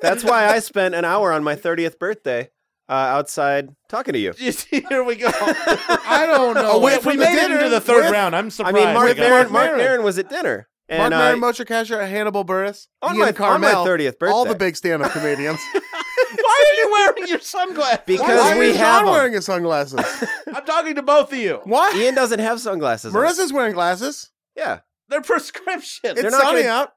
that's why I spent an hour on my 30th birthday uh, outside [LAUGHS] talking to you. You see, Here we [LAUGHS] go. I don't know. Away uh, we from Oh, the made it dinner into the third with- round. [LAUGHS] I'm I surprised. mean, Mark With Maron, Mark Mark Maron. Maron was at dinner. And Mark Maron, I, Moshe Kasher, Hannibal Burris, on, Ian my, on my Carmel, 30th birthday. all the big stand up comedians. [LAUGHS] Why are you wearing your sunglasses? [LAUGHS] Because why we is have Ron 'em. wearing his sunglasses? [LAUGHS] I'm talking to both of you. [LAUGHS] what? Ian doesn't have sunglasses. on. Marissa's wearing glasses. Yeah. They're prescription. It's not sunny gonna- out.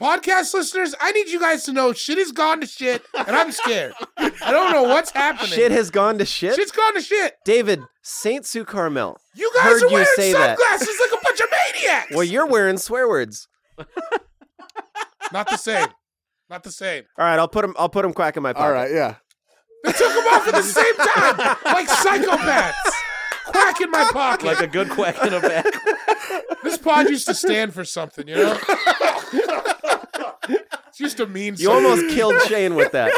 Podcast listeners, I need you guys to know shit has gone to shit, and I'm scared. I don't know what's happening. Shit has gone to shit. Shit's gone to shit. David, St. Sue Carmel. You guys Heard are you wearing say that. sunglasses like a bunch of maniacs. Well, you're wearing swear words. [LAUGHS] not the same. Not the same. All right, I'll put him. I'll put him quack in my pocket. All right, yeah. They took them off at the same time, like psychopaths. Quack in my pocket. like a good quack in a bag. this pod used to stand for something, you know. [LAUGHS] it's just a mean. You [LAUGHS] something. almost killed Shane with that.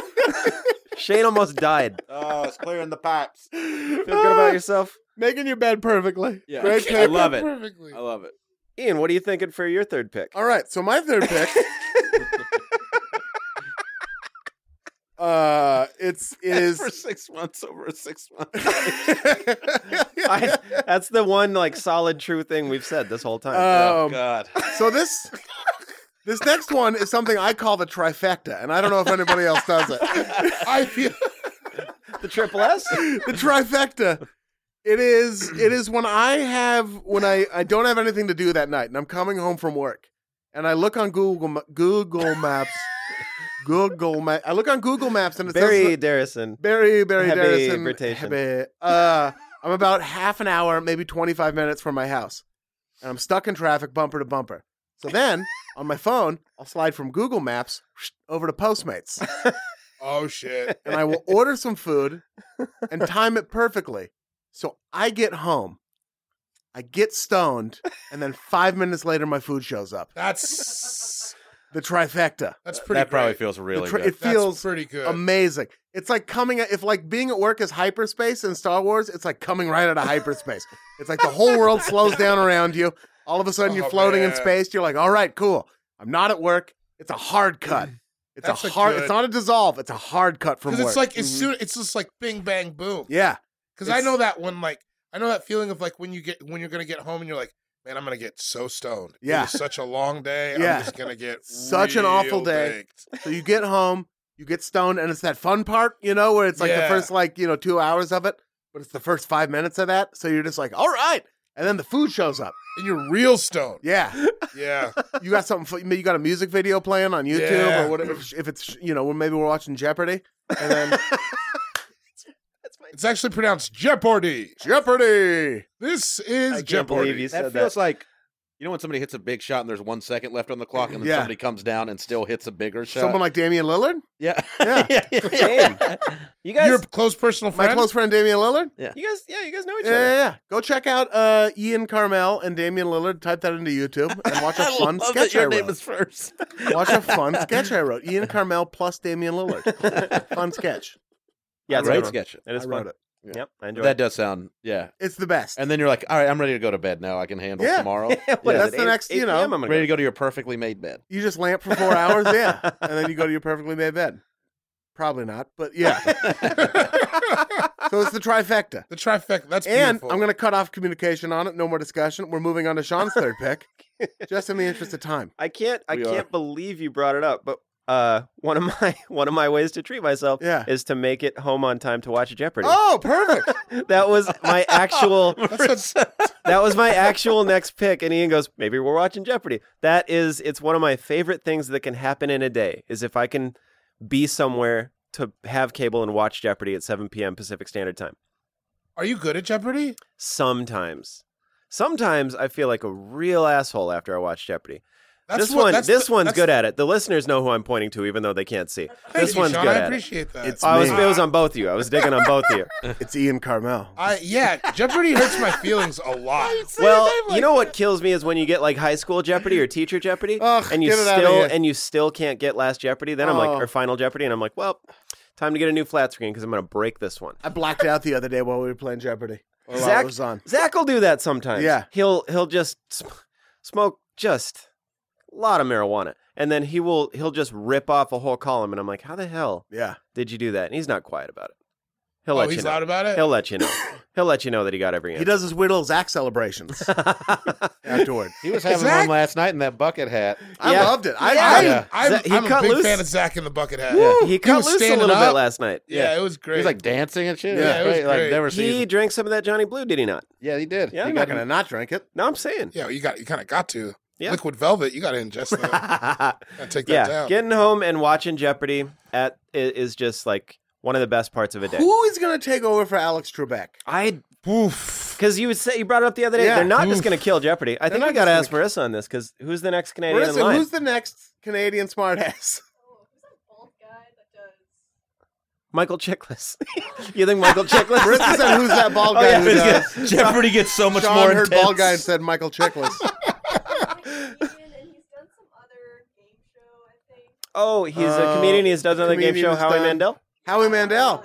Shane almost died. oh, it's clearing the pipes. Feel good Ah. about yourself, [LAUGHS] Making your bed perfectly. Yeah. Great I pick. love it. perfectly. I love it. Ian. What are you thinking for your third pick? All right, so my third [LAUGHS] pick. uh, [LAUGHS] it's is. for six months over a six [LAUGHS] month. [LAUGHS] I, that's the one like solid true thing we've said this whole time. oh um, God. so this this next one is something I call the trifecta, and I don't know if anybody else does it. I feel the [LAUGHS] triple S. the trifecta. It is it is when I have when I I don't have anything to do that night and I'm coming home from work and I look on Google Ma- Google Maps Google Maps I look on Google Maps and it Barry says Darrison. Barry Barry Heavy Darrison rotation. Heavy. uh I'm about half an hour maybe 25 minutes from my house and I'm stuck in traffic bumper to bumper. So then on my phone I'll slide from Google Maps over to Postmates [LAUGHS] Oh shit! and I will order some food and time it perfectly. So I get home, I get stoned, and then five minutes later, my food shows up. That's The trifecta. that's pretty. That probably great. feels The really tri- good. It That's feels pretty good. amazing. It's like coming, at, if like being at work is hyperspace in Star Wars, it's like coming right out of hyperspace. It's like the whole world slows down around you. All of a sudden, you're Oh, floating in man. space. You're like, all right, cool. I'm not at work. It's a hard cut. It's Mm. That's a a hard. good- It's not a dissolve. It's a hard cut from Because work. Mm-hmm. it's like as soon it's just like bing bang boom. yeah, Because I It's- know that when like I know that feeling of like when you get when you're gonna get home and you're like, man, I'm gonna get so stoned. It Yeah. was such a long day. Yeah. I'm just gonna [LAUGHS] get Such an awful real day. baked." So you get home, you get stoned, and it's that fun part, you know, where it's like the Yeah. first like you know two hours of it, but it's the first five minutes of that. So you're just like, all right, and then the food shows up. and you're real stoned. Yeah, [LAUGHS] Yeah, you got something. fu- You got a music video playing on YouTube Yeah. or whatever. If it's you know, maybe we're watching Jeopardy, and [LAUGHS] then it's actually pronounced Jeopardy. Jeopardy. This is I can't Jeopardy. believe you That said that. feels like You know when somebody hits a big shot and there's one second left on the clock, and then Yeah. somebody comes down and still hits a bigger shot. Someone like Damian Lillard? yeah, [LAUGHS] Yeah. [LAUGHS] yeah, yeah, yeah. You guys, Your close personal My friend. [LAUGHS] close [LAUGHS] friend Damian Lillard? you guys, yeah, you guys know each Yeah, [LAUGHS] yeah, yeah. Go check out uh, Ian Carmel and Damian Lillard. Type that into YouTube and watch a [LAUGHS] I fun love sketch that your I name wrote. is [LAUGHS] first. Watch a fun sketch I wrote. Ian Carmel plus Damian Lillard. fun sketch. yeah, it's Great fun. sketch. It is I fun. wrote it. Yep, I enjoy That does sound yeah. It's the best. And then you're like, all right, I'm ready to go to bed now. I can [LAUGHS] handle Yeah. tomorrow. it. [LAUGHS] What Yeah, is that's it, the 8 next, 8 you know, p.m.? I'm gonna ready to go. go to your perfectly made bed. You just lamp for four hours, [LAUGHS] yeah, and then you go to your perfectly made bed. Probably not, but yeah. so it's the trifecta. the trifecta. That's And beautiful. I'm going to cut off communication on it. No more discussion. We're moving on to Sean's third pick, just in the interest of time. I can't, I We can't believe you brought it up. But uh, one of [LAUGHS] my one of my ways to treat myself Yeah. is to make it home on time to watch Jeopardy. Oh, perfect. [LAUGHS] That was my actual. [LAUGHS] That's that was my actual next pick and ian goes maybe we're watching jeopardy that is it's one of my favorite things that can happen in a day is if i can be somewhere to have cable and watch jeopardy at 7 p.m pacific standard time Are you good at Jeopardy? sometimes sometimes i feel like a real asshole after i watch jeopardy That's this what- one that's this the- one's that's- good at it the listeners know who i'm pointing to even though they can't see Thank this you, one's Sean. good I at it appreciate that. It's I was, me. it was on both of you. I was digging on both of you. It's Ian Carmel. I yeah, Jeopardy hurts my feelings a lot. Well, you know what kills me is when you get like high school Jeopardy or teacher Jeopardy, Ugh, and you get it outta still here. and you still can't get last Jeopardy. Then I'm Oh. like, or final Jeopardy, and I'm like, well, time to get a new flat screen because I'm gonna break this one. I blacked out the other day while we were playing Jeopardy. While it Zach- was on. Zach will do that sometimes. Yeah. he'll he'll just sm- smoke just a lot of marijuana, and then he will he'll just rip off a whole column, and I'm like, how the hell Yeah. did you do that? And he's not quiet about it. He'll Oh, let he's you know. loud about it. He'll let you know. he'll let you know that he got every He answer. does his weird little Zach celebrations afterward. He was having Zach- one last night in that bucket hat. I Yeah. loved it. I, I, I Yeah. I'm, Zach- he I'm a cut big loose. fan of Zach in the bucket hat. He cut was loose a standing little bit up. last night. Yeah, it was great. He was like dancing and shit. Yeah, Yeah, it was great. Like never He seen. drank some of that Johnny Blue, did he not? Yeah, he did. Yeah, he I'm not got [LAUGHS] going to not drink it. No, I'm saying. yeah, you got you kind of got to Yeah. liquid velvet. You got to ingest [LAUGHS] that. Yeah, Gotta take that down. getting home and watching Jeopardy at i- is just like one of the best parts of a day. Who is going to take over for Alex Trebek? I Oof. because you would say you brought it up the other day. Yeah. They're not just Oof. going to kill Jeopardy. I think not we got to ask just Marissa on this because who's the next Canadian in Marissa, line? who's the next Canadian smartass? Michael Chiklis. [LAUGHS] [LAUGHS] you think Michael Chiklis? Marissa said, "Who's that bald [LAUGHS] Oh, guy?" yeah, who does? who's Jeopardy gets so much Sean more heard intense. bald guy and said Michael Chiklis. oh, he's a Uh, comedian. He's done another game comedian show. who's Howie done- Mandel. Howie Mandel.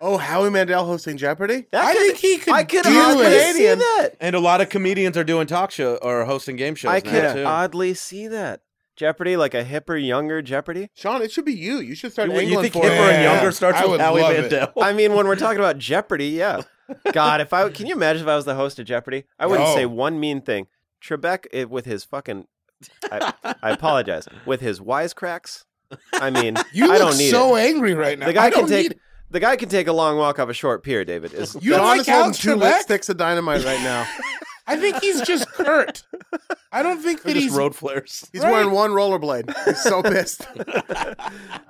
Oh, Howie Mandel hosting Jeopardy. That I could- think he could. I could do oddly it. see that. And a lot of comedians are doing talk show or hosting game shows I now could too. oddly see that. Jeopardy, like a hipper, younger Jeopardy. Sean, it should be you. You should start You- you England think for hipper it. and Yeah. younger starts I with would Howie love it. Mandel? I mean, when we're talking about [LAUGHS] Jeopardy, yeah. God, if I can you imagine if I was the host of Jeopardy, I wouldn't No. say one mean thing. Trebek eh, with his fucking, I, I apologize, with his wisecracks. I mean, [LAUGHS] You I look don't need so it. angry right now. The guy I can don't take need- the guy can take a long walk up a short pier. [LAUGHS] David is You Sean like is holding Alex two Trebek? lit sticks of dynamite right [LAUGHS] now. I think he's just curt. I don't think that They're [LAUGHS] just [LAUGHS] he's. road flares. He's Right. wearing one rollerblade. He's so pissed.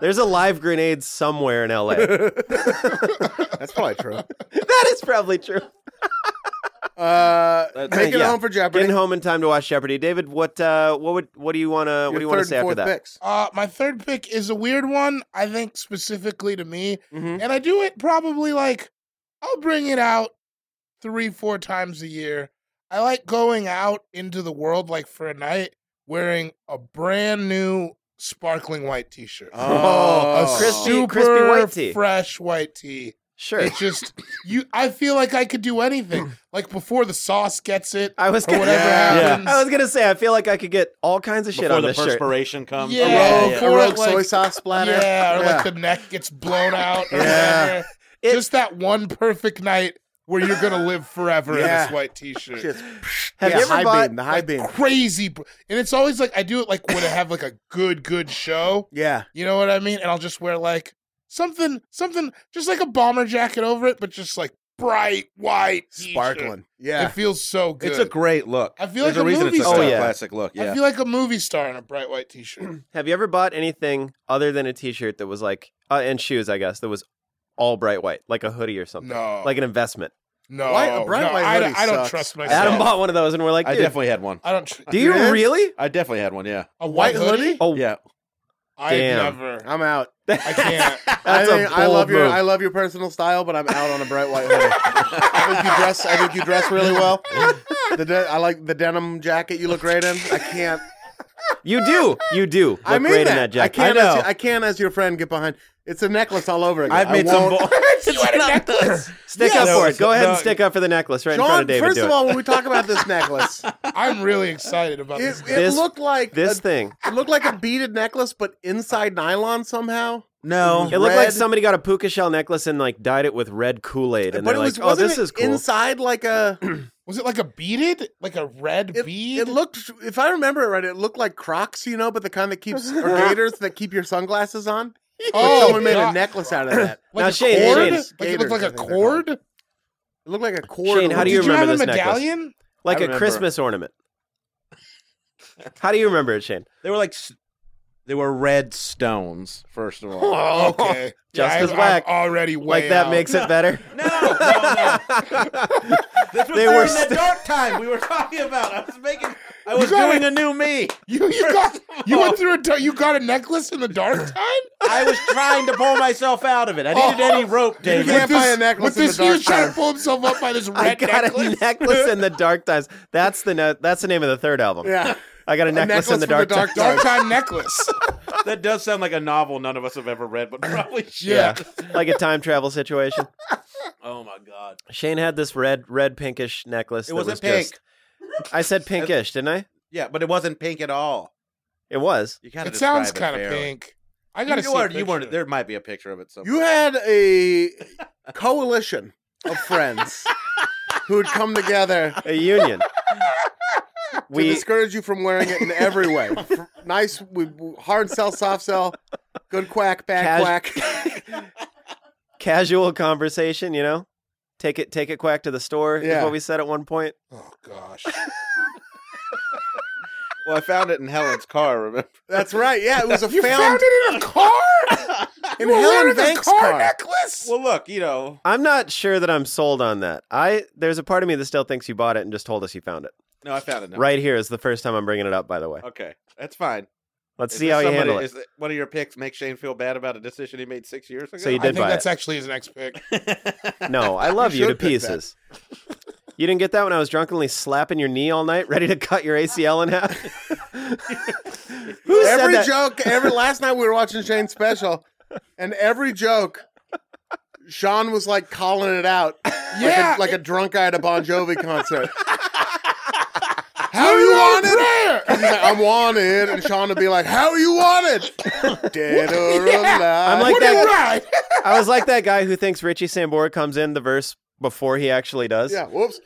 there's a live grenade somewhere in L.A. [LAUGHS] [LAUGHS] that That's probably true. is probably true. [LAUGHS] Uh, making it yeah. home for Jeopardy. Getting home in time to watch Jeopardy, David. What uh, what would what do you want to Your what do you want to third say and after fourth that? picks. Uh, my third pick is a weird one. I think specifically to me, Mm-hmm. Mhm. and I do it probably like I'll bring it out three, four times a year. I like going out into the world like for a night wearing a brand new sparkling white t-shirt. Oh. a Crispy- super crispy white tea. fresh white tea. Sure. It's just you. I feel like I could do anything. Like before the sauce gets it, [LAUGHS] I was or gonna, whatever Yeah. happens. I was gonna say I feel like I could get all kinds of shit Before on the this shirt. perspiration comes. Yeah. Heroic, Yeah. heroic Like- soy sauce splatter. Yeah, or Yeah. like the neck gets blown out. Or Yeah. whatever. It- Just that one perfect night where you're gonna live forever in Yeah. this white t-shirt. Just- Have yeah, you ever high bought beam, the high beam. Crazy, br- and it's always like I do it like when I have like a good, good show. Yeah. You know what I mean? And I'll just wear like something, something, just like a bomber jacket over it, but just like bright white, t-shirt. Sparkling. It Yeah. feels so good. It's a great look. I feel There's like a a reason movie it's a star. style Oh, yeah. classic look. I Oh, Yeah. feel like a movie star in a bright [CLEARS THROAT] white t-shirt. Have you ever bought anything other than a T-shirt that was like uh, and shoes? I guess that was all bright white, like a hoodie or something, No. like an investment. No, Why- no, Brian White I, hoodie don't- I don't sucks. trust myself. Adam bought one of those, and we're like, I dude, definitely had one. I don't. Tr- do you Yes. really? I definitely had one. Yeah. a white, hoodie? Oh, Yeah. I Damn. never. I'm out. I can't. [LAUGHS] That's I, a think I bold love your move. I love your personal style, but I'm out on a bright white hoodie. I think you dress I think you dress really well. The de- I like the denim jacket you look great in. I can't you do, you do. Look I mean great that. in that I jacket. can't I as know. I can't as your friend get behind. It's a necklace all over again. I've I made [LAUGHS] some. won't- bull- Stick Yes. up for No, it. Go ahead and no. stick up for the necklace right in front John, of David. first Do of it. all, when we talk about this [LAUGHS] necklace, it, I'm really excited about this. it guy. This- looked like this a- thing. it looked like a beaded necklace, but inside nylon somehow. [LAUGHS] no. It looked like red. somebody got a puka shell necklace and like dyed it with red Kool Aid, and but they're it like, was "Oh, wasn't this it is cool." inside like a was it like a beaded, like a red it, bead? it looked if I remember it right, it looked like Crocs, you know, but the kind that keeps [LAUGHS] or gators that keep your sunglasses on. Oh, like someone made a God. necklace out of [LAUGHS] that. like Now, a Shane, cord. Shane. like it looked like Gators, I think they're a called. cord. It looked like a cord. Shane, how do Did you you have remember a this necklace? medallion? like I a remember. Christmas ornament. How do you remember it, Shane? They were like. s- They were red stones. First of all. Oh, okay. Just yeah, as I'm- whack. I'm already way like that out. makes [LAUGHS] it better. [LAUGHS] [LAUGHS] No, no, no. This was They during were the st- dark time we were talking about. I was making. I was got doing it. a new me. [LAUGHS] You, you got you went through a dark- you got a necklace in the dark time. I was trying to pull myself out of it. I needed Oh. any rope, You David. can't buy a necklace With in the this, dark he was trying time. to pull himself up by this red I got necklace. a [LAUGHS] necklace in the dark times. That's the ne- that's the name of the third album. Yeah. I got a, necklace, in the from dark, the dark dark times. time necklace. That does sound like a novel none of us have ever read, but [LAUGHS] probably should. Yeah. [LAUGHS] like a time travel situation. Oh my god. Shane had this red red pinkish necklace. It that wasn't was pink. just- [LAUGHS] I said pinkish, didn't I? Yeah, but it wasn't pink at all. It was. You kind It sounds kind of pink. I gotta you, see. a are- you weren't. picture. There might be a picture of it somewhere. You had a coalition of friends who would come together [LAUGHS] A union. to we discourage you from wearing it in every way. [LAUGHS] F- nice, we, we- hard sell, soft sell, good quack, bad Cas- quack. casual conversation, you know? Take it take it quack to the store Yeah. is what we said at one point. Oh gosh. Well, I [LAUGHS] found it in Helen's car. Remember? That's right. Yeah, it was a You found, found, it in a car. in You were Helen wearing a Banks' car, car. necklace. Well, look, you know, I'm not sure that I'm sold on that. I there's a part of me that still thinks you bought it and just told us you found it. no, I found it. Now. Right here is the first time I'm bringing it up by the way. Okay, that's fine. Let's Is see this how you somebody- handle it. Is it- one of your picks make Shane feel bad about a decision he made six years ago? So you I did think buy that's it. actually his next pick. No, I love you to should pick that. pieces. You didn't get that when I was drunkenly slapping your knee all night, ready to cut your ACL in half. Who said every that? joke every last night we were watching Shane's special and every joke Sean was like calling it out Yeah. like a, like a drunk guy at a Bon Jovi [LAUGHS] concert. How you want He's it? like, I'm wanted, and Sean would be like, "How are you wanted? [LAUGHS] Dead or alive?" I'm like What a that. ride. I was like that guy who thinks Richie Sambora comes in the verse before he actually does. yeah, [LAUGHS] whoops.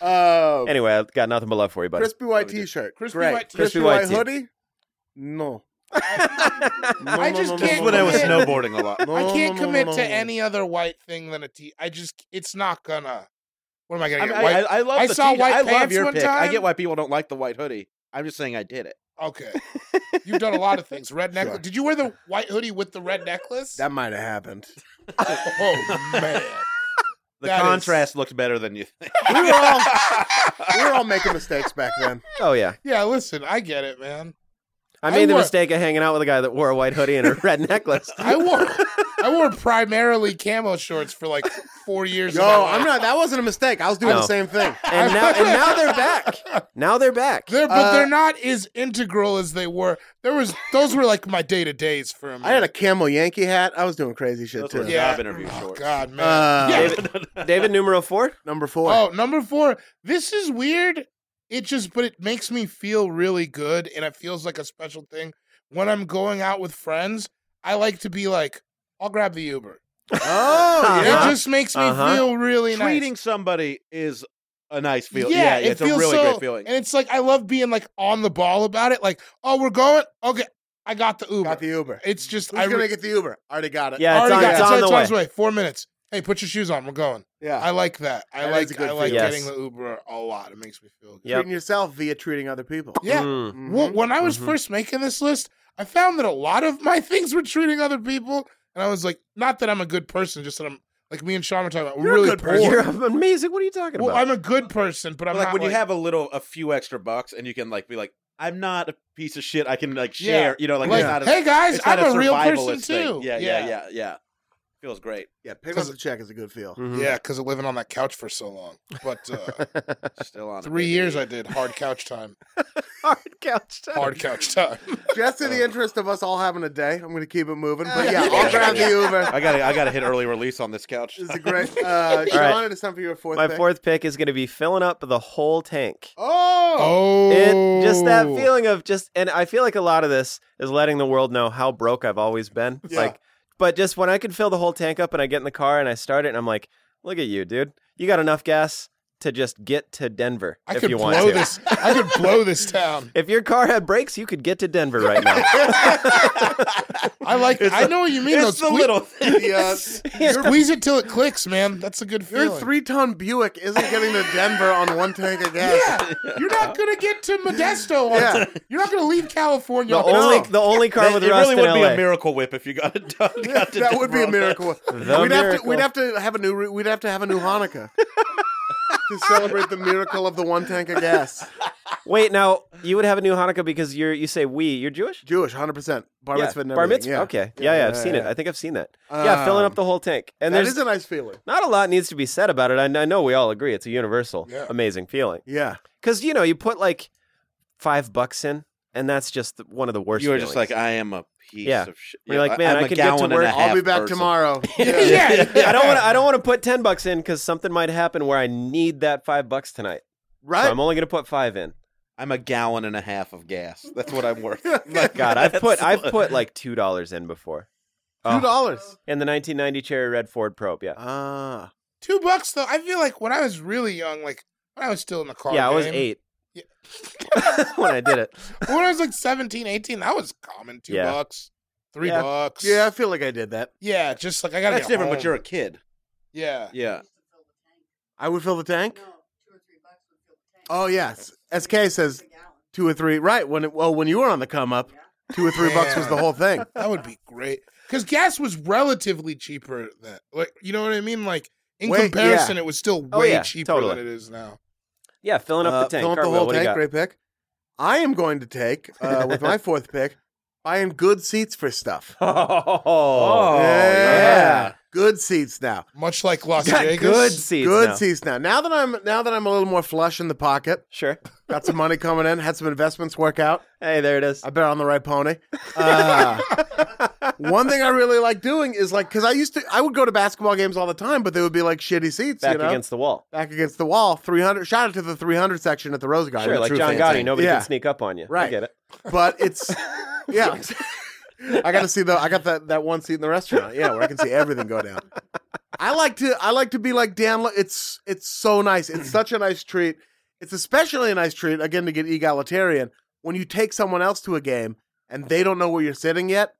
Um, Anyway, I've got nothing but love for you, buddy. crispy white T-shirt, Crispy Great. white crispy t-shirt. white Crispy white hoodie. No, I just no, no, can't. no, when I was commit- snowboarding a lot. [LAUGHS] No, I no, can't no, no, commit no, to no. any other white thing than a T. I just, it's not gonna. What am I gonna I, mean, get? I, white. I, I love. I the saw t- white I love pants your one pick. I time. get why people don't like the white hoodie. I'm just saying I did it. okay, you've done a lot of things. Red [LAUGHS] necklace. Sure. Did you wear the white hoodie with the red necklace? that might have happened. oh [LAUGHS] man, The That is- contrast looked better than you think. We were all we [LAUGHS] were all making mistakes back then. Oh yeah, yeah. Listen, I get it, man. I I made the wore- mistake of hanging out with a guy that wore a white hoodie and a [LAUGHS] red necklace. [LAUGHS] I wore, I wore primarily camo shorts for like four years. of my Yo, life. I'm not. That wasn't a mistake. I was doing No. the same [LAUGHS] thing. and now and now they're back. Now they're back. They're, but Uh, they're not as integral as they were. There was those were like my day to days for a minute. I had a camel Yankee hat. I was doing crazy shit Those too. were [LAUGHS] job interview oh, shorts. God, man. Uh, [LAUGHS] Yeah. David, David numero four. Number four. Oh, number four. This is weird. It just, but it makes me feel really good, and it feels like a special thing when I'm going out with friends. I like to be like, I'll grab the Uber. [LAUGHS] Oh, It just makes me Uh-huh. feel really nice. Treating somebody is a nice Yeah, feeling. Yeah, it it's a feels really so, great feeling. and it's like I love being like on the ball about it. Like, oh, we're going. Okay, I got the Uber. Got the Uber. it's just Who's I gonna re- get the Uber? Already got it. yeah, it's already on, got it's it. on it's the on way. its way. Four minutes. Hey, put your shoes on. We're going. yeah. I like that. I That like is a good I like feeling. getting Yes. the Uber a lot. It makes me feel good. Yep. Treating yourself via treating other people. Yeah. Mm. Well, Mhm. when I was Mm-hmm. Mhm. first making this list, I [LAUGHS] found that a lot of my things were treating other people, and I was like, not that I'm a good person, just that I'm Like me and Sean were talking about, we're You're a really good poor. person. You're amazing. What are you talking Well, about? I'm a good person, but I'm like not, when you have a little, a few extra bucks, and you can like be like, I'm not a piece of shit. I can like Yeah. share. You know, like, like, it's not a, hey guys, it's not I'm a, real survivalist person thing. too. Yeah, yeah, yeah, yeah. Feels great. Yeah, pick up Cause- the check is a good feel. Mhm. Yeah, because of living on that couch for so long. But [LAUGHS] uh, Still on it, three baby. years I did hard couch time. [LAUGHS] Hard couch time. Hard [LAUGHS] couch Oh. time. Just in Uh. the interest of us all having a day, I'm going to keep it moving. But [LAUGHS] [LAUGHS] yeah, I'll grab the Uber. [LAUGHS] I got to I got to hit early release on this couch. This is a [LAUGHS] [LAUGHS] great. Uh, Sean, right. it is time for your fourth. My pick. fourth pick is going to be filling up the whole tank. Oh, Oh, It just that feeling of just, and I feel like a lot of this is letting the world know how broke I've always been. Yeah. Like, but just when I can fill the whole tank up and I get in the car and I start it, and I'm like, look at you, dude. You got enough gas to just get to Denver I if could you blow want to. this. I could blow [LAUGHS] this town. If your car had brakes, you could get to Denver right now. I like. I know what you mean. It's though. the little [LAUGHS] thing. the, uh, Squeeze it till it clicks, man. That's a good your feeling. three-ton Buick isn't getting to Denver on one tank of gas. Yeah, you're not gonna get to Modesto. On Yeah. You're not gonna leave California. the on only time. the only car [LAUGHS] it with rust really in would LA. be a miracle whip if you got it [LAUGHS] done. got to that would be a Denver. miracle. we'd have to miracle. we'd have to have a new re- we'd have to have a new [LAUGHS] Hanukkah to celebrate the miracle of the one tank of gas. Wait, now you would have a new Hanukkah because you're you say we. You're Jewish. Jewish, hundred percent bar yeah. mitzvah. and Bar everything, mitzvah. Yeah. Okay. Yeah, yeah. I've Yeah, seen it. yeah. I think I've seen that. yeah, filling up Um, the whole tank. And That there's is a nice feeling. not a lot needs to be said about it. I, I know we all agree it's a universal, Yeah. amazing feeling. Yeah. Because you know you put like five bucks in, and that's just the, one of the worst. You were just feelings. like, [LAUGHS] I am a piece Yeah. of shit. You're like, man, I'm I a could get to gallon and a work. half I'll be back person. tomorrow. [LAUGHS] yeah, yeah. I don't want. I don't want to put ten bucks in because something might happen where I need that five bucks tonight. So Right. I'm only going to put five [LAUGHS] in. I'm a gallon and a half of gas. That's what [LAUGHS] I'm worth. [LAUGHS] God, I've put I've put like two dollars in before. Two Oh. dollars. In the 1990 Cherry Red Ford Probe, yeah, Ah. Two bucks though. I feel like when I was really young, like when I was still in the car. yeah, I was game, eight Yeah. [LAUGHS] when I did it. When I was like 17, 18, that was common. Two Yeah. bucks, three Yeah. bucks. Yeah, I feel like I did that. yeah. Just like I gotta. That's get different, but home. you're a kid. yeah. Yeah. I would fill the tank. Oh yes. SK says two or three. Right. When it, well, when you were on the come up, two or three bucks [LAUGHS] was the whole thing. That would be great because gas was relatively cheaper then. Like you know what I mean? Like in Way- comparison, it was still way Oh, yeah, cheaper totally. than it is now. Yeah, filling up the tank. Fill Uh, up the Cartwheel, whole what do you tank. got? Great pick. I am going to take [LAUGHS] uh, with my fourth pick buying good seats for stuff. [LAUGHS] Oh, good seats now. Much like Las got Vegas. good seats. good now. seats now. Now that I'm now that I'm a little more flush in the pocket, Sure. got some money coming in, had some investments work out. Hey, there it is. I bet on the right pony. Uh, one thing I really like doing is like because I used to I would go to basketball games all the time, but they would be like shitty seats, Back you know, against the wall. back against the wall. Three hundred. Shout out to the three hundred section at the Rose Garden. Sure, the like true John fan Gotti, thing. nobody yeah, can sneak up on you. I Right. get it. but [LAUGHS] it's yeah. I got to see the I got that that one seat in the restaurant. Yeah, where I can see everything go down. I like to I like to be like Dan. Lo- It's it's so nice. It's such a nice treat. It's especially a nice treat again to get egalitarian when you take someone else to a game and they don't know where you're sitting [LAUGHS] yet,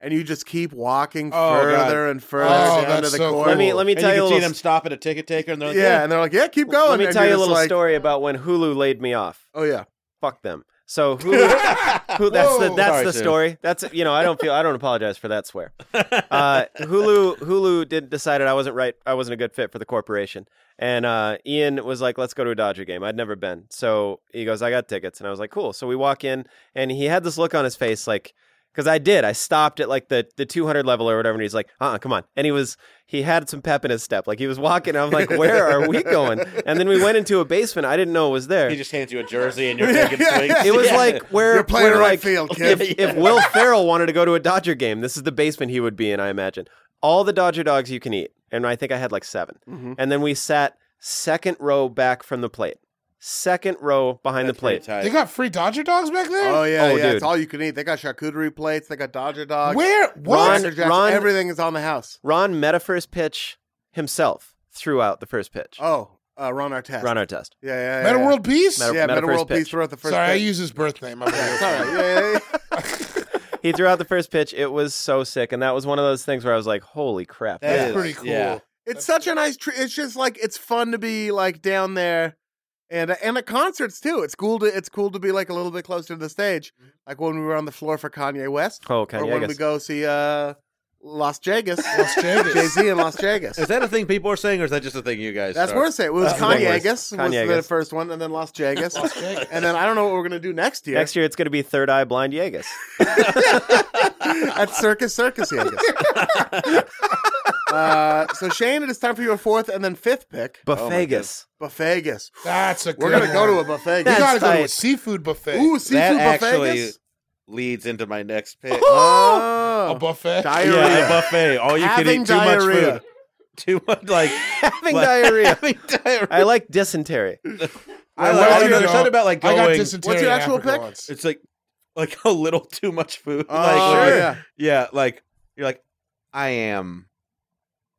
and you just keep walking Oh, further and further Oh, down to that's the so court. cool. Let me let me And tell you you, can a see little. them stop at a ticket taker, and they're like, yeah, and they're like, yeah, keep going. Let me and tell you're you a just little like, story about when Hulu laid me off. Oh yeah, Fuck them. [LAUGHS] So Hulu, [LAUGHS] Who, that's the Whoa. that's Sorry, the Sue. story. That's you know I don't feel I don't apologize for that swear. Uh, Hulu Hulu did decided I wasn't right. I wasn't a good fit for the corporation. And uh, Ian was like, "Let's go to a Dodger game." I'd never been, so he goes, "I got tickets," and I was like, "Cool." So we walk in, and he had this look on his face, like because I did. I stopped at like the the 200 level or whatever, and he's like, "Uh, uh come on." And he was he had some pep in his step, like he was walking. I'm like, "Where are we going?" And then we went into a basement I didn't know was there. He just hands you a jersey, [LAUGHS] and you're taking swings. It was Yeah. like where You're playing where, in right like, field, If, kid. if Will Farrell wanted to go to a Dodger game, this is the basement he would be in, I imagine. All the Dodger dogs you can eat, and I think I had like 7 Mm-hmm. And then we sat second row back from the plate, second row behind [LAUGHS] That's the plate. pretty tight. They got free Dodger dogs back there. oh yeah, Oh, yeah. It's dude. all you can eat. They got charcuterie plates. They got Dodger dogs. Where? Ron, What? Ron- Ron- everything is on the house. Ron met a first pitch himself throughout the first pitch. Oh, uh, Ron Artest. Ron our test. Yeah, yeah, yeah. Meta yeah. World Peace. Meta- yeah, Meta First World Peace Pitch. throughout the first. Sorry, I pitch. use his birth name. I'm It's really- all right. [LAUGHS] Yeah, yeah, yeah. He threw out the first pitch. It was so sick, and that was one of those things where I was like, "Holy crap!" That That's is- pretty cool. yeah. It's such a nice. Tr- it's just like it's fun to be like down there, and and at concerts too. It's cool to it's cool to be like a little bit closer to the stage, like when we were on the floor for Kanye West, Oh, okay. or yeah, I when we guess. go see uh Las Vegas, Las Vegas. Jay Z in Las Vegas. Is that a thing people are saying, or is that just a thing you guys? That's are? worth it. It was That's way Kanye worse. Vegas was Kanye the Vegas. first one, and then Las Vegas, Las Vegas. and then I don't know what we're gonna do next year. Next year it's going to be Third Eye Blind Yegus. Oh at Circus Circus [LAUGHS] Vegas. uh, so Shane, it is time for your fourth and then fifth pick, Oh, Bufagus. Buffegas. That's a good We're gonna go to a one. buffet. We gotta go to a tight. seafood buffet. Ooh, seafood That actually buffet. leads into my next [LAUGHS] pick. a Oh, buffet. diarrhea. yeah, a buffet. All you Having can eat. Too diarrhea. much food. [LAUGHS] Too much. Like Having What? diarrhea. [LAUGHS] having diarrhea. I like dysentery. I, Well, like, what's I don't your- understand about like I got going. dysentery. What's your in actual Africa pick? once. It's like like a little too much food. Oh, like when you're- yeah. yeah, like you're like I am.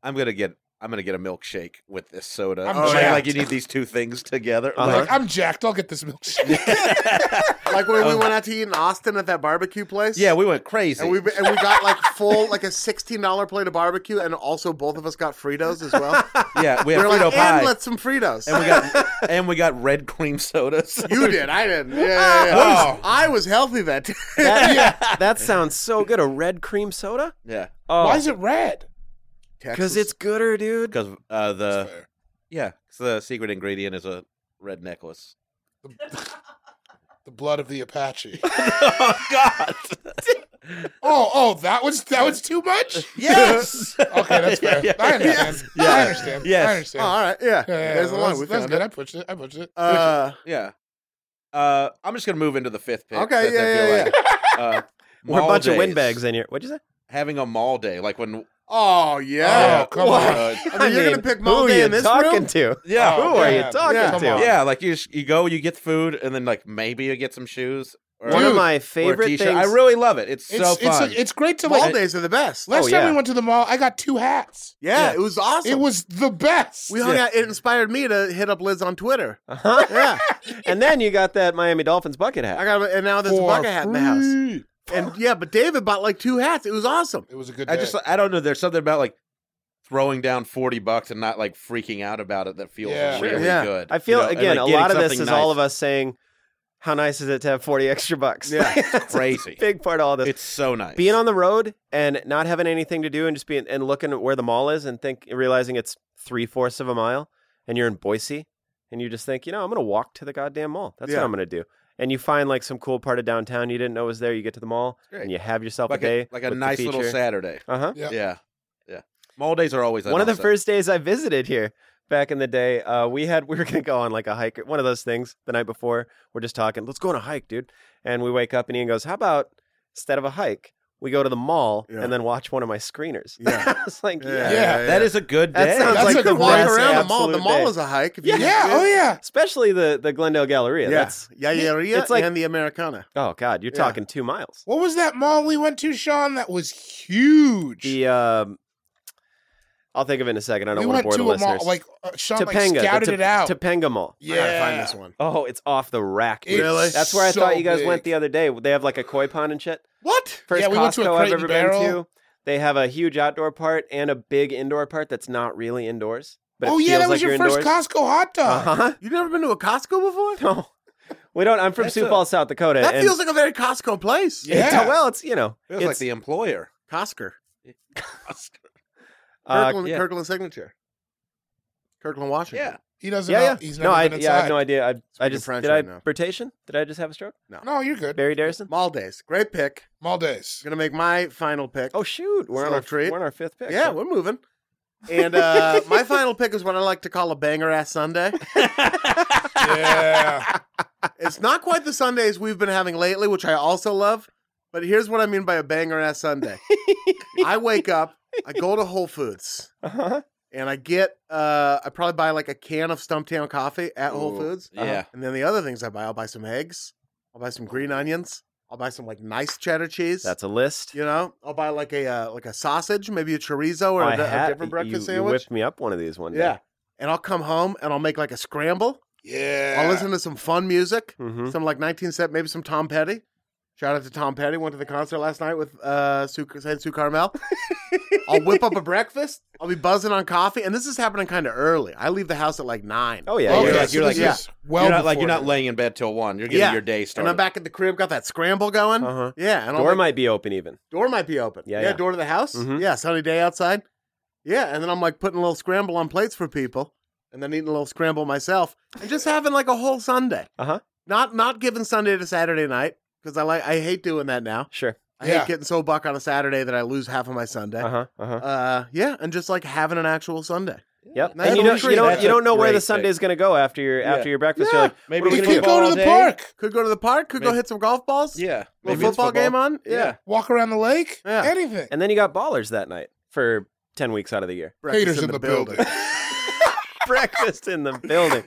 I'm gonna get. I'm gonna get a milkshake with this soda. I'm Like- like jacked. you need these two things together. Uh-huh. Like, Like, I'm jacked. I'll get [LAUGHS] this milkshake. Like when we went out to eat in Austin at that barbecue place. [LAUGHS] Oh. yeah, we went crazy. And we and we got like full like a sixteen dollar plate of barbecue, and also both of us got Fritos as well. [LAUGHS] yeah, we We had [LAUGHS] were Frito like, pie, and let's some Fritos. and we got and we got red cream sodas. [LAUGHS] you did, I didn't. Yeah, yeah, yeah. Wow. I was healthy that day. [LAUGHS] That, that sounds so good. A red cream soda? yeah, Oh, Why is it red? Because it's gooder, dude. because uh, the yeah, 'cause the secret ingredient is a red necklace. The blood of the Apache. oh God! Oh, oh, that was that was [LAUGHS] too much. [LAUGHS] yes. Okay, that's fair. Yeah, I understand. yeah. I understand. Yes. I Oh, understand. all right, yeah. [LAUGHS] Yeah, yeah, There's a that line. was- We That's found good. it. I pushed it. I pushed it. Uh, Yeah. Uh, I'm just gonna move into the fifth pick. Okay, since I yeah, feel like, uh, We're a mall bunch of days. windbags in here. What'd you say? Having a mall day, like when oh yeah. Oh, come on. uh, [LAUGHS] I mean, you're mean, gonna pick Who Mall are Day you in this talking room? to? yeah, Oh, Who are you damn. talking Yeah. to? yeah, like you just, you go, you get food, and then like maybe you get some shoes or, One of or my a favorite t-shirt. things. I really love it. It's, It's so it's fun. like, it's great to Mall like. days are the best. Last Oh, time yeah. we went to the mall, I got two hats. Yeah, it was awesome. It was the best. We hung Yeah. out. It inspired me to hit up Liz on Twitter. [LAUGHS] Uh-huh. Yeah, and then you got that Miami Dolphins bucket I hat. got. And now there's a For bucket hat in the house. free. And yeah, but David bought like two hats. It was awesome. It was a good. Day. I just I don't know. There's something about like throwing down forty bucks and not like freaking out about it that feels Yeah. really Yeah. good. I feel you know, and, again like, a getting lot of this something is nice. all of us saying, "How nice is it to have forty extra bucks?" [LAUGHS] Yeah. That's a Crazy. big part of all this. It's so nice. being on the road and not having anything to do and just being and looking at where the mall is and think realizing it's three fourths of a mile and you're in Boise and you just think, you know, I'm gonna walk to the goddamn mall. That's Yeah. what I'm gonna do. And you find like some cool part of downtown you didn't know was there. You get to the mall great. and you have yourself like a day, a, like a with the nice little feature. Saturday. Uh huh. Yep. Yeah, yeah. Mall days are always One of the awesome. first days I visited here back in the day, uh, we had [LAUGHS] we were gonna go on like a hike, one of those things. The night before, we're just talking. Let's go on a hike, dude. And we wake up and Ian goes, "How about instead of a hike, we go to the mall Yeah. and then watch one of my screeners?" Yeah. [LAUGHS] I was like, "Yeah." Yeah. That is a good That day. sounds That's like a the good walk best around the mall. The absolute mall day. is a hike. If you Yeah. yeah. Oh yeah. especially the the Glendale Galleria. yeah, That's yeah, yeah, yeah. It's like- and the Americana. oh god, you're Yeah. talking two miles. What was that mall we went to, Sean? That was huge. The um, I'll think of it in a second. I don't we want went to bore the a listeners. mall like uh, Sean Topanga, like the scouted Top- it out. Topanga Mall. yeah. I gotta find this one. Oh, it's off the rack. dude. It's Really? That's where I so thought you guys big. went the other day. They have like a koi pond and shit. What? First Yeah, we Costco went to a Crate I've and ever been Barrel. to. They have a huge outdoor part and a big indoor part that's not really indoors. But oh it yeah, feels that was like your you're first indoors. Costco hot dog. Uh-huh. [LAUGHS] You've never been to a Costco before? No, we don't. I'm from That's Sioux a- Falls, South Dakota. That and feels like a very Costco place. Yeah. [LAUGHS] It's- well, it's you know, Feels like it's the employer. Costco. uh, Kirkland, yeah. Kirkland signature. Kirkland, Washington. Yeah. He doesn't yeah, know. yeah. He's never no, I, been yeah, I have inside. no idea. I, I Speaking just French did I right now. rotation? Did I just have a stroke? no, you're good. Barry [LAUGHS] Darrison? Mall days. Great pick. Mall [LAUGHS] days. Gonna make my final pick. Oh shoot, we're It's on a our treat. we're on our fifth pick. yeah, huh? we're [LAUGHS] moving. And uh, my final pick is what I like to call a banger ass Sunday. yeah. It's not quite the Sundays we've been having lately, which I also love. But here's what I mean by a banger ass [LAUGHS] Sunday. I wake up, I go to Whole Foods, [LAUGHS] Uh-huh. and I get uh, I probably buy like a can of Stumptown coffee at Whole Ooh, Foods. Uh-huh. yeah. And then the other things I buy, I'll buy some eggs, I'll buy some green onions, I'll buy some like nice cheddar cheese. That's a list. You know, I'll buy like a uh, like a sausage, maybe a chorizo or a, I di- a had- different breakfast you, You sandwich. whipped me up one of these one day. yeah, and I'll come home and I'll make like a scramble. Yeah. I'll listen to some fun music, Mhm. some like 19th set, maybe some Tom Petty, Shout out to Tom Petty. Went to the concert last night with uh, Sue, said Sue Carmel. I'll whip [LAUGHS] up a breakfast. I'll be buzzing on coffee, and this is happening kind of early. I leave the house at like nine. Oh yeah, Oh, yeah. yeah, like- so you're this like- is well you're not like before you're not that. laying in bed till one. You're getting Yeah. your day started. and I'm back at the crib. Got that scramble going. Uh-huh. Yeah, and I'm Door like, might be open even. door might be open. Yeah, Yeah, yeah. door to the house. Mhm. Yeah, sunny day outside. Yeah, and then I'm like putting a little scramble on plates for people, and then eating a little scramble myself, and just having like a whole Sunday. Uh-huh. Not not giving Sunday to Saturday night because I like I hate doing that now. Sure. I Yeah. hate getting so buck on a Saturday that I lose half of my Sunday. Uh huh. Uh huh. Uh, yeah, and just like having an actual Sunday. Yep. Nice And you little don't you treat. don't That's you a don't know where great the thing. Sunday's going to go after your Yeah. after your breakfast. Yeah. You're like, Maybe What do We you're could we do? gonna get ball go all to the day. park, Could go to the park. Could go Maybe- hit some golf balls. Yeah, Little Maybe it's football, game on. Yeah. walk around the lake, Yeah. anything. and then you got ballers that night for ten weeks out of [LAUGHS] the year. Breakfast Haters in the, building. breakfast in the building.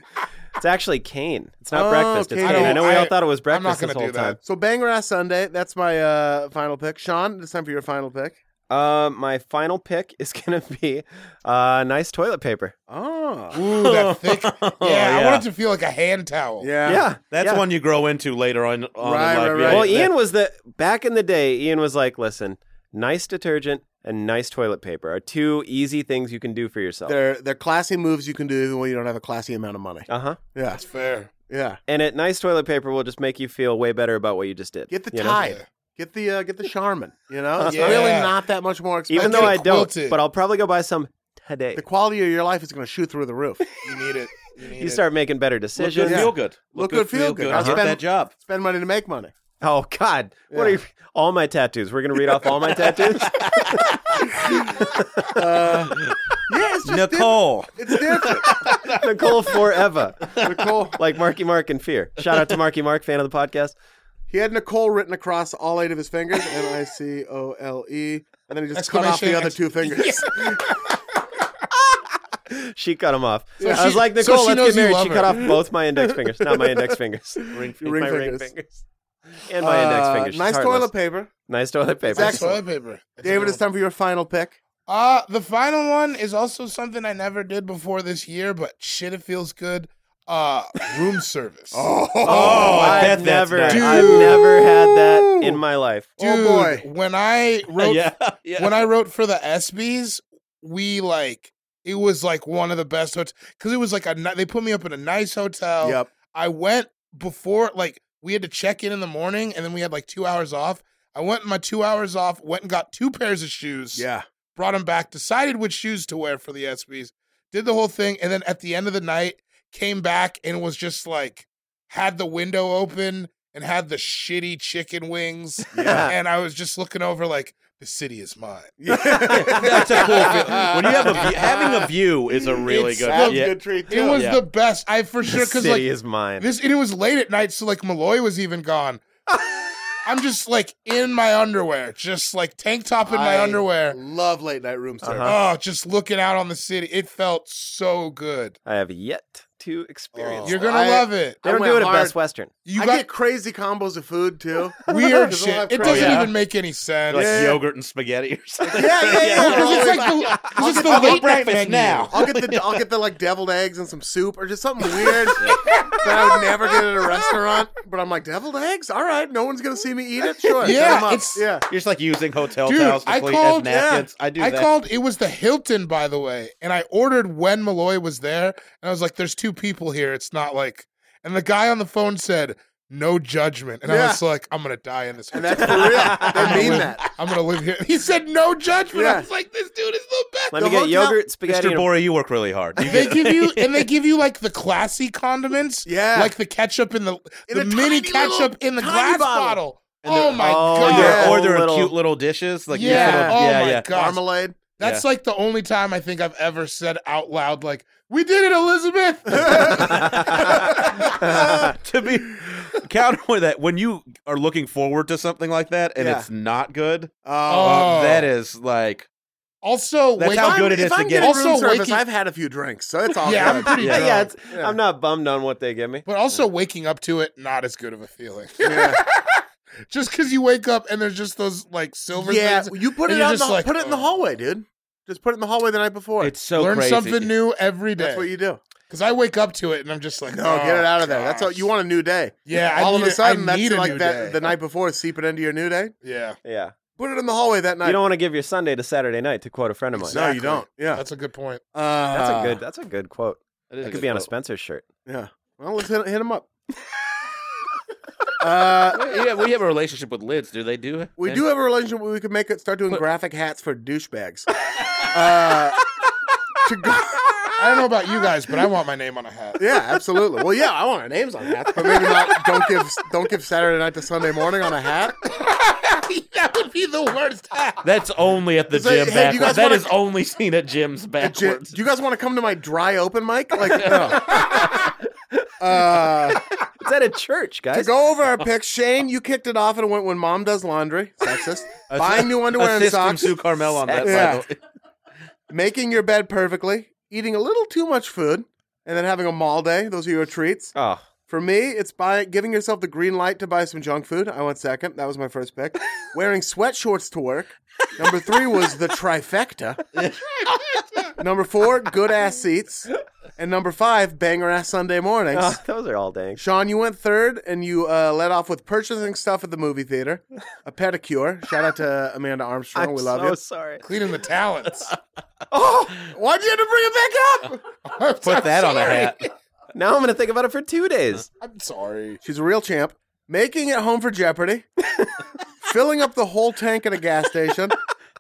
It's actually Kane. It's not Oh, breakfast. It's Kane. Kane. I, know we I- all thought it was I'm breakfast not this going to whole do that. So banger ass Sunday. That's my uh final pick. Sean, it's time for your final pick. time. Uh, my final pick is going to [LAUGHS] be uh, nice toilet paper. Oh, Ooh, that thick. Yeah, I yeah. want it to feel like a hand towel. yeah, yeah. That's Yeah. one you grow into later on. on Right, in life. right, Yeah, right. Well, that- Ian was the back in the day. Ian was like, "Listen, nice detergent and nice toilet paper are two easy things you can do for yourself." They're they're classy moves you can do even when you don't have a classy amount of money. Uh huh. Yeah, That's fair. yeah. And it nice toilet paper will just make you feel way better about what you just did. Get the you know? Tide. Get the uh, get the Charmin. You know, it's Yeah. really not that much more expensive. I even though get I it don't. quilted. But I'll probably go buy some today. the quality of your life is going to shoot through the roof. You need it. You, need You it. start making better Look decisions. good, Yeah. feel good. Look good, feel good. I I'll get spend- Uh-huh. that job. Spend money to make money. Oh God! What are Yeah. you? All my tattoos. We're gonna read off all my tattoos. Uh, yeah, it's just Nicole, Different. It's different. [LAUGHS] Nicole forever, Nicole, like Marky Mark and Fear. Shout out to Marky Mark, fan of the podcast. he had Nicole written across all eight of his fingers, N I C O L E, and then he just cut off Exclamation, the other ex- two fingers. [LAUGHS] She cut him off. So I was she- like, so Nicole, she let's knows get you married. love She cut her. off both [LAUGHS] my index fingers, not my index fingers, ring, Your ring my fingers. ring fingers, and my index Uh, fingers. She's Nice heartless. toilet paper. Nice toilet paper. That's Excellent. toilet paper. That's David, good it's time for your final pick. Uh, the final one is also something I never did before this year, but shit, it feels good. Uh, room service. oh, Oh, I bet I've that's never, nice. I've Dude. never had that in my [LAUGHS] life. dude, boy. when I wrote, yeah, [LAUGHS] yeah. when I wrote for the ESPYS, we like it was like one of the best hotels because it was like a ni- they put me up in a nice hotel. Yep. I went before like we had to check in in the morning, and then we had like two hours off. I went my two hours off, went and got two pairs of shoes. Yeah. brought him back, decided which shoes to wear for the ESPYs, did the whole thing, and then at the end of the night came back and was just like had the window open and had the shitty chicken wings, [LAUGHS] and I was just looking over like the city is mine. [LAUGHS] [LAUGHS] that's a cool feel. When you have a view, having a view is a really It's good. so yeah. good treat. It was Yeah. the best. I for sure The because city like is mine. this, and it was late at night, so like Malloy was [LAUGHS] even gone. I'm just like in my underwear, just like tank top in my I underwear. Love late night room service. Uh-huh. Oh, just looking out on the city. It felt so good. I have yet to experience. Oh. You're gonna I- love it. they I don't went do it at hard. Best Western. You I got get crazy combos of food [LAUGHS] too. weird There's a lot shit. of It crazy- doesn't Yeah. even make any sense. Like Yeah. yogurt and spaghetti or something. Yeah, yeah, yeah. Well, 'cause it's I'll like [LAUGHS] the, 'cause it's the I'll get late night breakfast menu. now. I'll get the I'll get the like deviled eggs and some soup or just [LAUGHS] something weird that I would never get at a restaurant. But I'm like deviled eggs. All right, no one's gonna see me eat it. Sure, Yeah, them up. it's- yeah. [LAUGHS] You're just like using hotel Dude, towels to I clean called- as napkins. I do I that. called. It was the Hilton, by the way, and I ordered when Malloy was there, and I was like, "There's two people here. It's not like." And the guy on the phone said, "No judgment," and I Yeah. was like, "I'm gonna die in this." And hotel. that's for real. I'm [LAUGHS] They gonna mean live- that. I'm gonna live here. He said, "No judgment." I Yeah. was like, "This dude is the best." Let The me get hotel- yogurt, spaghetti, Mr. and Bora, you work really hard. You They get, [LAUGHS] give you and they give you like the classy condiments, Yeah. like the ketchup in the In the a tiny mini ketchup little in the tiny glass bottle. bottle. And Oh they're- my oh, god! yeah. or there are Little- cute little dishes. Like yeah. Little, Oh yeah, my yeah. god. Marmalade. That's like the only time I think I've ever said out loud, like, "We did it, [LAUGHS] Elizabeth." [LAUGHS] to be [LAUGHS] counter that when you are looking forward to something like that and Yeah. it's not good, Oh. that is like also, That's wait, how I'm- good it is if to I'm get- getting room Also service, waking- I've had a few drinks, so it's all yeah, I'm good. pretty [LAUGHS] yeah, drunk. yeah, it's, Yeah. I'm not bummed on what they give me. But also waking up to it, not as good of a feeling. Yeah. [LAUGHS] just because you wake up and there's just those like silver yeah, things. you put and it you're out in the, just like, put it in the oh. hallway, dude. Just put it in the hallway the night before. it's so Learn crazy. something new every day. That's what you do. Because I wake up to it and I'm just like, No, get "Oh, it out of there. That's all gosh." you want a new day. Yeah, I all need of a it- I sudden, that's need a like new that. day. The night before, seep it into your new day. Yeah, Yeah. Put it in the hallway that night. You don't want to give your Sunday to Saturday night, to quote a friend of mine. no, Exactly. you don't. Yeah, that's a good point. That's Uh, a good. Uh, That's a good quote. That could be on a Spencer shirt. yeah. Well, let's hit, hit him [LAUGHS] up. uh, [LAUGHS] yeah, we have a relationship with lids. Do they do it? we do have a relationship where we can make it start doing graphic hats for [LAUGHS] douchebags. Uh, I don't know about you guys, but I want my name on [LAUGHS] a hat. Yeah, absolutely. Well, yeah, I want our names on hats, but maybe not. Don't give don't give Saturday night to Sunday morning on a hat. [LAUGHS] that would be the worst hat. That's only at the So, hey, gym do you backwards. guys That wanna- is only seen at gyms J- backwards. do you guys want to come to my dry open mic? Like, [LAUGHS] no. uh, It's at a [LAUGHS] church, to guys. go over our picks, Shane, you kicked it off and went when mom does laundry. Sexist. Buying new underwear and Assist from socks. Sue Carmel on that. by Yeah. [LAUGHS] the way. Making your bed perfectly. Eating a little too much food. And then having a mall day. Those are your treats. Oh, [LAUGHS] For me, it's by giving yourself the green light to buy some junk food. I went second. That was my first [LAUGHS] pick. Wearing sweatshorts to work. Number three was the [LAUGHS] trifecta. number four, good ass seats. And number five, banger ass Sunday mornings. oh, [LAUGHS] those are all dang. Sean, you went third and you uh, led off with purchasing stuff at the movie theater, a pedicure. Shout out to Amanda Armstrong. I'm we love so you. sorry. Cleaning [LAUGHS] the talents. Why'd you have to bring it back up? [LAUGHS] Put that on a hat. Now I'm gonna think about it for two [LAUGHS] days. I'm sorry. She's a real champ. Making it home for [LAUGHS] Jeopardy, filling up the whole tank at a gas station,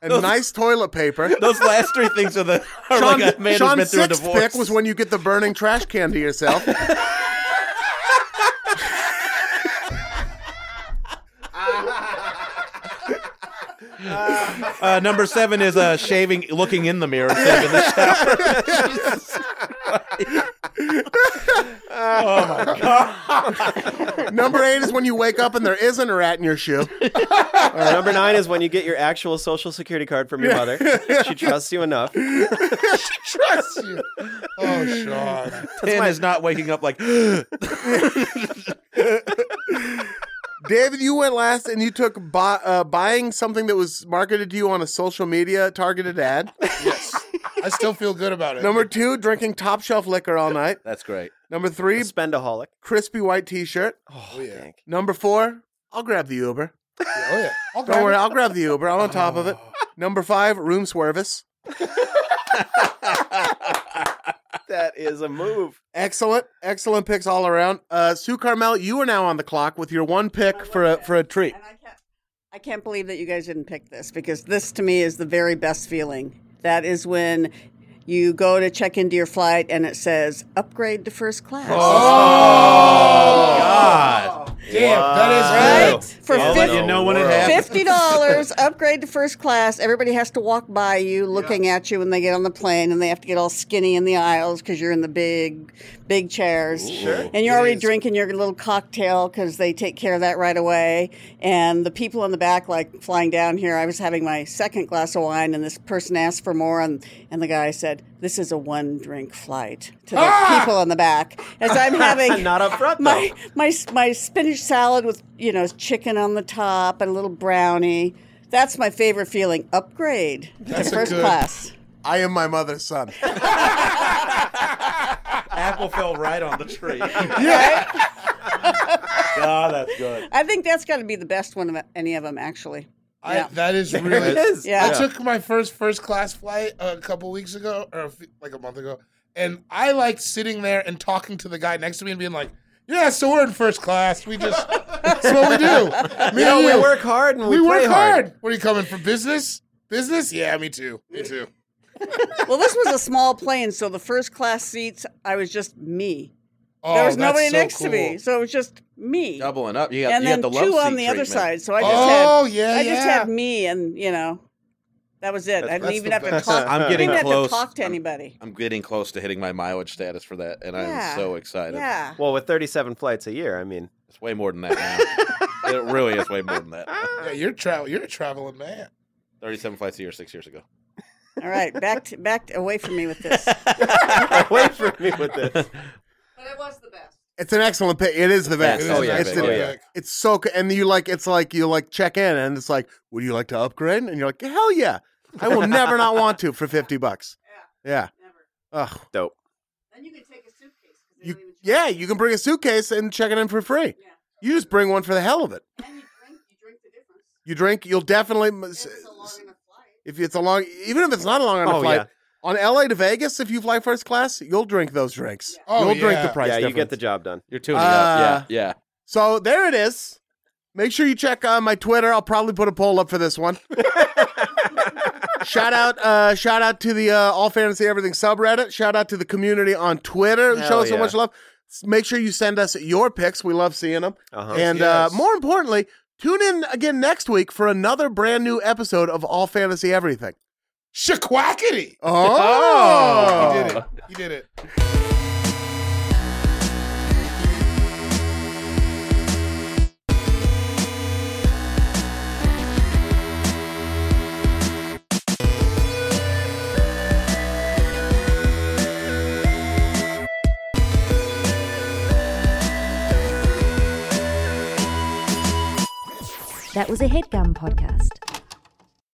and nice toilet paper. [LAUGHS] Those last three things are the are like a man Sean's who's been through a sixth divorce. pick was when you get the burning trash can to yourself. Uh, number seven is uh, shaving, looking in the mirror instead of [LAUGHS] in the shower. Jesus Christ. oh my god! Number eight is when you wake up and there isn't a rat in your shoe. Number nine is when you get your actual social security card from your mother. [LAUGHS] She trusts you enough. Trust you. Oh, Sean. Ten is not waking up like [GASPS] David, you went last and you took bu- uh, buying something that was marketed to you on a social media targeted ad. I still feel good about it. Number two, drinking top shelf liquor all night. that's great. Number three, Spendaholic. crispy white t shirt. oh, yeah. Dang. Number four, I'll grab the Uber. Yeah, Oh, yeah. I'll grab Don't worry, it. I'll grab the Uber. I'm on top of it. Number five, room service. That is a move. Excellent, excellent picks all around. Uh, Sue Carmel, you are now on the clock with your one pick for a for a treat. And I can't, I can't believe that you guys didn't pick this because this to me is the very best feeling. That is when you go to check into your flight and it says upgrade to first class. Oh, God, Damn, that is Right? For Yeah, fif- no. you know when it World. happens. fifty dollars, upgrade to first class. Everybody has to walk by you, looking at you when they get on the plane, and they have to get all skinny in the aisles because you're in the big, big chairs. Sure. And you're already Yes. drinking your little cocktail because they take care of that right away. And the people in the back, like flying down here, I was having my second glass of wine, and this person asked for more, and and the guy said, "This is a one drink flight." To the people in the back, as I'm [LAUGHS] having Not up front, my Oh. my my spinach salad with you know chicken on the top and a little brownie. That's my favorite feeling. Upgrade That's a to first good- class. I am my mother's son. Apple fell right on the tree. God, that's good. I think that's got to be the best one of any of them, actually. I, Yeah. That is really. It is. Yeah. I took my first first class flight a couple weeks ago, or a few- like a month ago, and I liked sitting there and talking to the guy next to me and being like, "Yeah, so we're in first class. We just that's what we do. Me You know, and we you. work hard and we, We work play hard. What are you coming for business? Business? Yeah, me too. Me too. Well, this was a small plane, so the first class seats, I was just me. Oh, there was that's nobody so next to cool. me, so it was just [LAUGHS] me. Doubling up. You got, and you then had the two love on the seat other treatment. side. So I just Oh had, yeah, I yeah. just had me, and you know, that was it. I that's didn't even the have to best. talk. I'm I getting didn't close. have to talk to I'm- anybody. I'm getting close to hitting my mileage status for that, and Yeah. I'm so excited. Yeah. Well, with 37 flights a year, I [LAUGHS] mean, It's way more than [LAUGHS] that now. it really is way more than that. Yeah, you're travel. You're a traveling man. 37 flights a year, six years ago. All right, back to, back to, away from me [LAUGHS] with this. wait for me with this. But it was the best. It's an excellent pick. It is the best. It is Oh, an yeah, it's, big, excellent oh, yeah. pick. it's so good. And you like, it's like, you like check in and it's like, would you like to upgrade? And you're like, hell yeah. I will never not want to for 50 bucks. [LAUGHS] Yeah. Ugh. Dope. Then you can take a sip You, yeah, you can bring a suitcase and check it in for free. You just bring one for the hell of it. And you drink, you drink the difference. You drink, you'll definitely. If it's a long enough flight. if it's a long, even if it's not a long enough Oh, flight, yeah. on LA to Vegas, if you fly first class, you'll drink those drinks. Oh, you'll drink the yeah. price. yeah, you difference. get the job done. You're tuning Uh, up. Yeah, yeah. So there it is. Make sure you check on my Twitter. I'll probably put a poll up for this [LAUGHS] one. shout out, uh, shout out to the uh, All Fantasy Everything subreddit. Shout out to the community on Twitter. Hell Show us so yeah. much love. S- Make sure you send us your picks. We love seeing them. Uh-huh. and uh, yes. more importantly, tune in again next week for another brand new episode of All Fantasy Everything. [LAUGHS] Shaquackity. Oh, He did it. He did it. That was a headgum podcast.